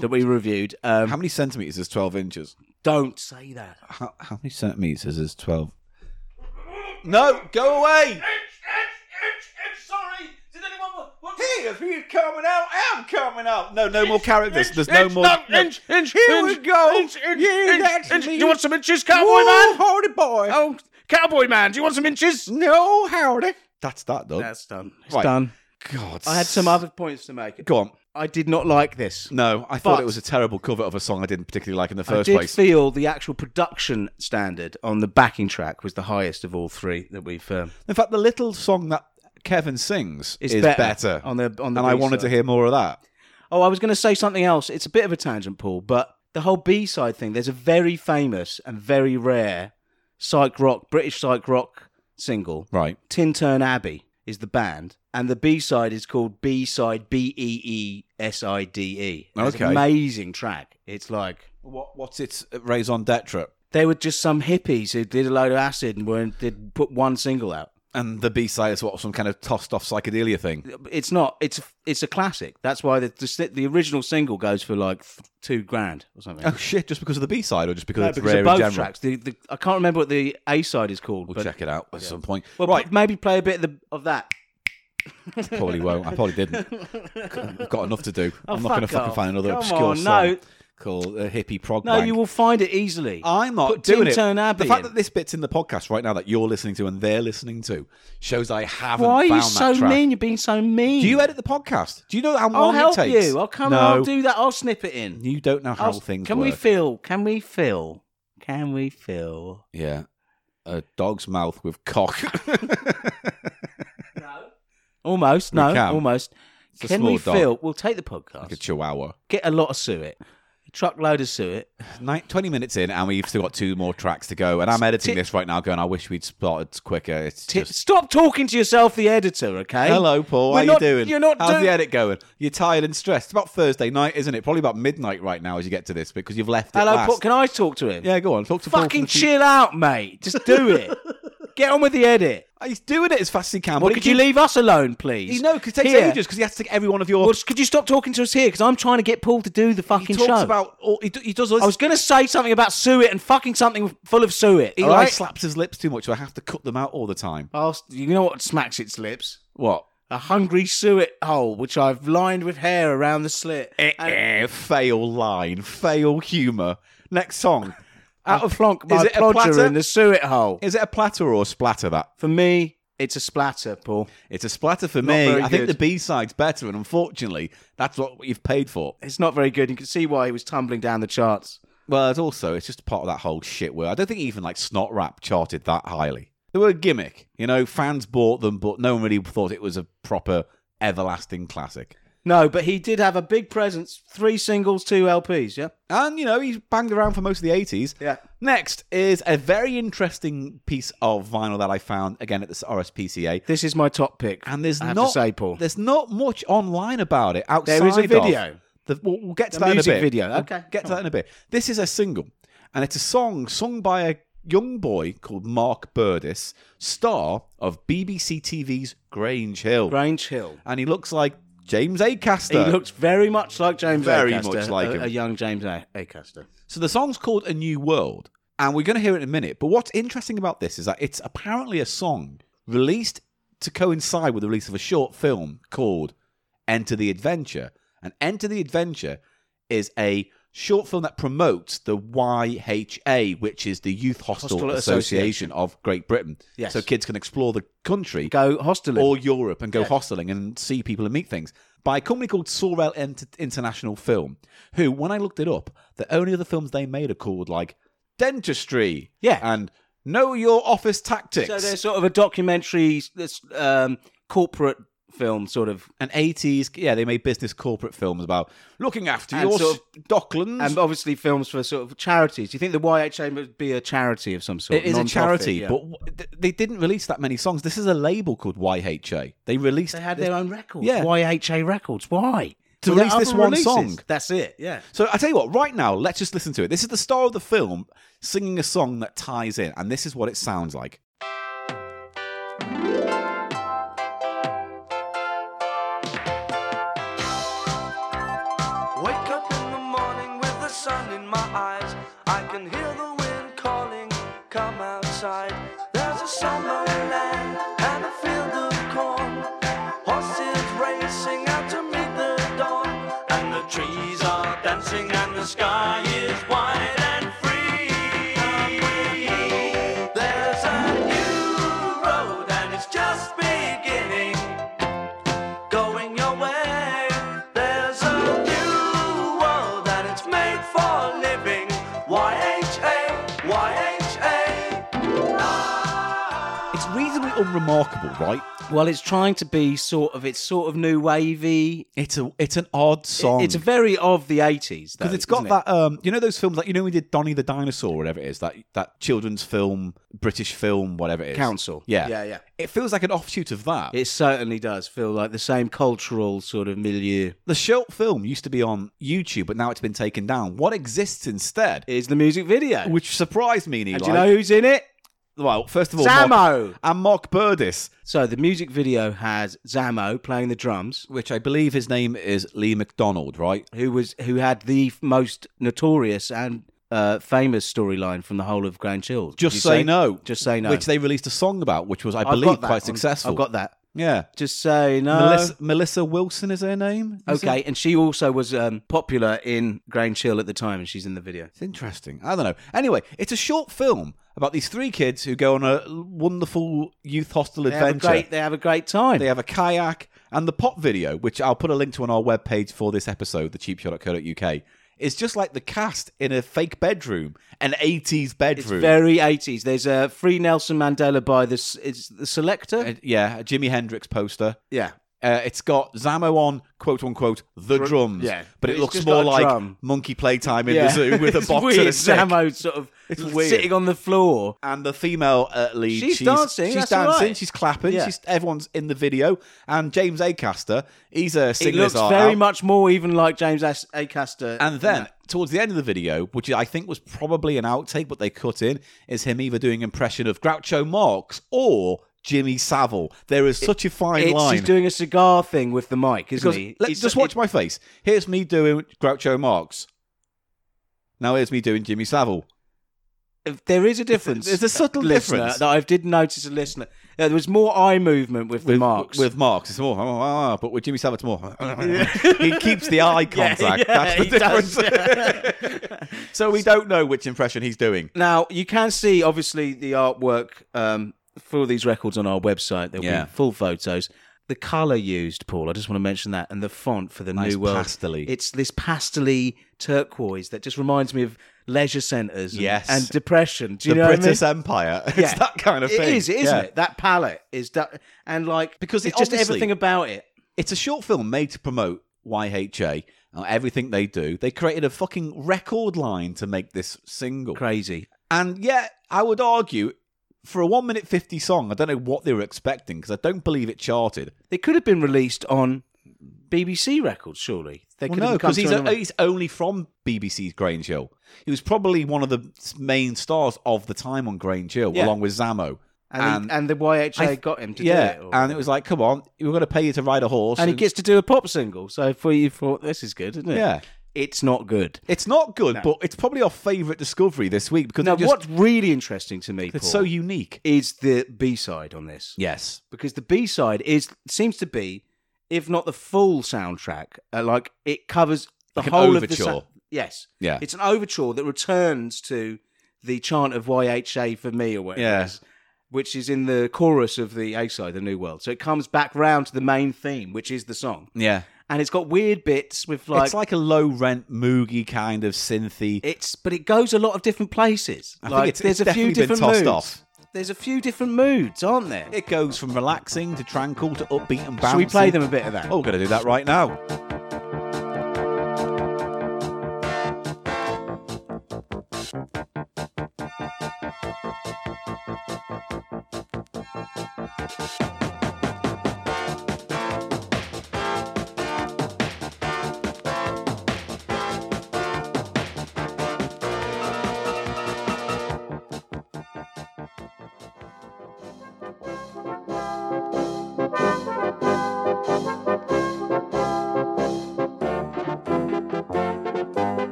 Speaker 1: that we reviewed. Um,
Speaker 2: How many centimeters is twelve inches?
Speaker 1: don't say that.
Speaker 2: How, how many centimeters is twelve? No, go away.
Speaker 6: Itch, itch, itch, itch, sorry. Did anyone wa- want to...
Speaker 2: Hey, if you're coming out, I'm coming out. No, no more characters. There's no more.
Speaker 1: inch,
Speaker 2: Here we go. Yeah, that's me.
Speaker 1: some inches,
Speaker 2: Whoa, howdy boy.
Speaker 1: Oh, cowboy man, do you want some inches?
Speaker 2: No, howdy. That's that done.
Speaker 1: That's done. It's
Speaker 2: Right.
Speaker 1: done.
Speaker 2: God.
Speaker 1: I had some other points to make.
Speaker 2: Go on.
Speaker 1: I did not like this.
Speaker 2: No, I thought
Speaker 1: But-
Speaker 2: it was a terrible cover of a song I didn't particularly like in the
Speaker 1: I
Speaker 2: first
Speaker 1: did
Speaker 2: place.
Speaker 1: feel the actual production standard on the backing track was the highest of all three that we've. Um,
Speaker 2: in fact, the little song that Kevin sings
Speaker 1: Is
Speaker 2: is
Speaker 1: better
Speaker 2: better.
Speaker 1: on the- on the
Speaker 2: and I wanted to
Speaker 1: B-side.
Speaker 2: hear more of that.
Speaker 1: Oh, I was going to say something else. It's a bit of a tangent, Paul, but the whole B side thing. There's a very famous and very rare psych rock, British psych rock single.
Speaker 2: Right.
Speaker 1: Tin Turn Abbey is the band, and the B side is called B side B E E S I D E. It's an
Speaker 2: Okay.
Speaker 1: amazing track. It's like
Speaker 2: What, what's its raison d'etre?
Speaker 1: they were just some hippies who did a load of acid and were did put one single out.
Speaker 2: And the B side is what some kind of tossed off psychedelia thing.
Speaker 1: It's not. It's it's a classic. That's why the the, si- the original single goes for like th- two grand or something.
Speaker 2: Oh shit! Just because of the B side, or just because
Speaker 1: No,
Speaker 2: it's
Speaker 1: because
Speaker 2: rare
Speaker 1: of both
Speaker 2: in general?
Speaker 1: tracks. The, the, I can't remember what the A side is called.
Speaker 2: We'll
Speaker 1: but,
Speaker 2: check it out at some point.
Speaker 1: Well,
Speaker 2: right,
Speaker 1: p- maybe play a bit of, the, of that.
Speaker 2: probably won't. I probably didn't. I've got enough to do.
Speaker 1: Oh,
Speaker 2: I'm not going to
Speaker 1: fuck
Speaker 2: fucking
Speaker 1: off.
Speaker 2: find another
Speaker 1: Come
Speaker 2: obscure
Speaker 1: on,
Speaker 2: song
Speaker 1: no.
Speaker 2: called uh, Hippie Prog
Speaker 1: No,
Speaker 2: Wank.
Speaker 1: you will find it easily.
Speaker 2: I'm not
Speaker 1: Put
Speaker 2: doing
Speaker 1: Tin
Speaker 2: it.
Speaker 1: Turn Abbey
Speaker 2: the fact
Speaker 1: in.
Speaker 2: that this bit's in the podcast right now that you're listening to and they're listening to shows I haven't
Speaker 1: Why are you
Speaker 2: found
Speaker 1: so
Speaker 2: that track.
Speaker 1: mean? You're being so mean.
Speaker 2: Do you edit the podcast? Do you know how long
Speaker 1: I'll help
Speaker 2: it takes?
Speaker 1: you. I'll come.
Speaker 2: No,
Speaker 1: I'll do that. I'll snip it in.
Speaker 2: you don't know how
Speaker 1: I'll-
Speaker 2: things
Speaker 1: Can
Speaker 2: work.
Speaker 1: we feel? Can we feel? Can we feel?
Speaker 2: yeah, a dog's mouth with cock.
Speaker 1: Almost. No.
Speaker 2: can.
Speaker 1: Almost.
Speaker 2: a
Speaker 1: Can we
Speaker 2: small dog.
Speaker 1: feel? We'll take the podcast.
Speaker 2: like a chihuahua.
Speaker 1: Get a lot of suet. Truckload of suet.
Speaker 2: Nine, 20 minutes in, and we've still got two more tracks to go. And I'm editing
Speaker 1: Ti-
Speaker 2: this right now, going, I wish we'd started quicker. It's
Speaker 1: Ti-
Speaker 2: just.
Speaker 1: Stop talking to yourself, the editor. Okay.
Speaker 2: Hello, Paul.
Speaker 1: We're
Speaker 2: How you
Speaker 1: not-
Speaker 2: doing?
Speaker 1: You're not
Speaker 2: How's
Speaker 1: doing.
Speaker 2: the edit going? You're tired and stressed. It's about Thursday night, isn't it? Probably about midnight right now as you get to this because you've left it
Speaker 1: Hello,
Speaker 2: last.
Speaker 1: Paul. Can I talk to him?
Speaker 2: Yeah, go on. Talk to Paul.
Speaker 1: Fucking chill out, mate. Just do it. Get on with the edit.
Speaker 2: He's doing it as fast as he can.
Speaker 1: Well,
Speaker 2: but
Speaker 1: could
Speaker 2: he
Speaker 1: you
Speaker 2: keeps-
Speaker 1: leave us alone, please?
Speaker 2: He, no, because it takes
Speaker 1: Here.
Speaker 2: ages because he has to take every one of your.
Speaker 1: Well, could you stop talking to us here? Because I'm trying to get Paul to do the
Speaker 2: he
Speaker 1: fucking
Speaker 2: talks
Speaker 1: show.
Speaker 2: about. All, he, do- he does all this.
Speaker 1: I was going to say something about suet and fucking something full of suet.
Speaker 2: Eli
Speaker 1: all right?
Speaker 2: slaps his lips too much, so I have to cut them out all the time.
Speaker 1: I'll- you know what smacks its lips?
Speaker 2: What?
Speaker 1: A hungry suet hole, which I've lined with hair around the slit. And
Speaker 2: Eh, fail line, fail humour. Next song. Out
Speaker 1: I
Speaker 2: of
Speaker 1: plonk
Speaker 2: is
Speaker 1: my
Speaker 2: it a
Speaker 1: plodger
Speaker 2: platter?
Speaker 1: in the suet hole.
Speaker 2: Is it a platter or a splatter that?
Speaker 1: For me, it's a splatter, Paul.
Speaker 2: It's a splatter for
Speaker 1: Not
Speaker 2: me.
Speaker 1: very
Speaker 2: I think
Speaker 1: good.
Speaker 2: the B side's better, and unfortunately, that's what you've paid for.
Speaker 1: It's not very good. You can see why he was tumbling down the charts.
Speaker 2: Well, it's also it's just part of that whole shit world. I don't think even like Snot Rap charted that highly. They were a gimmick, you know. Fans bought them, but no one really thought it was a proper everlasting classic.
Speaker 1: No, but he did have a big presence. Three singles, two LPs, yeah?
Speaker 2: And you know, he's banged around for most of the eighties.
Speaker 1: Yeah.
Speaker 2: Next is a very interesting piece of vinyl that I found again at the RSPCA.
Speaker 1: This is my top pick.
Speaker 2: and there's
Speaker 1: I have
Speaker 2: not
Speaker 1: to say, Paul.
Speaker 2: there's not much online about it outside.
Speaker 1: There is a
Speaker 2: of
Speaker 1: video.
Speaker 2: the, we'll, we'll get to
Speaker 1: A
Speaker 2: that
Speaker 1: music
Speaker 2: in a bit.
Speaker 1: video,
Speaker 2: We'll
Speaker 1: okay,
Speaker 2: get to
Speaker 1: come
Speaker 2: that in a bit. This is a single, and it's a song sung by a young boy called Mark Burdis, star of BBC TV's Grange Hill,
Speaker 1: Grange Hill.
Speaker 2: and he looks like James
Speaker 1: He
Speaker 2: Acaster.
Speaker 1: looks very much like James
Speaker 2: Very
Speaker 1: Acaster,
Speaker 2: much like
Speaker 1: a,
Speaker 2: him.
Speaker 1: a young James a- Acaster.
Speaker 2: So the song's called A New World, and we're going to hear it in a minute. But what's interesting about this is that it's apparently a song released to coincide with the release of a short film called Enter the Adventure. And Enter the Adventure is a short film that promotes the YHA, which is the Youth Hostel,
Speaker 1: Hostel
Speaker 2: Association, of Great Britain.
Speaker 1: Yes.
Speaker 2: So kids can explore the country
Speaker 1: Go hosteling.
Speaker 2: or Europe and go hosteling and see people and meet things by a company called Sorel Ent- International Film, who, when I looked it up, the only other films they made are called like Dentistry,
Speaker 1: Yeah.
Speaker 2: and Know Your Office Tactics,
Speaker 1: so they're sort of a documentary, this, um, corporate film, sort of.
Speaker 2: and eighties. Yeah, they made business corporate films about looking after
Speaker 1: And
Speaker 2: your
Speaker 1: sort
Speaker 2: s- docklands.
Speaker 1: And obviously, films for sort of charities. Do you think the YHA would be a charity of some sort?
Speaker 2: it is a
Speaker 1: non-profit?
Speaker 2: charity,
Speaker 1: Yeah.
Speaker 2: but w- th- they didn't release that many songs. This is a label called YHA. They released
Speaker 1: they had their own records.
Speaker 2: Yeah.
Speaker 1: YHA records. Why?
Speaker 2: To
Speaker 1: Were there
Speaker 2: release this
Speaker 1: other
Speaker 2: one
Speaker 1: releases?
Speaker 2: song.
Speaker 1: That's it. Yeah.
Speaker 2: So I tell you what, right now, let's just listen to it. This is the star of the film singing a song that ties in, and this is what it sounds like.
Speaker 7: Wake up in the morning with the sun in my eyes. I can hear the wind calling, come outside. There's a summer land and a field of corn. Horses racing out to meet the dawn. And the trees are dancing and the sky is wide and free. There's a new road and it's just beginning going your way. There's a new world and it's made for living. YHA, YHA.
Speaker 2: It's reasonably unremarkable, right?
Speaker 1: Well, it's trying to be sort of, it's sort of new wavy.
Speaker 2: It's a it's an odd song.
Speaker 1: It's very of the 80s, though.
Speaker 2: because it's got
Speaker 1: isn't it?
Speaker 2: that um, you know those films like you know we did Donnie the Dinosaur, whatever it is that that children's film, British film, whatever it is.
Speaker 1: Council.
Speaker 2: Yeah,
Speaker 1: Yeah, yeah.
Speaker 2: It feels like an offshoot of that.
Speaker 1: It certainly does feel like the same cultural sort of milieu.
Speaker 2: the short film used to be on YouTube, but now it's been taken down. What exists instead,
Speaker 1: Is the music video.
Speaker 2: which surprised me, and Eli.
Speaker 1: and do you know who's in it?
Speaker 2: well, first of all, Mark,
Speaker 1: Zamo.
Speaker 2: and Mark Burdis,
Speaker 1: So the music video has Zamo playing the drums,
Speaker 2: which I believe his name is Lee McDonald, right?
Speaker 1: who was who had the f- most notorious and uh, famous storyline from the whole of Grand Chills.
Speaker 2: Just
Speaker 1: Did you
Speaker 2: say, no.
Speaker 1: Just say no.
Speaker 2: Which they released a song about, which was, I
Speaker 1: I've
Speaker 2: believe,
Speaker 1: got that
Speaker 2: quite
Speaker 1: on-
Speaker 2: successful.
Speaker 1: I've got that.
Speaker 2: yeah.
Speaker 1: Just say no.
Speaker 2: Melissa, Melissa Wilson is her name. is it?
Speaker 1: Okay, and she also was um, popular in Grand Chill at the time, and she's in the video.
Speaker 2: It's interesting. I don't know. Anyway, it's a short film about these three kids who go on a wonderful youth hostel
Speaker 1: They have, a
Speaker 2: adventure.
Speaker 1: great, they have a great time.
Speaker 2: They have a kayak and the pop video, which I'll put a link to on our webpage for this episode, thecheapshot.co.uk. It's just like the cast in a fake bedroom, an 80s
Speaker 1: it's
Speaker 2: bedroom.
Speaker 1: very 80s. There's a Free Nelson Mandela by the, s- it's the Selector.
Speaker 2: Uh, yeah, a Jimi Hendrix poster.
Speaker 1: yeah.
Speaker 2: Uh, it's got Zamo on, quote unquote, the drums.
Speaker 1: yeah.
Speaker 2: But it
Speaker 1: It's
Speaker 2: looks
Speaker 1: just
Speaker 2: more
Speaker 1: got a
Speaker 2: like
Speaker 1: drum.
Speaker 2: monkey playtime in
Speaker 1: yeah.
Speaker 2: the zoo with a
Speaker 1: It's
Speaker 2: box
Speaker 1: weird.
Speaker 2: and a stick.
Speaker 1: Zamo sort of
Speaker 2: It's
Speaker 1: l-
Speaker 2: weird.
Speaker 1: sitting on the floor.
Speaker 2: And the female uh, lead,
Speaker 1: She's dancing,
Speaker 2: she's
Speaker 1: that's all
Speaker 2: dancing,
Speaker 1: right.
Speaker 2: she's clapping,
Speaker 1: Yeah.
Speaker 2: she's everyone's in the video. And James Acaster, he's a
Speaker 1: It
Speaker 2: singer.
Speaker 1: looks very much more even like James As- Acaster.
Speaker 2: And then towards the end of the video, which I think was probably an outtake, but they cut in, is him either doing impression of Groucho Marx or Jimmy Savile. There is such a fine
Speaker 1: it's,
Speaker 2: line.
Speaker 1: he's doing a cigar thing with the mic, isn't
Speaker 2: because
Speaker 1: he?
Speaker 2: let-
Speaker 1: He's-
Speaker 2: just watch my face. Here's me doing Groucho Marx. Now here's me doing Jimmy Savile.
Speaker 1: If There is a difference.
Speaker 2: There's a subtle
Speaker 1: listener,
Speaker 2: difference.
Speaker 1: that I did notice. A listener, there was more eye movement with the
Speaker 2: With
Speaker 1: marks.
Speaker 2: with Marx, it's more, "Oh, ah, ah," but with Jimmy Savile, it's more. he keeps the eye contact.
Speaker 1: yeah,
Speaker 2: That's the
Speaker 1: he does,
Speaker 2: difference. so we don't know which impression he's doing.
Speaker 1: now you can see obviously the artwork um, for these records on our website. There'll
Speaker 2: Yeah.
Speaker 1: be full photos. The color used, Paul. I just want to mention that, and the font for the
Speaker 2: Nice
Speaker 1: new world.
Speaker 2: pastely.
Speaker 1: It's this pastely turquoise that just reminds me of leisure centres. And,
Speaker 2: Yes.
Speaker 1: and depression. Do you
Speaker 2: the
Speaker 1: know what I mean?
Speaker 2: British Empire. It's
Speaker 1: Yeah.
Speaker 2: that kind of
Speaker 1: It
Speaker 2: thing.
Speaker 1: is, isn't
Speaker 2: Yeah.
Speaker 1: it? That palette is that, and like
Speaker 2: Because
Speaker 1: it's
Speaker 2: it
Speaker 1: just
Speaker 2: obviously-
Speaker 1: everything about it.
Speaker 2: It's a short film made to promote YHA. uh, Everything they do, they created a fucking record line to make this single.
Speaker 1: Crazy.
Speaker 2: And yeah, I would argue for a one minute fifty song, I don't know what they were expecting because I don't believe it charted.
Speaker 1: They could have been released on BBC records, surely. They
Speaker 2: Well,
Speaker 1: could
Speaker 2: no,
Speaker 1: have come
Speaker 2: because he's,
Speaker 1: to an-
Speaker 2: o- he's only from BBC's Grange Hill. He was probably one of the s- main stars of the time on Grange Hill,
Speaker 1: Yeah.
Speaker 2: along with Zamo.
Speaker 1: and, he- and the YHA
Speaker 2: I th-
Speaker 1: got him to
Speaker 2: yeah,
Speaker 1: do it. or-
Speaker 2: and it was like, come on, we're going to pay you to ride a horse,
Speaker 1: and he gets to do a pop single. So for you thought this is good, isn't it?
Speaker 2: yeah.
Speaker 1: It's not good.
Speaker 2: It's not good, but it's probably our favourite discovery this week because
Speaker 1: Now,
Speaker 2: it just-
Speaker 1: what's really interesting to me,
Speaker 2: it's
Speaker 1: Paul,
Speaker 2: so unique.
Speaker 1: is the B side on this.
Speaker 2: Yes.
Speaker 1: because the B side is seems to be, if not the full soundtrack, uh, like it covers the
Speaker 2: Like an
Speaker 1: whole of the
Speaker 2: overture.
Speaker 1: sou- yes,
Speaker 2: Yeah.
Speaker 1: it's an overture that returns to the chant of YHA for me or whatever. it
Speaker 2: Yeah.
Speaker 1: is, Which is in the chorus of the A side, the New World. So it comes back round to the main theme, which is the song,
Speaker 2: Yeah.
Speaker 1: and it's got weird bits with like
Speaker 2: it's like a low rent moogie kind of synthy.
Speaker 1: it's, but it goes a lot of different places.
Speaker 2: I
Speaker 1: like
Speaker 2: think it's,
Speaker 1: there's
Speaker 2: it's
Speaker 1: a few
Speaker 2: definitely been
Speaker 1: different
Speaker 2: tossed
Speaker 1: moods.
Speaker 2: off.
Speaker 1: There's a few different moods, aren't there?
Speaker 2: It goes from relaxing to tranquil to upbeat and bouncy.
Speaker 1: Should we play them a bit of that?
Speaker 2: Oh, we're going to do that right now.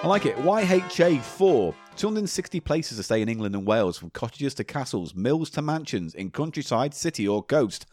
Speaker 2: I like it. YHA 4. 260 places to stay in England and Wales, from cottages to castles, mills to mansions, in countryside, city, or coast.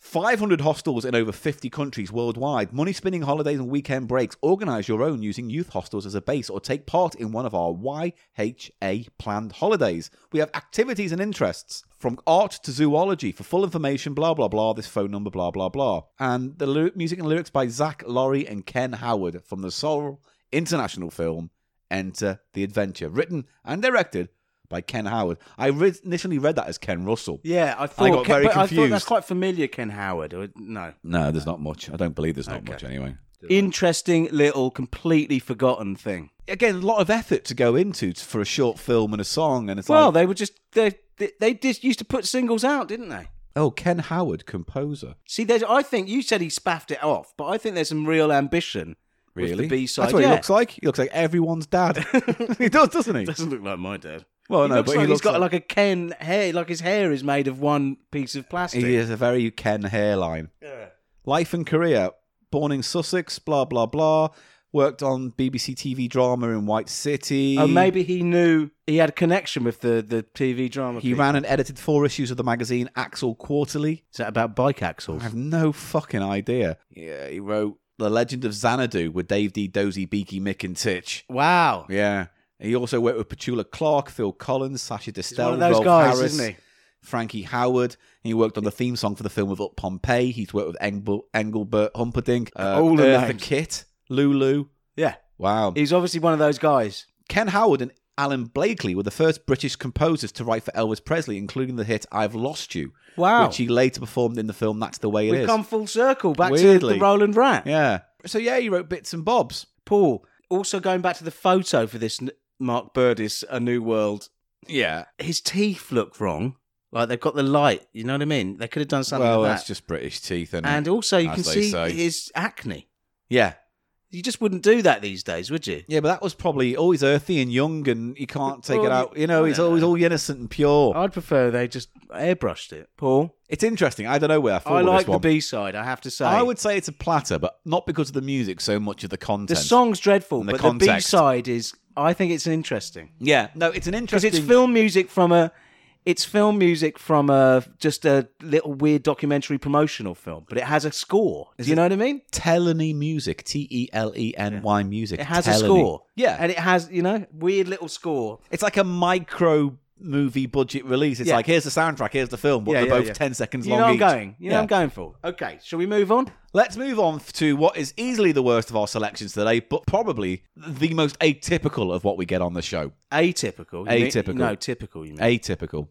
Speaker 2: 500 hostels in over 50 countries worldwide, money spinning holidays and weekend breaks. Organise your own using youth hostels as a base or take part in one of our YHA planned holidays. We have activities and interests from art to zoology. For full information, blah, blah, blah, this phone number, blah, blah, blah. And the lyric, music and lyrics by Zach Laurie and Ken Howard from the Soul international film Enter the Adventure, written and directed by Ken Howard. I re- initially read that as Ken Russell.
Speaker 1: Yeah, I thought.
Speaker 2: got very
Speaker 1: but I thought that's
Speaker 2: confused.
Speaker 1: quite familiar, Ken Howard. or- No.
Speaker 2: No, there's not much. I don't believe there's not much anyway.
Speaker 1: Interesting little, completely forgotten thing.
Speaker 2: Again, a lot of effort to go into t- for a short film and a song, and it's
Speaker 1: Well,
Speaker 2: like,
Speaker 1: they were just they they, they just used to put singles out, didn't they?
Speaker 2: oh, Ken Howard, composer.
Speaker 1: See, there's. I think you said he spaffed it off, but I think there's some real ambition.
Speaker 2: Really?
Speaker 1: With the B side.
Speaker 2: That's what
Speaker 1: yeah.
Speaker 2: he looks like. He looks like everyone's dad. he does, doesn't he?
Speaker 1: Doesn't look like my dad.
Speaker 2: Well,
Speaker 1: he
Speaker 2: no,
Speaker 1: looks
Speaker 2: but
Speaker 1: like
Speaker 2: he
Speaker 1: has
Speaker 2: looks
Speaker 1: got
Speaker 2: like-
Speaker 1: like a Ken hair. Like his hair is made of one piece of plastic.
Speaker 2: He has a very Ken hairline. Life and career. Born in Sussex, blah, blah, blah. Worked on BBC TV drama in White City.
Speaker 1: Oh, maybe he knew he had a connection with the, the TV drama.
Speaker 2: He
Speaker 1: people.
Speaker 2: ran and edited four issues of the magazine Axel Quarterly.
Speaker 1: Is that about bike
Speaker 2: I
Speaker 1: axles?
Speaker 2: have no fucking idea. Yeah, he wrote The Legend of Xanadu with Dave D. Dozy, Beaky, Mick, and Titch.
Speaker 1: Wow.
Speaker 2: Yeah. He also worked with Petula Clark, Phil Collins, Sasha
Speaker 1: He's
Speaker 2: Distel,
Speaker 1: one of those
Speaker 2: Rolf
Speaker 1: guys,
Speaker 2: Harris,
Speaker 1: isn't he?
Speaker 2: Frankie Howard. He worked on the theme song for the film of Up Pompeii. He's worked with Engel- Engelbert Humperdinck, uh,
Speaker 1: All the
Speaker 2: Eartha
Speaker 1: names.
Speaker 2: Kitt, Lulu.
Speaker 1: Yeah.
Speaker 2: Wow.
Speaker 1: He's obviously one of those guys.
Speaker 2: Ken Howard and Alan Blakely were the first British composers to write for Elvis Presley, including the hit I've Lost You,
Speaker 1: Wow.
Speaker 2: which he later performed in the film That's the Way It Is.
Speaker 1: We've come full circle back to
Speaker 2: Weirdly.
Speaker 1: the Roland Rat.
Speaker 2: Yeah. So, yeah, he wrote Bits and Bobs.
Speaker 1: Paul, also going back to the photo for this n- Mark Burdiss A New World,
Speaker 2: Yeah.
Speaker 1: his teeth look wrong. Like they've got the light, you know what I mean? They could have done something
Speaker 2: Well,
Speaker 1: with
Speaker 2: that's
Speaker 1: that.
Speaker 2: just British teeth. Isn't
Speaker 1: and
Speaker 2: it?
Speaker 1: also, you
Speaker 2: as
Speaker 1: can
Speaker 2: they
Speaker 1: see
Speaker 2: say.
Speaker 1: his acne.
Speaker 2: Yeah.
Speaker 1: You just wouldn't do that these days, would you?
Speaker 2: Yeah, but that was probably always earthy and young, and you can't take it
Speaker 1: Well, oh,
Speaker 2: out. You know,
Speaker 1: I
Speaker 2: it's
Speaker 1: don't
Speaker 2: always
Speaker 1: know.
Speaker 2: all innocent and pure.
Speaker 1: I'd prefer they just airbrushed it. Paul,
Speaker 2: it's interesting. I don't know where I fall
Speaker 1: I
Speaker 2: with
Speaker 1: like
Speaker 2: this one.
Speaker 1: the B side, I have to say.
Speaker 2: I would say it's a platter, but not because of the music so much of the content.
Speaker 1: the song's dreadful,
Speaker 2: And the
Speaker 1: but the B
Speaker 2: context.
Speaker 1: side is, I think it's interesting.
Speaker 2: Yeah, no, it's an
Speaker 1: because
Speaker 2: interesting.
Speaker 1: it's film music from a it's film music from a just a little weird documentary promotional film but it has a score do you know what i mean
Speaker 2: Teleny music, T E L E N Y music.
Speaker 1: it has a
Speaker 2: Teleny.
Speaker 1: score
Speaker 2: Yeah,
Speaker 1: and it has you know weird little score
Speaker 2: it's like a micro movie budget release. It's
Speaker 1: Yeah.
Speaker 2: like here's the soundtrack, here's the film, but
Speaker 1: Yeah,
Speaker 2: they're
Speaker 1: yeah,
Speaker 2: both
Speaker 1: yeah.
Speaker 2: ten seconds
Speaker 1: you
Speaker 2: long
Speaker 1: know i'm
Speaker 2: each.
Speaker 1: going you know
Speaker 2: Yeah.
Speaker 1: i'm going for okay shall we move on
Speaker 2: Let's move on to what is easily the worst of our selections today, but probably the most atypical of what we get on the show.
Speaker 1: atypical you mean-
Speaker 2: Atypical.
Speaker 1: no typical you mean
Speaker 2: Atypical.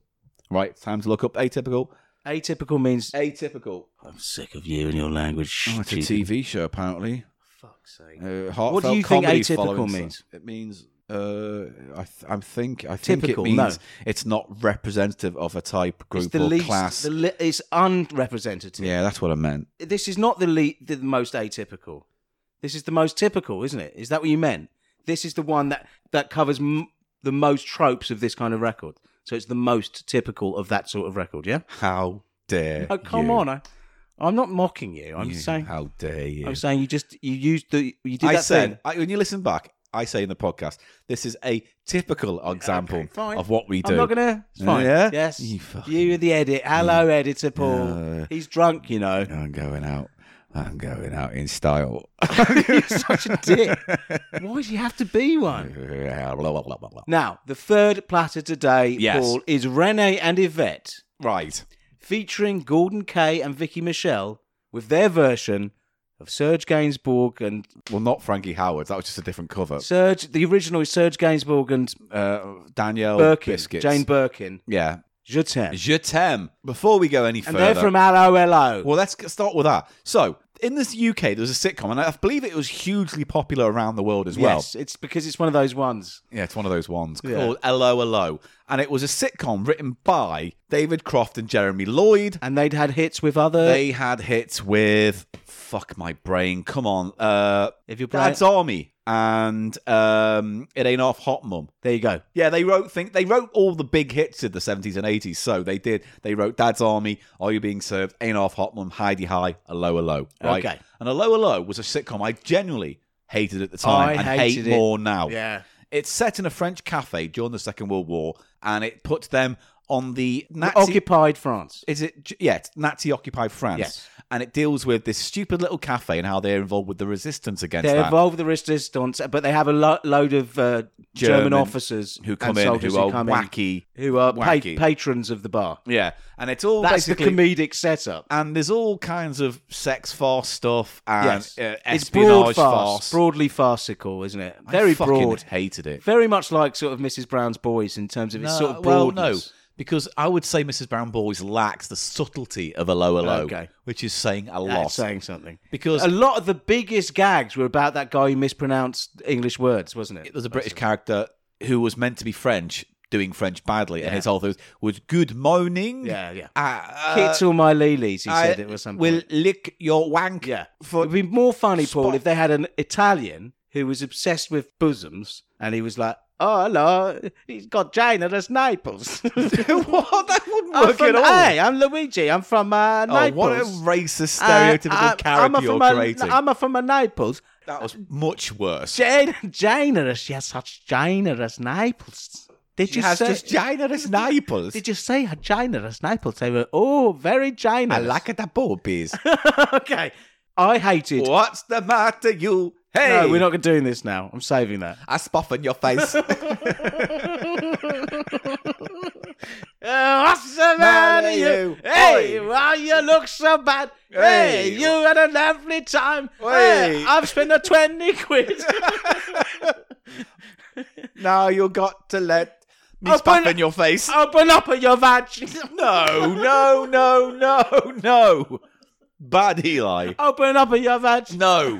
Speaker 2: Right, time to look up atypical.
Speaker 1: atypical means
Speaker 2: Atypical.
Speaker 1: i'm sick of you and your language
Speaker 2: Oh, it's a
Speaker 1: cheeky
Speaker 2: TV show, apparently.
Speaker 1: fuck's sake.
Speaker 2: Uh,
Speaker 1: What do you
Speaker 2: heartfelt
Speaker 1: think
Speaker 2: comedy
Speaker 1: atypical
Speaker 2: following-
Speaker 1: means?
Speaker 2: It means. Uh, I th- I'm think I think
Speaker 1: Typical,
Speaker 2: it means
Speaker 1: no.
Speaker 2: it's not representative of a type, group,
Speaker 1: it's the
Speaker 2: or
Speaker 1: least
Speaker 2: class.
Speaker 1: the li- it's unrepresentative
Speaker 2: yeah, that's what I meant.
Speaker 1: this is not the, le- the most atypical. This is the most typical, isn't it? Is that what you meant? This is the one that that covers m- the most tropes of this kind of record. So it's the most typical of that sort of record. Yeah.
Speaker 2: How dare?
Speaker 1: Oh, come
Speaker 2: you.
Speaker 1: on, I, I'm not mocking you. I'm
Speaker 2: You,
Speaker 1: saying Oh,
Speaker 2: how dare you?
Speaker 1: I'm saying you just you used the you did
Speaker 2: I
Speaker 1: that
Speaker 2: said
Speaker 1: thing.
Speaker 2: I, when you listen back, I say in the podcast, this is a typical example
Speaker 1: Okay, fine.
Speaker 2: of what we do.
Speaker 1: I'm not gonna. It's
Speaker 2: Uh,
Speaker 1: fine.
Speaker 2: yeah?
Speaker 1: Yes.
Speaker 2: You
Speaker 1: You,
Speaker 2: fucking-
Speaker 1: you the edit. Hello, editor Paul.
Speaker 2: Yeah.
Speaker 1: He's drunk, you know.
Speaker 2: I'm going out. I'm going out in style.
Speaker 1: You're such a dick. Why do you have to be one?
Speaker 2: Blah, blah, blah, blah, blah.
Speaker 1: Now, the third platter today,
Speaker 2: Yes.
Speaker 1: Paul, is Renee and Yvette,
Speaker 2: Right.
Speaker 1: featuring Gordon Kay and Vicky Michelle with their version of Serge Gainsbourg and
Speaker 2: Well, not Frankie Howard. That was just a different cover.
Speaker 1: Serge. The original is Serge Gainsbourg and
Speaker 2: Uh, Danielle
Speaker 1: Birkin,
Speaker 2: Biscuits.
Speaker 1: Jane Birkin.
Speaker 2: yeah.
Speaker 1: Je t'aime.
Speaker 2: Je t'aime. Before we go any
Speaker 1: and
Speaker 2: further.
Speaker 1: they're from Hello Hello.
Speaker 2: well, let's get- start with that. So, in this UK, there was a sitcom, and I believe it was hugely popular around the world as well.
Speaker 1: Yes, it's because it's one of those ones.
Speaker 2: Yeah, it's one of those ones
Speaker 1: Yeah.
Speaker 2: called Hello, Hello. And it was a sitcom written by David Croft and Jeremy Lloyd.
Speaker 1: And they'd had hits with other.
Speaker 2: They had hits with, fuck my brain, come on, uh,
Speaker 1: if you play
Speaker 2: Dad's Army and um, It Ain't Off Hot Mum.
Speaker 1: there you go.
Speaker 2: Yeah, they wrote think they wrote all the big hits of the seventies and eighties. So they did. They wrote Dad's Army, Are You Being Served, Ain't Off Hot Mum, Heidi High, A Low A Low. Right?
Speaker 1: Okay.
Speaker 2: And A Low A Low was a sitcom I genuinely hated at the time
Speaker 1: I
Speaker 2: and
Speaker 1: hated
Speaker 2: hate
Speaker 1: it.
Speaker 2: more now.
Speaker 1: Yeah.
Speaker 2: It's set in a French cafe during the Second World War, and it puts them on the Nazi.
Speaker 1: Occupied France.
Speaker 2: is it yeah? It's Nazi occupied France,
Speaker 1: Yes.
Speaker 2: and it deals with this stupid little cafe and how they're involved with the resistance against
Speaker 1: They
Speaker 2: that.
Speaker 1: involve the resistance, but they have a lo- load of uh, German,
Speaker 2: German
Speaker 1: officers
Speaker 2: who
Speaker 1: and
Speaker 2: come in,
Speaker 1: soldiers
Speaker 2: who are
Speaker 1: come
Speaker 2: wacky,
Speaker 1: in, who are pa-
Speaker 2: wacky.
Speaker 1: patrons of the bar.
Speaker 2: yeah, and it's all
Speaker 1: That's the
Speaker 2: basically
Speaker 1: comedic setup.
Speaker 2: and there's all kinds of sex farce stuff and
Speaker 1: yes,
Speaker 2: uh,
Speaker 1: it's broad
Speaker 2: espionage
Speaker 1: farce,
Speaker 2: farce.
Speaker 1: broadly farcical, isn't it?
Speaker 2: I
Speaker 1: Very
Speaker 2: fucking
Speaker 1: broad.
Speaker 2: Hated it.
Speaker 1: Very much like sort of Mrs. Brown's Boys in terms of its sort of
Speaker 2: well,
Speaker 1: broadness.
Speaker 2: no, because I would say Mrs. Brown Boys lacks the subtlety of a lower low,
Speaker 1: Okay.
Speaker 2: which is saying a lot.
Speaker 1: That's saying something.
Speaker 2: Because-
Speaker 1: a lot of the biggest gags were about that guy who mispronounced English words, wasn't it?
Speaker 2: There's a British character who was meant to be French, doing French badly, and his whole thing was "Good morning."
Speaker 1: Yeah, yeah.
Speaker 2: Uh,
Speaker 1: Kits all my lilies, he
Speaker 2: I
Speaker 1: said it was something.
Speaker 2: will lick your wank.
Speaker 1: Yeah. It'd be more funny, Paul,
Speaker 2: Spot-
Speaker 1: if they had an Italian who was obsessed with bosoms and he was like, Oh hello, he's got Jane at his Naples.
Speaker 2: what? That wouldn't
Speaker 1: I'm
Speaker 2: work
Speaker 1: from,
Speaker 2: at all.
Speaker 1: Hey, I'm Luigi. I'm from uh,
Speaker 2: oh,
Speaker 1: Naples.
Speaker 2: what a racist,
Speaker 1: Uh,
Speaker 2: stereotypical
Speaker 1: I- I'm
Speaker 2: character
Speaker 1: a
Speaker 2: you're
Speaker 1: from a-
Speaker 2: creating.
Speaker 1: I'm a from a Naples.
Speaker 2: that was much worse.
Speaker 1: Jane, Jane at us. Yes, such Jane at us Naples. Did
Speaker 2: She
Speaker 1: you
Speaker 2: has
Speaker 1: say?
Speaker 2: just ginormous nipples.
Speaker 1: Did you say her ginorous Naples? They were oh, very ginorous.
Speaker 2: I like it, the boobies.
Speaker 1: okay, I hated.
Speaker 2: What's the matter, you? Hey,
Speaker 1: No, we're not gonna doing this now. I'm saving that.
Speaker 2: I spoff in your face.
Speaker 1: Uh, what's the matter,
Speaker 2: Matter
Speaker 1: you?
Speaker 2: you.
Speaker 1: Hey,
Speaker 2: Oi.
Speaker 1: why you look so bad? Hey,
Speaker 2: Hey.
Speaker 1: you had a lovely time.
Speaker 2: Oi.
Speaker 1: Hey, I've spent a twenty quid.
Speaker 2: now you got to let me
Speaker 1: Open-
Speaker 2: spoff in your face.
Speaker 1: Open up your vag.
Speaker 2: No, no, no, no, no. Bad Eli.
Speaker 1: Open up your vag.
Speaker 2: No.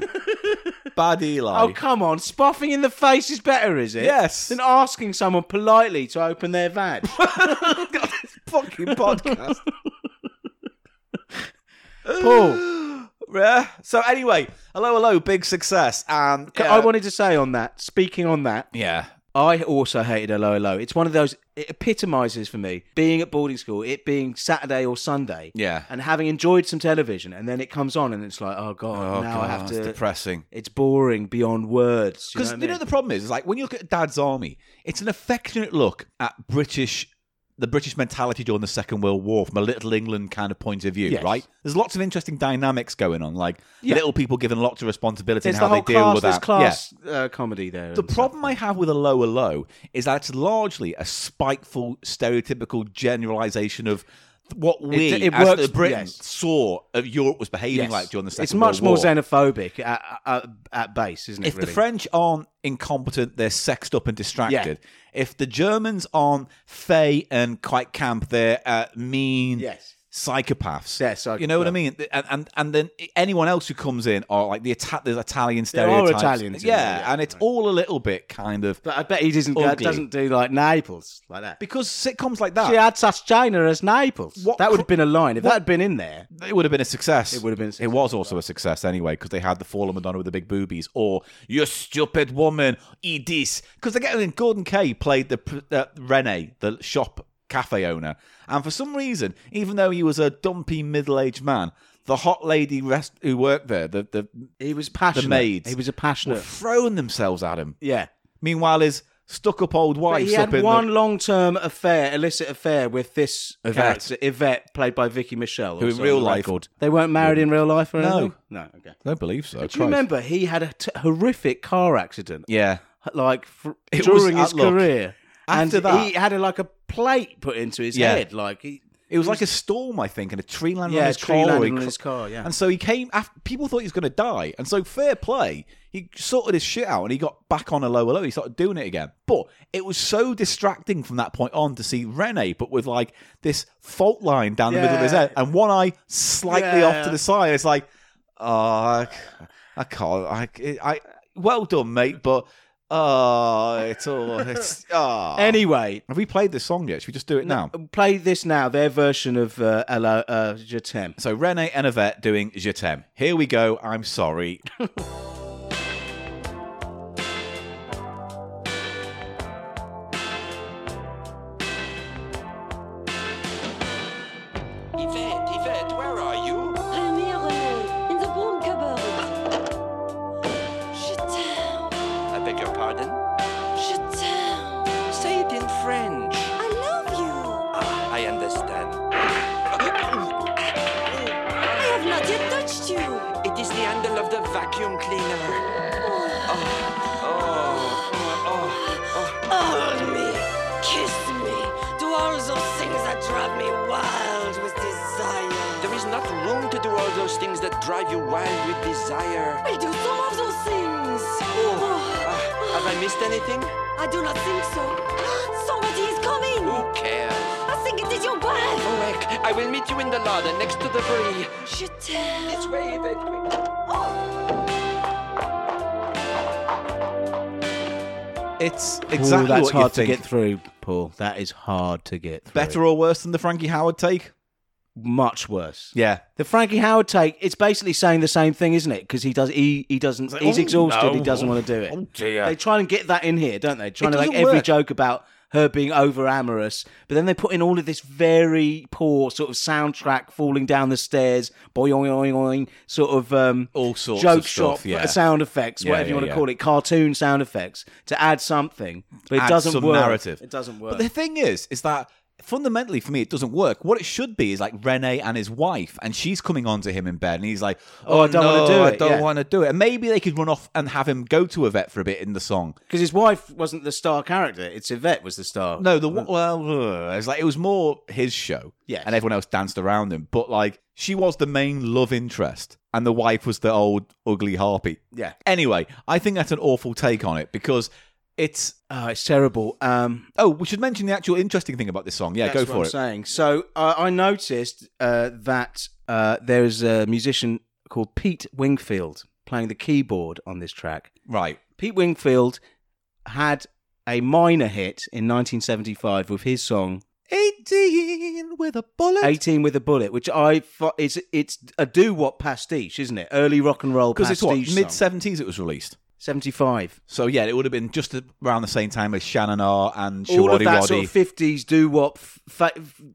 Speaker 2: Bad Eli.
Speaker 1: Oh, come on. Spoffing in the face is better, is it?
Speaker 2: Yes.
Speaker 1: Than asking someone politely to open their van.
Speaker 2: fucking podcast.
Speaker 1: Paul,
Speaker 2: Yeah. So anyway, hello, hello, big success. And uh,
Speaker 1: c- I wanted to say on that, speaking on that,
Speaker 2: Yeah.
Speaker 1: I also hated Hello Hello. It's one of those, it epitomizes for me being at boarding school, it being Saturday or Sunday.
Speaker 2: Yeah.
Speaker 1: And having enjoyed some television, and then it comes on, and it's like, oh god,
Speaker 2: Oh,
Speaker 1: now
Speaker 2: God,
Speaker 1: I have
Speaker 2: It's
Speaker 1: to.
Speaker 2: depressing.
Speaker 1: It's boring beyond words.
Speaker 2: Because you know,
Speaker 1: what I
Speaker 2: the
Speaker 1: mean?
Speaker 2: problem is, is like when you look at Dad's Army, it's an affectionate look at British, the British mentality during the Second World War from a Little England kind of point of view,
Speaker 1: Yes.
Speaker 2: right? There's lots of interesting dynamics going on, like little people given lots of responsibility
Speaker 1: it's
Speaker 2: and
Speaker 1: the
Speaker 2: how
Speaker 1: whole
Speaker 2: they deal
Speaker 1: class.
Speaker 2: with
Speaker 1: there's
Speaker 2: that.
Speaker 1: class uh, comedy there.
Speaker 2: The problem I have with a lower low is that it's largely a spiteful, stereotypical generalization of what we
Speaker 1: it
Speaker 2: as
Speaker 1: works-
Speaker 2: the Britons
Speaker 1: yes.
Speaker 2: saw of Europe was behaving like during the Second
Speaker 1: it's much
Speaker 2: World
Speaker 1: more
Speaker 2: War.
Speaker 1: xenophobic at, at, at base, isn't it?
Speaker 2: If
Speaker 1: really?
Speaker 2: the French aren't incompetent, they're sexed up and distracted. If the Germans aren't fey and quite camp, they're uh, mean
Speaker 1: Yes.
Speaker 2: psychopaths.
Speaker 1: Yeah, psych-
Speaker 2: you know what I
Speaker 1: yeah.
Speaker 2: mean? And, and and then anyone else who comes in are like the Ita- there's Italian
Speaker 1: There are
Speaker 2: stereotypes.
Speaker 1: Italians in
Speaker 2: yeah,
Speaker 1: there, yeah,
Speaker 2: and it's all a little bit kind of
Speaker 1: But I bet he doesn't go,
Speaker 2: Ugly.
Speaker 1: doesn't do like Naples like that.
Speaker 2: because sitcoms like that
Speaker 1: She had such China as Naples.
Speaker 2: What
Speaker 1: that would have
Speaker 2: cr-
Speaker 1: been a line if that
Speaker 2: what-
Speaker 1: had been in there.
Speaker 2: it would have been a success.
Speaker 1: It would have been a
Speaker 2: It was also a success anyway because they had the fall of Madonna with the big boobies or you stupid woman, eat this. Because they get in. Gordon Kay played the pr- uh, Rene, the shop cafe owner, and for some reason, even though he was a dumpy middle-aged man, the hot lady rest- who worked there, the the,
Speaker 1: He was
Speaker 2: the
Speaker 1: passionate.
Speaker 2: maids,
Speaker 1: He was a
Speaker 2: were
Speaker 1: passionate.
Speaker 2: throwing themselves at him.
Speaker 1: yeah.
Speaker 2: Meanwhile, his stuck-up old
Speaker 1: But
Speaker 2: wife
Speaker 1: he
Speaker 2: up
Speaker 1: had
Speaker 2: in
Speaker 1: one
Speaker 2: the,
Speaker 1: long-term affair, illicit affair with this
Speaker 2: Yvette.
Speaker 1: character, Yvette, played by Vicky Michelle.
Speaker 2: Who in
Speaker 1: also
Speaker 2: real
Speaker 1: on the
Speaker 2: life-
Speaker 1: record. they weren't married in real life or
Speaker 2: No.
Speaker 1: anything. No, okay.
Speaker 2: I don't believe so.
Speaker 1: Do you remember he had a t- horrific car accident?
Speaker 2: Yeah.
Speaker 1: like fr-
Speaker 2: It
Speaker 1: during his
Speaker 2: was at- look,
Speaker 1: career.
Speaker 2: after
Speaker 1: and
Speaker 2: that-
Speaker 1: he had a, like a plate put into his
Speaker 2: Yeah.
Speaker 1: head, like he,
Speaker 2: It was like a storm, I think, and a tree landed
Speaker 1: Yeah,
Speaker 2: on
Speaker 1: a
Speaker 2: his
Speaker 1: tree
Speaker 2: car.
Speaker 1: landed
Speaker 2: or he
Speaker 1: on
Speaker 2: cr-
Speaker 1: his car, yeah.
Speaker 2: And so he came. Af- people thought he was going to die, and so fair play. He sorted his shit out, and he got back on a lower low. He started doing it again, but it was so distracting from that point on to see Rene, but with like this fault line down the middle of his
Speaker 1: Yeah.
Speaker 2: head and one eye slightly
Speaker 1: Yeah.
Speaker 2: off to the side. It's like. Oh, I, c- I can't. I, c- I, well done, mate, but oh, it's all. It's, oh.
Speaker 1: Anyway,
Speaker 2: Have we played this song yet? Should we just do it now?
Speaker 1: play this now, their version of uh, Hello, uh, Je t'aime.
Speaker 2: So Rene and Yvette doing Je t'aime. Here we go. I'm sorry.
Speaker 7: Yvette, Yvette, where are you?
Speaker 8: I'm here uh, in the broom cupboard. Je t'aime,
Speaker 7: I beg your pardon?
Speaker 8: je t'aime.
Speaker 7: Say it in French.
Speaker 8: I love you.
Speaker 7: Ah, I understand.
Speaker 8: I have not yet touched you.
Speaker 7: It is the handle of the vacuum cleaner. Oh, oh, oh, oh.
Speaker 8: Hold me, kiss me, do all those things that drive me wild with desire.
Speaker 7: There is not room to do all those things that drive you wild with desire.
Speaker 8: I do some of those things.
Speaker 7: Ah,
Speaker 8: Oh,
Speaker 7: have I missed anything?
Speaker 8: I do not think so. Somebody is coming.
Speaker 7: Who cares?
Speaker 8: I think it is your breath.
Speaker 7: Oh, heck, I will meet you in the larder next to the tree.
Speaker 8: Je t'aime. Oh,
Speaker 7: This way, Yvette.
Speaker 2: It's
Speaker 1: Ooh,
Speaker 2: exactly
Speaker 1: that's
Speaker 2: what you
Speaker 1: hard
Speaker 2: think.
Speaker 1: to get through, Paul. That is hard to get through.
Speaker 2: Better or worse than the Frankie Howard take?
Speaker 1: much worse.
Speaker 2: Yeah.
Speaker 1: The Frankie Howard take, it's basically saying the same thing, isn't it? Because he does, he he doesn't, he's
Speaker 3: oh,
Speaker 1: exhausted. He
Speaker 3: no.
Speaker 1: doesn't want to do it.
Speaker 3: Oh, dear.
Speaker 1: They try and get that in here, don't they? Trying to make
Speaker 2: doesn't
Speaker 1: every
Speaker 2: work.
Speaker 1: joke about her being over amorous, but then they put in all of this very poor sort of soundtrack, falling down the stairs, boing boing boing, sort of um,
Speaker 2: All sorts
Speaker 1: joke
Speaker 2: of
Speaker 1: shop
Speaker 2: stuff,
Speaker 1: uh,
Speaker 2: yeah.
Speaker 1: sound effects,
Speaker 2: Yeah,
Speaker 1: whatever you
Speaker 2: yeah,
Speaker 1: want to
Speaker 2: yeah.
Speaker 1: call it, cartoon sound effects to add something, but it
Speaker 2: Add
Speaker 1: doesn't
Speaker 2: some
Speaker 1: work.
Speaker 2: narrative.
Speaker 1: It doesn't work.
Speaker 2: But the thing is, is that fundamentally for me, it doesn't work. What it should be is like Rene and his wife, and she's coming on to him in bed, and he's like, "Oh,
Speaker 1: I don't wanna
Speaker 2: no,
Speaker 1: do
Speaker 2: I
Speaker 1: it,"
Speaker 2: don't
Speaker 1: yeah.
Speaker 2: want to do it." And maybe they could run off and have him go to Yvette for a bit in the song.
Speaker 1: Because his wife wasn't the star character; it's Yvette was the star.
Speaker 2: No, the well, it was like it was more his show,
Speaker 1: Yes.
Speaker 2: and everyone else danced around him. But like, she was the main love interest, and the wife was the old ugly harpy.
Speaker 1: Yeah.
Speaker 2: Anyway, I think that's an awful take on it because it's.
Speaker 1: oh, it's terrible. Um,
Speaker 2: Oh, we should mention the actual interesting thing about this song. Yeah,
Speaker 1: that's
Speaker 2: go
Speaker 1: what
Speaker 2: for
Speaker 1: I'm
Speaker 2: it.
Speaker 1: Saying so, uh, I noticed uh, that uh, there is a musician called Pete Wingfield playing the keyboard on this track.
Speaker 2: Right.
Speaker 1: Pete Wingfield had a minor hit in 1975 with his song
Speaker 2: 18 with a bullet.
Speaker 1: 18 with a bullet which i thought is it's a do what pastiche isn't it early rock and roll
Speaker 2: Because
Speaker 1: pastiche
Speaker 2: it's what
Speaker 1: song.
Speaker 2: mid seventies it was released.
Speaker 1: 75
Speaker 2: So yeah, it would have been just around the same time as Shannon R and
Speaker 1: all of
Speaker 2: Shawaddy
Speaker 1: that sort
Speaker 2: Waddy.
Speaker 1: of 50s doo wop fa-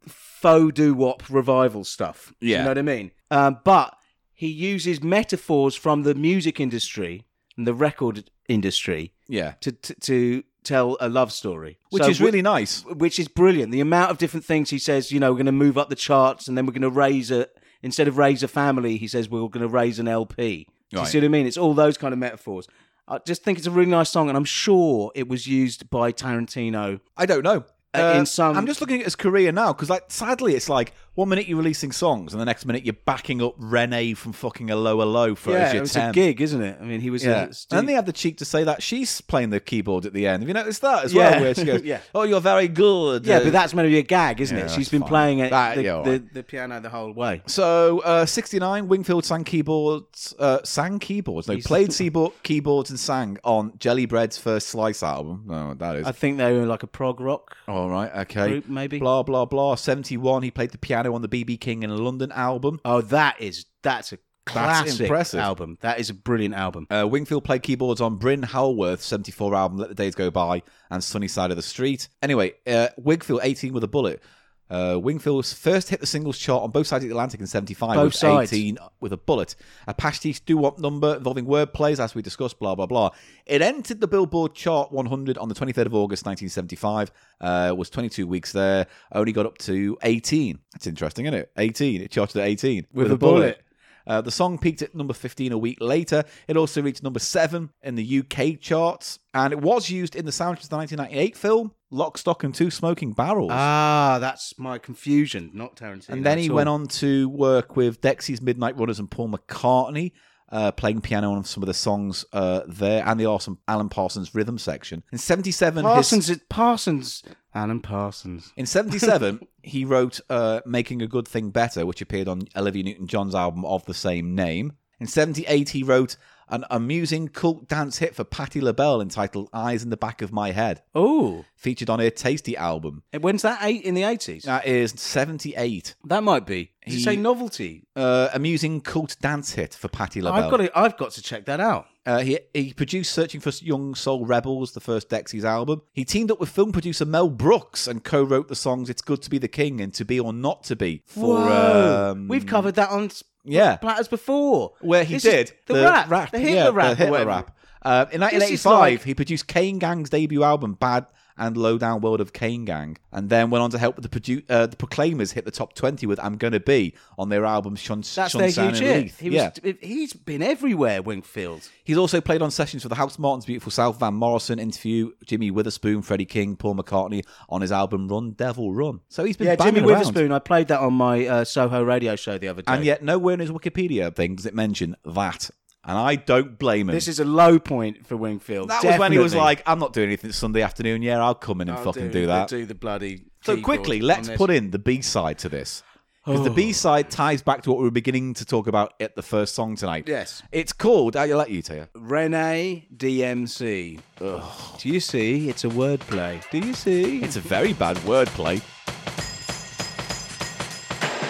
Speaker 1: faux doo wop revival stuff
Speaker 2: Yeah.
Speaker 1: you know what i mean um, but he uses metaphors from the music industry and the record industry
Speaker 2: yeah,
Speaker 1: to to, to tell a love story
Speaker 2: which
Speaker 1: So
Speaker 2: is
Speaker 1: wi-
Speaker 2: really nice.
Speaker 1: which is brilliant. The amount of different things he says, you know, we're going to move up the charts and then we're going to raise a, instead of raise a family, he says, we're going to raise an LP. Do you
Speaker 2: Right.
Speaker 1: see what I mean? It's all those kind of metaphors. I just think it's a really nice song, and I'm sure it was used by Tarantino.
Speaker 2: I don't know.
Speaker 1: Uh, in some-
Speaker 2: I'm just looking at his career now because, like, sadly, it's like one minute you're releasing songs and the next minute you're backing up Rene from fucking a lower low for
Speaker 1: yeah,
Speaker 2: as
Speaker 1: it
Speaker 2: your
Speaker 1: was
Speaker 2: 10.
Speaker 1: a gig, isn't it? I mean, he was.
Speaker 2: Yeah.
Speaker 1: A, stu-
Speaker 2: And they have the cheek to say that she's playing the keyboard at the end. Have you noticed that as
Speaker 1: Yeah.
Speaker 2: well? Where she goes,
Speaker 1: Yeah.
Speaker 2: "Oh, you're very good."
Speaker 1: yeah,
Speaker 2: Uh,
Speaker 1: but that's meant to be a gag, isn't
Speaker 2: Yeah,
Speaker 1: it?
Speaker 2: that's
Speaker 1: She's been
Speaker 2: fine.
Speaker 1: playing it,
Speaker 2: That-
Speaker 1: the,
Speaker 2: yeah, all
Speaker 1: the,
Speaker 2: right.
Speaker 1: the piano the whole way.
Speaker 2: So uh, 69, Wingfield sang keyboards, uh, sang keyboards, no, played keyboard, keyboards and sang on Jelly Bread's first Slice album. No, that is.
Speaker 1: I think they were like a prog rock.
Speaker 2: All right, okay.
Speaker 1: Group, maybe?
Speaker 2: Blah, blah, blah. 71, he played the piano on the BB King in London album.
Speaker 1: Oh, that is that's a classic
Speaker 2: impressive.
Speaker 1: album. That is a brilliant album.
Speaker 2: Uh, Wingfield played keyboards on Bryn Howlworth's 74 album Let the Days Go By and Sunny Side of the Street. Anyway, uh, Wingfield 18 with a bullet. Uh, Wingfield first hit the singles chart on both sides of the Atlantic in 75
Speaker 1: Both
Speaker 2: with
Speaker 1: sides.
Speaker 2: 18 with a bullet. A pastiche doo-wop number involving word plays as we discussed, blah, blah, blah. It entered the Billboard chart 100 on the 23rd of August 1975. Uh, was 22 weeks there. Only got up to 18. That's interesting, isn't it? 18. It charted at 18.
Speaker 1: With a bullet.
Speaker 2: Uh, the song peaked at number 15 a week later. It also reached number 7 in the UK charts, and it was used in the soundtrack to the 1998 film Lock, Stock, and Two Smoking Barrels.
Speaker 1: Ah, that's my confusion, not Tarantino.
Speaker 2: and then
Speaker 1: at
Speaker 2: he
Speaker 1: all.
Speaker 2: went on to work with Dexy's Midnight Runners and Paul McCartney. Uh, playing piano on some of the songs uh, there, and the awesome Alan Parsons rhythm section. In '77, his,
Speaker 1: Parsons. it Parsons. Alan Parsons.
Speaker 2: In 77, he wrote uh, Making a Good Thing Better, which appeared on Olivia Newton John's album of the same name. In 78, he wrote an amusing cult dance hit for Patti LaBelle entitled Eyes in the Back of My Head,
Speaker 1: Oh,
Speaker 2: featured on her Tasty album.
Speaker 1: when's that? Eight in the eighties.
Speaker 2: That is 78.
Speaker 1: That might be. Did you
Speaker 2: He-
Speaker 1: say novelty?
Speaker 2: Uh, amusing cult dance hit for Patti LaBelle.
Speaker 1: I've got to, I've got to check that out.
Speaker 2: Uh, he, he produced Searching for Young Soul Rebels, the first Dexys album. He teamed up with film producer Mel Brooks and co wrote the songs It's Good to Be the King and To Be or Not to Be for.
Speaker 1: Whoa.
Speaker 2: Um,
Speaker 1: We've covered that on s-
Speaker 2: Yeah.
Speaker 1: platters before.
Speaker 2: Where he
Speaker 1: This is
Speaker 2: did
Speaker 1: the, rap, the Hitler
Speaker 2: yeah,
Speaker 1: rap, or
Speaker 2: The Hitler
Speaker 1: whatever.
Speaker 2: rap. Uh, in
Speaker 1: is
Speaker 2: 1985,
Speaker 1: like-
Speaker 2: he produced Kane Gang's debut album, Bad and Low Down World of Kane Gang, and then went on to help the, produ- uh, the Proclaimers hit the top 20 with I'm Gonna Be on their album Shun-
Speaker 1: That's
Speaker 2: Shun
Speaker 1: their
Speaker 2: San
Speaker 1: huge
Speaker 2: and
Speaker 1: hit.
Speaker 2: Leith.
Speaker 1: He
Speaker 2: yeah.
Speaker 1: was, he's been everywhere, Wingfield.
Speaker 2: He's also played on sessions for the House Martins, Beautiful South, Van Morrison, Interview, Jimmy Witherspoon, Freddie King, Paul McCartney on his album Run Devil Run. So he's been
Speaker 1: Yeah,
Speaker 2: banging
Speaker 1: Jimmy
Speaker 2: around.
Speaker 1: Witherspoon. I played that on my uh, Soho radio show the other day.
Speaker 2: And yet, nowhere in his Wikipedia thing does it mention that. And I don't blame him.
Speaker 1: this is a low point for Wingfield.
Speaker 2: that was when he was
Speaker 1: definitely.
Speaker 2: like, I'm not doing anything this Sunday afternoon. Yeah, I'll come in and
Speaker 1: I'll
Speaker 2: fucking do that.
Speaker 1: Do the bloody.
Speaker 2: So
Speaker 1: keyboard
Speaker 2: quickly,
Speaker 1: on
Speaker 2: let's
Speaker 1: this.
Speaker 2: put in the B side to this. Because
Speaker 1: Oh.
Speaker 2: the B side ties back to what we were beginning to talk about at the first song tonight.
Speaker 1: Yes.
Speaker 2: It's called, I'll let you, Taya.
Speaker 1: Rene DMC. Do you see? It's a wordplay. Do you see?
Speaker 2: It's a very bad wordplay.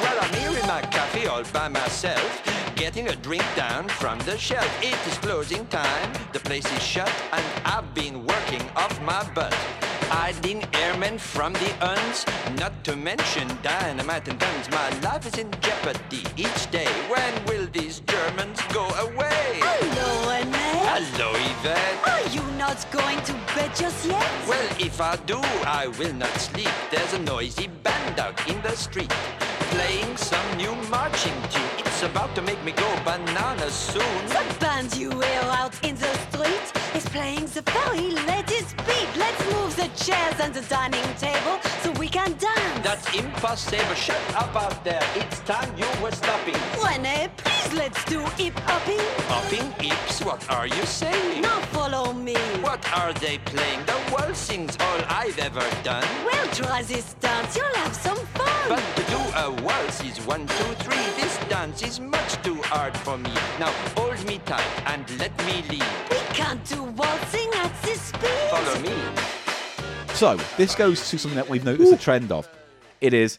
Speaker 7: Well, I'm here in my cafe all by myself, getting a drink down from the shelf. It is closing time, the place is shut, and I've been working off my butt. Idling airmen from the uns, not to mention dynamite and guns. My life is in jeopardy each day. When will these Germans go away?
Speaker 8: Hello, Annette.
Speaker 7: Hello, Yvette.
Speaker 8: Are you not going to bed just yet?
Speaker 7: Well, if I do, I will not sleep. There's a noisy band out in the street playing some new marching tune. It's about to make me go banana soon.
Speaker 8: The band you hear out in the street is playing the very latest beat. Let's move the chairs and the dining table so we can dance.
Speaker 7: That's impossible. Shut up out there. It's time you were stopping.
Speaker 8: Rene, please let's do hip hopping.
Speaker 7: Hopping ips, what are you saying?
Speaker 8: Now follow me.
Speaker 7: What are they playing? The world sings all I've ever done.
Speaker 8: We'll try this dance. You'll have some fun.
Speaker 7: But to do a waltz is one, two, three. This dance is much too hard for me. Now hold me tight and let me lead.
Speaker 8: we can't do waltzing at this speed.
Speaker 7: Follow me.
Speaker 2: So this goes to something that we've noticed a trend of. It is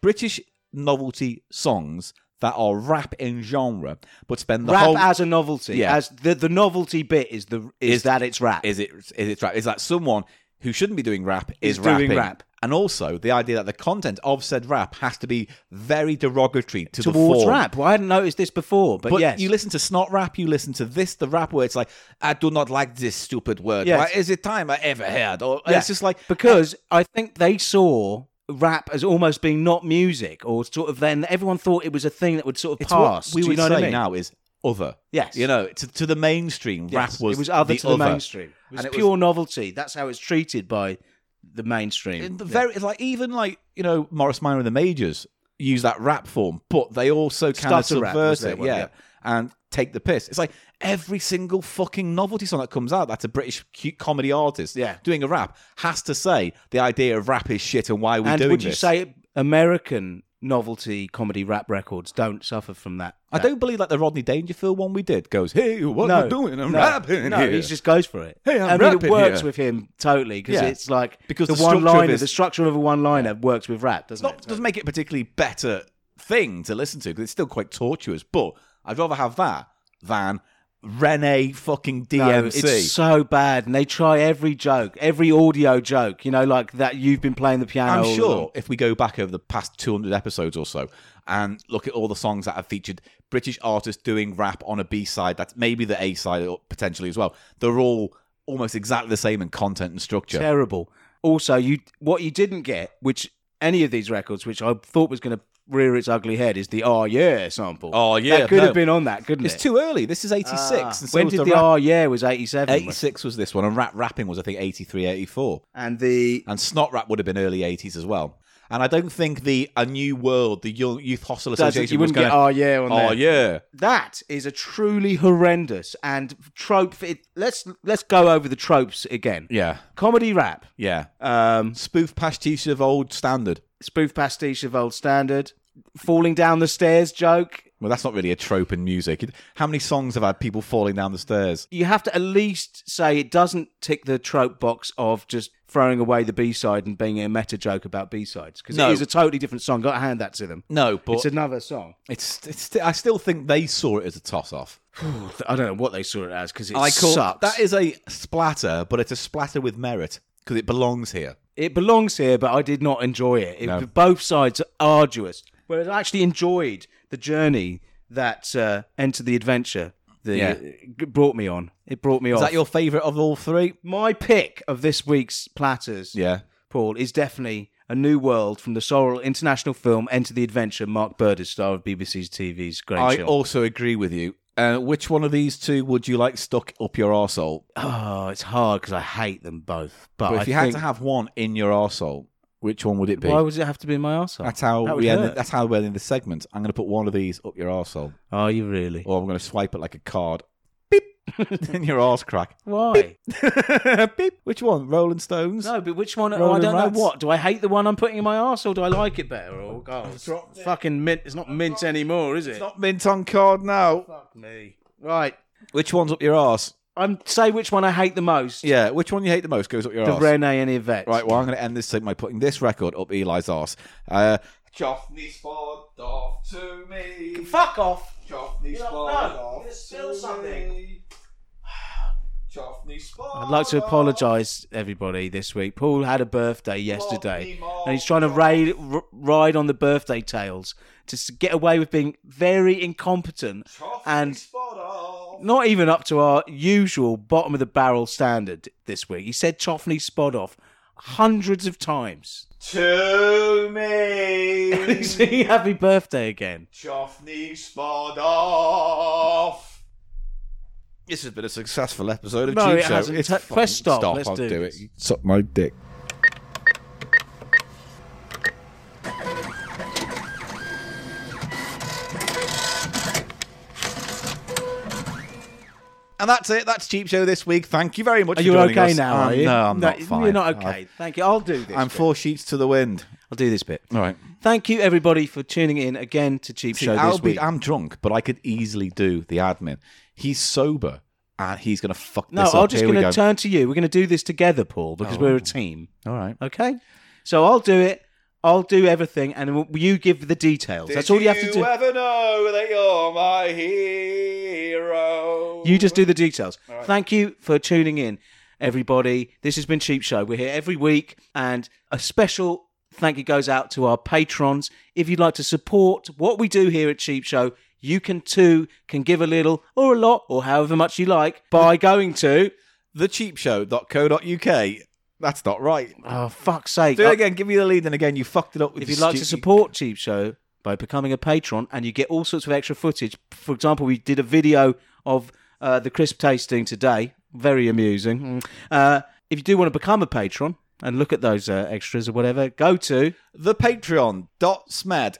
Speaker 2: British novelty songs that are rap in genre, but spend the
Speaker 1: rap
Speaker 2: whole
Speaker 1: as a novelty.
Speaker 2: Yeah.
Speaker 1: As the, the novelty bit is the is,
Speaker 2: Is-
Speaker 1: that it's rap.
Speaker 2: uh, is it is it rap? Is that someone who shouldn't be doing rap is,
Speaker 1: Is doing
Speaker 2: rapping?
Speaker 1: rap.
Speaker 2: And also the idea that the content of said rap has to be very derogatory to the
Speaker 1: towards
Speaker 2: form.
Speaker 1: rap. Well, I hadn't noticed this before, but,
Speaker 2: But
Speaker 1: yes,
Speaker 2: you listen to snot rap, you listen to this, the rap where it's like, I do not like this stupid word.
Speaker 1: Yes.
Speaker 2: Why is it time I ever heard? Or
Speaker 1: Yeah.
Speaker 2: it's just like
Speaker 1: because I think they saw rap as almost being not music or sort of then everyone thought it was a thing that would sort of
Speaker 2: it's
Speaker 1: pass.
Speaker 2: What we
Speaker 1: Do you
Speaker 2: would
Speaker 1: know
Speaker 2: say
Speaker 1: what I mean?
Speaker 2: now is other.
Speaker 1: Yes.
Speaker 2: You know, to, to the mainstream,
Speaker 1: Yes,
Speaker 2: rap was
Speaker 1: it was other
Speaker 2: the
Speaker 1: to the
Speaker 2: other.
Speaker 1: mainstream. It was
Speaker 2: And it was-
Speaker 1: pure novelty. That's how it's treated by the mainstream.
Speaker 2: In the
Speaker 1: Yeah.
Speaker 2: very like even like you know Morris Minor and the Majors use that rap form, but they also kind of
Speaker 1: Stutter rap
Speaker 2: subvert
Speaker 1: was their
Speaker 2: it,
Speaker 1: one,
Speaker 2: yeah,
Speaker 1: yeah.
Speaker 2: and take the piss. It's like every single fucking novelty song that comes out that's a British cute comedy artist,
Speaker 1: Yeah.
Speaker 2: doing a rap has to say the idea of rap is shit and why are we
Speaker 1: and
Speaker 2: doing
Speaker 1: would you
Speaker 2: this?
Speaker 1: say American novelty comedy rap records don't suffer from that?
Speaker 2: I don't believe that the Rodney Dangerfield one we did goes, hey, what are you doing? I'm
Speaker 1: no,
Speaker 2: rapping
Speaker 1: No,
Speaker 2: here.
Speaker 1: he just goes for it.
Speaker 2: Hey, I'm
Speaker 1: I mean,
Speaker 2: rapping
Speaker 1: it works
Speaker 2: here.
Speaker 1: with him totally because
Speaker 2: Yeah.
Speaker 1: it's like
Speaker 2: Because
Speaker 1: the,
Speaker 2: the structure
Speaker 1: one
Speaker 2: of
Speaker 1: liner,
Speaker 2: his-
Speaker 1: the structure of a one liner works with rap, doesn't
Speaker 2: not
Speaker 1: it?
Speaker 2: doesn't make it a particularly better thing to listen to because it's still quite tortuous. But I'd rather have that than Rene fucking DMC.
Speaker 1: No, it's so bad, and they try every joke, every audio joke. You know, like that you've been playing the piano.
Speaker 2: I'm
Speaker 1: all
Speaker 2: sure
Speaker 1: along.
Speaker 2: if we go back over the past 200 episodes or so and look at all the songs that have featured British artists doing rap on a B side, that's maybe the A side or potentially as well. They're all almost exactly the same in content and structure.
Speaker 1: terrible. Also, you what you didn't get, which any of these records, which I thought was going to rear its ugly head, is the "Oh Yeah" sample.
Speaker 2: Oh, yeah,
Speaker 1: that could
Speaker 2: no.
Speaker 1: have been on that, couldn't
Speaker 2: It's
Speaker 1: it?
Speaker 2: too early. This is 86.
Speaker 1: Ah,
Speaker 2: and so
Speaker 1: when
Speaker 2: was
Speaker 1: did the,
Speaker 2: rap-
Speaker 1: "Oh Yeah" was eighty seven,
Speaker 2: 86 was this one, and rap rapping was I think 83, 84,
Speaker 1: and the
Speaker 2: and snot rap would have been early 80s as well. And I don't think the a new world, the Yo- youth hostel
Speaker 1: Doesn't-
Speaker 2: association,
Speaker 1: you
Speaker 2: was
Speaker 1: wouldn't
Speaker 2: going.
Speaker 1: get "Oh Yeah" on there.
Speaker 2: oh yeah,
Speaker 1: That is a truly horrendous and trope. It, let's let's go over the tropes again.
Speaker 2: yeah,
Speaker 1: Comedy rap,
Speaker 2: yeah.
Speaker 1: um,
Speaker 2: Spoof pastiche of old standard.
Speaker 1: spoof pastiche of old standard, falling down the stairs joke,
Speaker 2: Well, that's not really a trope in music. It- How many songs have had people falling down the stairs?
Speaker 1: You have to at least say it doesn't tick the trope box of just throwing away the B side and being a meta joke about B sides because
Speaker 2: No.
Speaker 1: it is a totally different song. Got to hand that to them.
Speaker 2: No, but
Speaker 1: it's another song.
Speaker 2: it's, it's sti- I still think they saw it as a toss off.
Speaker 1: I don't know what they saw it as because it
Speaker 2: I call
Speaker 1: sucks.
Speaker 2: that is a splatter, but it's a splatter with merit because it belongs here.
Speaker 1: it belongs here, but I did not enjoy it. it Both sides are arduous, whereas I actually enjoyed the journey that uh, Enter the Adventure the, uh,
Speaker 2: Yeah.
Speaker 1: g- brought me on. It brought me on.
Speaker 2: Is that your favourite of all three?
Speaker 1: My pick of this week's platters,
Speaker 2: Yeah.
Speaker 1: Paul, is definitely A New World from the Sorrel International film Enter the Adventure, Mark Burdes, star of BBC's TV's Great
Speaker 2: I
Speaker 1: Show.
Speaker 2: also agree with you. Uh, which one of these two would you like stuck up your arsehole?
Speaker 1: oh, it's hard because I hate them both. But,
Speaker 2: But if
Speaker 1: I
Speaker 2: you had
Speaker 1: think-
Speaker 2: to have one in your arsehole, which one would it be?
Speaker 1: Why would it have to be in my arsehole?
Speaker 2: that's how
Speaker 1: that would
Speaker 2: we end.
Speaker 1: hurt.
Speaker 2: That's how we're in the segment. I'm going to put one of these up your arsehole,
Speaker 1: Are you really?
Speaker 2: or I'm going to swipe it like a card. Beep in your arse crack.
Speaker 1: Why?
Speaker 2: Beep. Which one? Rolling Stones.
Speaker 1: No, but which one?
Speaker 2: Rolling
Speaker 1: I don't
Speaker 2: Rats.
Speaker 1: know what. Do I hate the one I'm putting in my arse, or do I like it better? Or oh, it's fucking mint. It's not mint anymore, is it?
Speaker 2: Not mint on card now.
Speaker 1: Fuck me. Right.
Speaker 2: Which one's up your arse?
Speaker 1: I'm say which one I hate the most.
Speaker 2: Yeah. Which one you hate the most goes up your
Speaker 1: The
Speaker 2: arse.
Speaker 1: Renee and Yvette.
Speaker 2: Right, well, I'm going to end this segment by putting this record up Eli's arse. Uh, Joffney's spot off to me.
Speaker 1: Fuck off.
Speaker 2: Joffney's
Speaker 1: You're not-
Speaker 2: spot
Speaker 1: no,
Speaker 2: off
Speaker 1: you're still
Speaker 2: to
Speaker 1: something.
Speaker 2: me. Joffney's spot
Speaker 1: I'd like to
Speaker 2: off.
Speaker 1: apologise, everybody, this week. Paul had a birthday yesterday,
Speaker 2: Rodney Mark.
Speaker 1: and he's trying to raid, r- ride on the birthday tales to s- get away with being very incompetent
Speaker 2: Joffney's
Speaker 1: and
Speaker 2: spot off.
Speaker 1: not even up to our usual bottom of the barrel standard this week. He said Choffney spod off hundreds of times.
Speaker 2: To me.
Speaker 1: He's singing happy birthday again.
Speaker 2: Joffney's spot off. This has been a successful episode of
Speaker 1: No, it
Speaker 2: Cheap Show.
Speaker 1: hasn't.
Speaker 2: It's
Speaker 1: Ta-
Speaker 2: fucking-
Speaker 1: press stop.
Speaker 2: Stop,
Speaker 1: Let's
Speaker 2: I'll
Speaker 1: do
Speaker 2: do
Speaker 1: this.
Speaker 2: it. Suck my dick. And that's it. That's Cheap Show this week. Thank you very much
Speaker 1: Are
Speaker 2: for
Speaker 1: you
Speaker 2: joining
Speaker 1: okay
Speaker 2: us.
Speaker 1: now?
Speaker 2: Um,
Speaker 1: are you?
Speaker 2: No, I'm
Speaker 1: No,
Speaker 2: not fine. Uh,
Speaker 1: You're not okay. Thank you. I'll do this.
Speaker 2: I'm
Speaker 1: bit.
Speaker 2: four sheets to the wind.
Speaker 1: I'll do this bit.
Speaker 2: All right.
Speaker 1: Thank you, everybody, for tuning in again to Cheap
Speaker 2: See,
Speaker 1: Show
Speaker 2: I'll
Speaker 1: this
Speaker 2: be,
Speaker 1: week.
Speaker 2: I'm drunk, but I could easily do the admin. He's sober, and he's going to fuck
Speaker 1: no,
Speaker 2: this up.
Speaker 1: I'm just
Speaker 2: Here we
Speaker 1: going to
Speaker 2: go. Oh.
Speaker 1: turn to you. We're going to do this together, Paul, because we're a team.
Speaker 2: All right.
Speaker 1: Okay? So I'll do it. I'll do everything, and w- you give the details. That's all you have to do.
Speaker 2: ever know that you're my hero?
Speaker 1: You just do the details. Thank you for tuning in, everybody. This has been Cheap Show. We're here every week, and a special thank you goes out to our patrons. If you'd like to support what we do here at Cheap Show, you can too can give a little or a lot or however much you like by going to
Speaker 2: thecheapshow.co.uk. That's not right.
Speaker 1: oh fuck's sake.
Speaker 2: Do
Speaker 1: Uh,
Speaker 2: it again. Give me the lead, and again, you fucked it up. With
Speaker 1: If
Speaker 2: your
Speaker 1: you'd like to
Speaker 2: stupid-
Speaker 1: support Cheap Show by becoming a patron, and you get all sorts of extra footage. For example, we did a video of uh, the crisp tasting today. Very amusing. Mm. Uh, if you do want to become a patron and look at those uh, extras or whatever, go to
Speaker 2: the Patreon dot smed.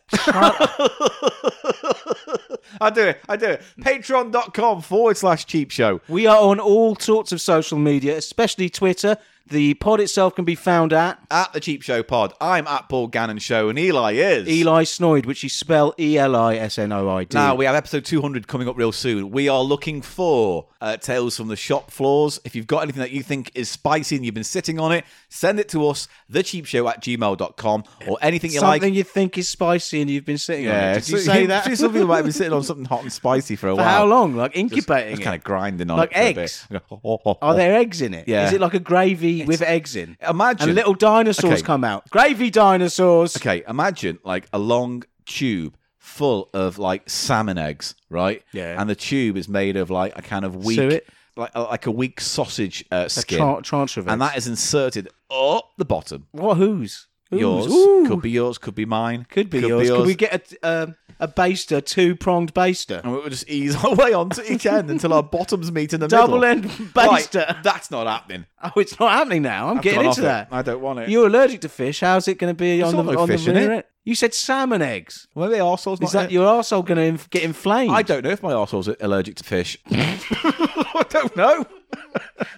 Speaker 2: I do it. I do it. Patreon.com forward slash cheap show.
Speaker 1: we are on all sorts of social media, especially Twitter. The pod itself can be found at
Speaker 2: At the cheap show pod. I'm at Paul Gannon Show, and Eli is
Speaker 1: Eli Snoid, which you spell E L I S N O I D.
Speaker 2: Now we have episode 200 coming up real soon. We are looking for uh, tales from the shop floors. If you've got anything that you think is spicy and you've been sitting on it, send it to us, thecheapshow at gmail.com, or anything you
Speaker 1: something
Speaker 2: like.
Speaker 1: you think is spicy and you've been sitting on it. Did you
Speaker 2: so-
Speaker 1: say that?
Speaker 2: Some people might have been sitting on something hot and spicy for a
Speaker 1: For
Speaker 2: while.
Speaker 1: how long? Like
Speaker 2: Just,
Speaker 1: incubating
Speaker 2: kind
Speaker 1: it.
Speaker 2: of grinding on
Speaker 1: Like
Speaker 2: it. for a bit.
Speaker 1: eggs?
Speaker 2: You go, "Oh, oh, oh,
Speaker 1: Are
Speaker 2: oh."
Speaker 1: there eggs in it? Is
Speaker 2: Yeah.
Speaker 1: it like a gravy with eggs in?
Speaker 2: Imagine-
Speaker 1: And little dinosaurs
Speaker 2: Okay.
Speaker 1: come out. Gravy dinosaurs.
Speaker 2: Okay, imagine like a long tube full of like salmon eggs, right?
Speaker 1: Yeah.
Speaker 2: And the tube is made of like a kind of weak,
Speaker 1: Suet?
Speaker 2: like uh, like a weak sausage uh, skin,
Speaker 1: tran- tranche of
Speaker 2: and
Speaker 1: eggs.
Speaker 2: that is inserted up the bottom.
Speaker 1: What? Whose? Whose?
Speaker 2: Yours
Speaker 1: Ooh.
Speaker 2: could be yours, could be mine,
Speaker 1: Could be yours. Could we get a um, a baster, two pronged baster?
Speaker 2: and we would just ease our way onto each end until our bottoms meet in the middle.
Speaker 1: Double end
Speaker 2: Right,
Speaker 1: baster.
Speaker 2: that's not happening.
Speaker 1: Oh, it's not happening now. I'm getting
Speaker 2: gone off
Speaker 1: into
Speaker 2: it.
Speaker 1: that.
Speaker 2: I don't want it.
Speaker 1: You're allergic to fish. How's it going to be on
Speaker 2: not
Speaker 1: the
Speaker 2: no
Speaker 1: on
Speaker 2: fish
Speaker 1: the
Speaker 2: in it.
Speaker 1: rear end? You said salmon eggs.
Speaker 2: Well, the arsehole's not
Speaker 1: Is that
Speaker 2: in-
Speaker 1: your arsehole going to inf- get inflamed?
Speaker 2: I don't know if my arsehole's allergic to fish. I don't know.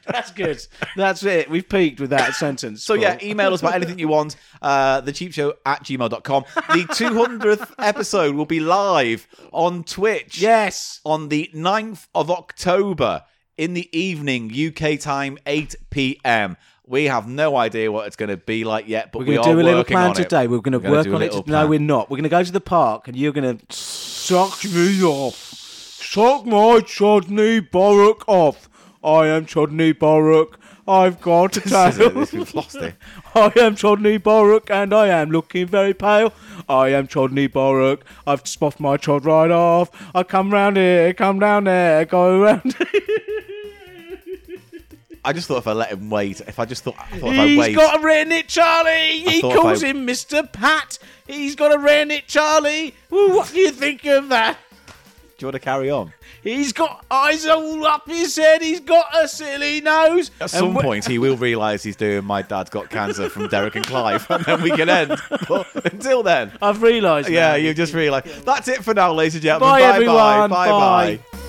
Speaker 1: That's good. That's it. We've peaked with that sentence.
Speaker 2: So yeah, email us about anything you want. Uh, thecheapshow at gmail.com. The 200th episode will be live on Twitch.
Speaker 1: Yes.
Speaker 2: On the 9th of October in the evening, UK time, 8 p.m. We have no idea what it's going to be like yet, but
Speaker 1: We're
Speaker 2: we
Speaker 1: going
Speaker 2: are
Speaker 1: to do a little
Speaker 2: working
Speaker 1: plan
Speaker 2: on it.
Speaker 1: today. We're going to
Speaker 2: gonna
Speaker 1: work
Speaker 2: do a
Speaker 1: on it.
Speaker 2: little
Speaker 1: to- No,
Speaker 2: plan.
Speaker 1: we're not. We're going to go to the park and you're going to suck me off. Suck my Chodney Borrock off. I am Chodney Borrock. I've got a
Speaker 2: This is it.
Speaker 1: tail.
Speaker 2: This- We've lost it.
Speaker 1: I am Chodney Borrock and I am looking very pale. I am Chodney Borrock. I've spoffed my chod right off. I come round here, come down there, go round.
Speaker 2: I just thought if I let him wait, if I just thought, I thought if I
Speaker 1: He's
Speaker 2: wait,
Speaker 1: got a written it, Charlie. He
Speaker 2: thought if
Speaker 1: calls
Speaker 2: I-
Speaker 1: him Mr. Pat. He's got a written it, Charlie. Well, what do you think of that?
Speaker 2: do you want to carry on?
Speaker 1: He's got eyes all up his head. He's got a silly nose.
Speaker 2: At some point, he will realise he's doing My Dad's Got Cancer from Derek and Clive, and then we can end. But until then,
Speaker 1: I've realised.
Speaker 2: yeah,
Speaker 1: now.
Speaker 2: you've just realised. That's it for now, ladies and gentlemen.
Speaker 1: Bye,
Speaker 2: Bye-bye.
Speaker 1: everyone.
Speaker 2: Bye-bye.
Speaker 1: Bye.